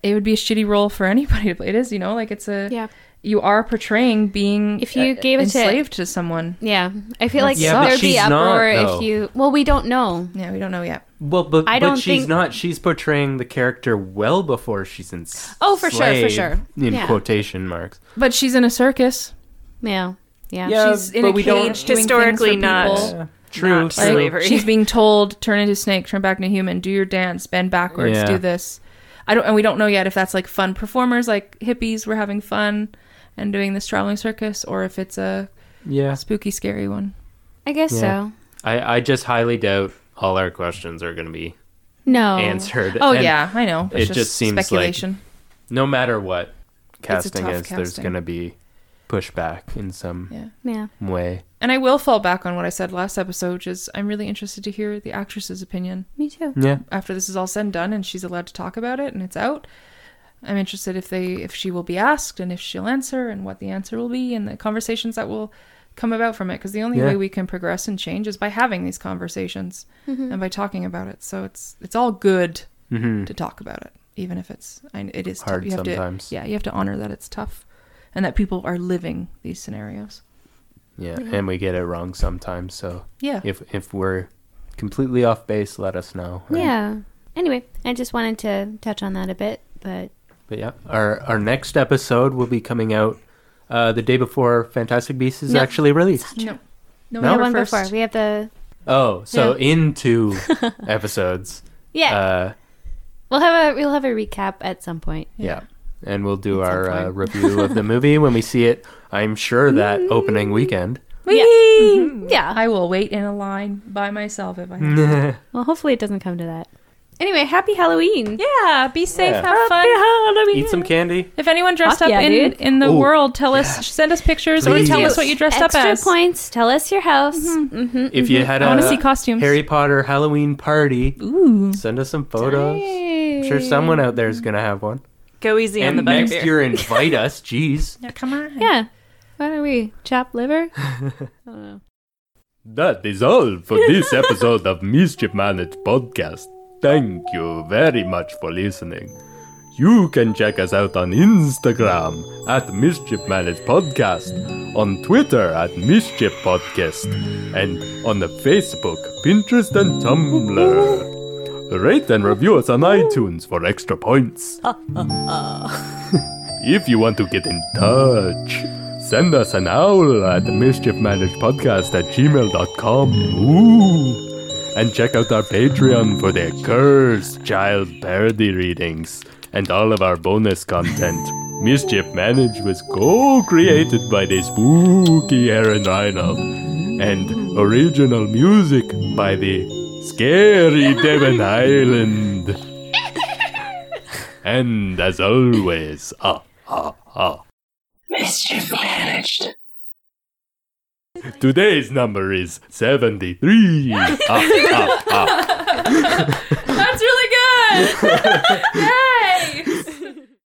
[SPEAKER 2] it would be a shitty role for anybody to play it is you know like it's a
[SPEAKER 3] Yeah.
[SPEAKER 2] you are portraying being
[SPEAKER 3] If you
[SPEAKER 2] uh,
[SPEAKER 3] gave it to-
[SPEAKER 2] enslaved to someone
[SPEAKER 3] yeah. I feel like
[SPEAKER 5] Yeah, but
[SPEAKER 3] there'd be
[SPEAKER 5] she's not,
[SPEAKER 3] uproar if
[SPEAKER 5] though.
[SPEAKER 3] you. Well, we don't know.
[SPEAKER 2] yeah we don't know yet
[SPEAKER 5] Well, but,
[SPEAKER 3] I
[SPEAKER 5] but
[SPEAKER 3] don't
[SPEAKER 5] she's
[SPEAKER 3] think-
[SPEAKER 5] not. She's portraying the character well before she's in.
[SPEAKER 3] Oh, for sure, for sure.
[SPEAKER 5] In
[SPEAKER 3] Yeah.
[SPEAKER 5] quotation marks.
[SPEAKER 2] but she's in a circus
[SPEAKER 3] Yeah, yeah.
[SPEAKER 4] Uh,
[SPEAKER 2] she's in a cage doing
[SPEAKER 4] historically
[SPEAKER 2] things for
[SPEAKER 4] not.
[SPEAKER 2] people.
[SPEAKER 5] Yeah. True.
[SPEAKER 4] Not
[SPEAKER 5] true.
[SPEAKER 4] slavery.
[SPEAKER 2] She's being told, turn into a snake, turn back into human, do your dance, bend backwards,
[SPEAKER 5] Yeah.
[SPEAKER 2] do this. I don't, and we don't know yet if that's like fun performers, like hippies, were having fun and doing this traveling circus, or if it's a
[SPEAKER 5] Yeah.
[SPEAKER 2] spooky, scary one.
[SPEAKER 3] I guess so.
[SPEAKER 5] I, I just highly doubt all our questions are going to be
[SPEAKER 3] No.
[SPEAKER 5] answered.
[SPEAKER 2] Oh
[SPEAKER 5] And
[SPEAKER 2] yeah, I know. It's
[SPEAKER 5] it just seems like-
[SPEAKER 2] speculation.
[SPEAKER 5] No matter what casting
[SPEAKER 2] tough
[SPEAKER 5] is, there's
[SPEAKER 2] casting.
[SPEAKER 5] going to be pushback in some
[SPEAKER 2] Yeah.
[SPEAKER 3] Yeah.
[SPEAKER 5] way.
[SPEAKER 2] And I will fall back on what I said last episode, which is I'm really interested to hear the actress's opinion
[SPEAKER 3] Me too.
[SPEAKER 5] Yeah.
[SPEAKER 2] after this is all said and done and she's allowed to talk about it and it's out. I'm interested if they if she will be asked and if she'll answer and what the answer will be and the conversations that will come about from it because the only
[SPEAKER 5] Yeah.
[SPEAKER 2] way we can progress and change is by having these conversations and by talking about it. So it's it's all good to talk about it even if it's I, it is
[SPEAKER 5] Mm-hmm. Hard
[SPEAKER 2] tough. You have
[SPEAKER 5] sometimes.
[SPEAKER 2] To, yeah, you have to honor that it's tough and that people are living these scenarios.
[SPEAKER 5] yeah. And we get it wrong sometimes. So
[SPEAKER 2] Yeah.
[SPEAKER 5] if, if we're completely off base, let us know. right?
[SPEAKER 3] Yeah. Anyway, I just wanted to touch on that a bit, but
[SPEAKER 5] But yeah, our our next episode will be coming out uh, the day before Fantastic Beasts is
[SPEAKER 3] No.
[SPEAKER 5] actually released.
[SPEAKER 2] No.
[SPEAKER 3] the
[SPEAKER 5] No?
[SPEAKER 2] November
[SPEAKER 3] one
[SPEAKER 2] 1st.
[SPEAKER 3] before we have the
[SPEAKER 5] Oh, so
[SPEAKER 3] Yeah.
[SPEAKER 5] in two episodes.
[SPEAKER 3] yeah.
[SPEAKER 5] Uh,
[SPEAKER 3] we'll have a we'll have a recap at some point.
[SPEAKER 5] yeah. And we'll do
[SPEAKER 2] At some
[SPEAKER 5] our uh,
[SPEAKER 2] point.
[SPEAKER 5] review of the movie when we see it. I'm sure that opening weekend.
[SPEAKER 3] Yeah.
[SPEAKER 2] I will wait in a line by myself if I have to.
[SPEAKER 3] Well, hopefully it doesn't come to that. Anyway, happy Halloween.
[SPEAKER 2] Yeah, be safe,
[SPEAKER 5] Yeah.
[SPEAKER 2] have fun.
[SPEAKER 5] Eat some candy.
[SPEAKER 2] If anyone dressed
[SPEAKER 3] Fuck
[SPEAKER 2] up
[SPEAKER 3] yeah,
[SPEAKER 2] in,
[SPEAKER 3] dude.
[SPEAKER 2] in the
[SPEAKER 5] Ooh,
[SPEAKER 2] world, tell us, send us pictures or
[SPEAKER 5] Please.
[SPEAKER 2] tell us what you dressed
[SPEAKER 3] Extra
[SPEAKER 2] up as. Mm-hmm.
[SPEAKER 3] points. Tell us your house. Mm-hmm.
[SPEAKER 5] If you had
[SPEAKER 2] I want to
[SPEAKER 5] a
[SPEAKER 2] see costumes.
[SPEAKER 5] uh, Harry Potter Halloween party, send us some photos. I'm sure someone out there is going to have one.
[SPEAKER 4] Go easy on the
[SPEAKER 5] and next
[SPEAKER 4] butterbeer.
[SPEAKER 5] year, invite us. Jeez.
[SPEAKER 2] Yeah, come on.
[SPEAKER 3] Yeah. Why don't we chop liver?
[SPEAKER 5] That is all for this episode of Mischief Managed Podcast. Thank you very much for listening. You can check us out on Instagram at Mischief Managed Podcast, on Twitter at Mischief Podcast, and on the Facebook, Pinterest, and Tumblr. Rate and review us on iTunes for extra points. If you want to get in touch, send us an owl at mischiefmanagedpodcast at gmail.com. Ooh. And check out our Patreon for the cursed child parody readings and all of our bonus content. Mischief Managed was co-created by the spooky Aaron Reinald and original music by the scary Devon Island. And as always, ah, ah, ah. Mischief managed. Today's number is 73. ah, ah, ah.
[SPEAKER 2] That's really good.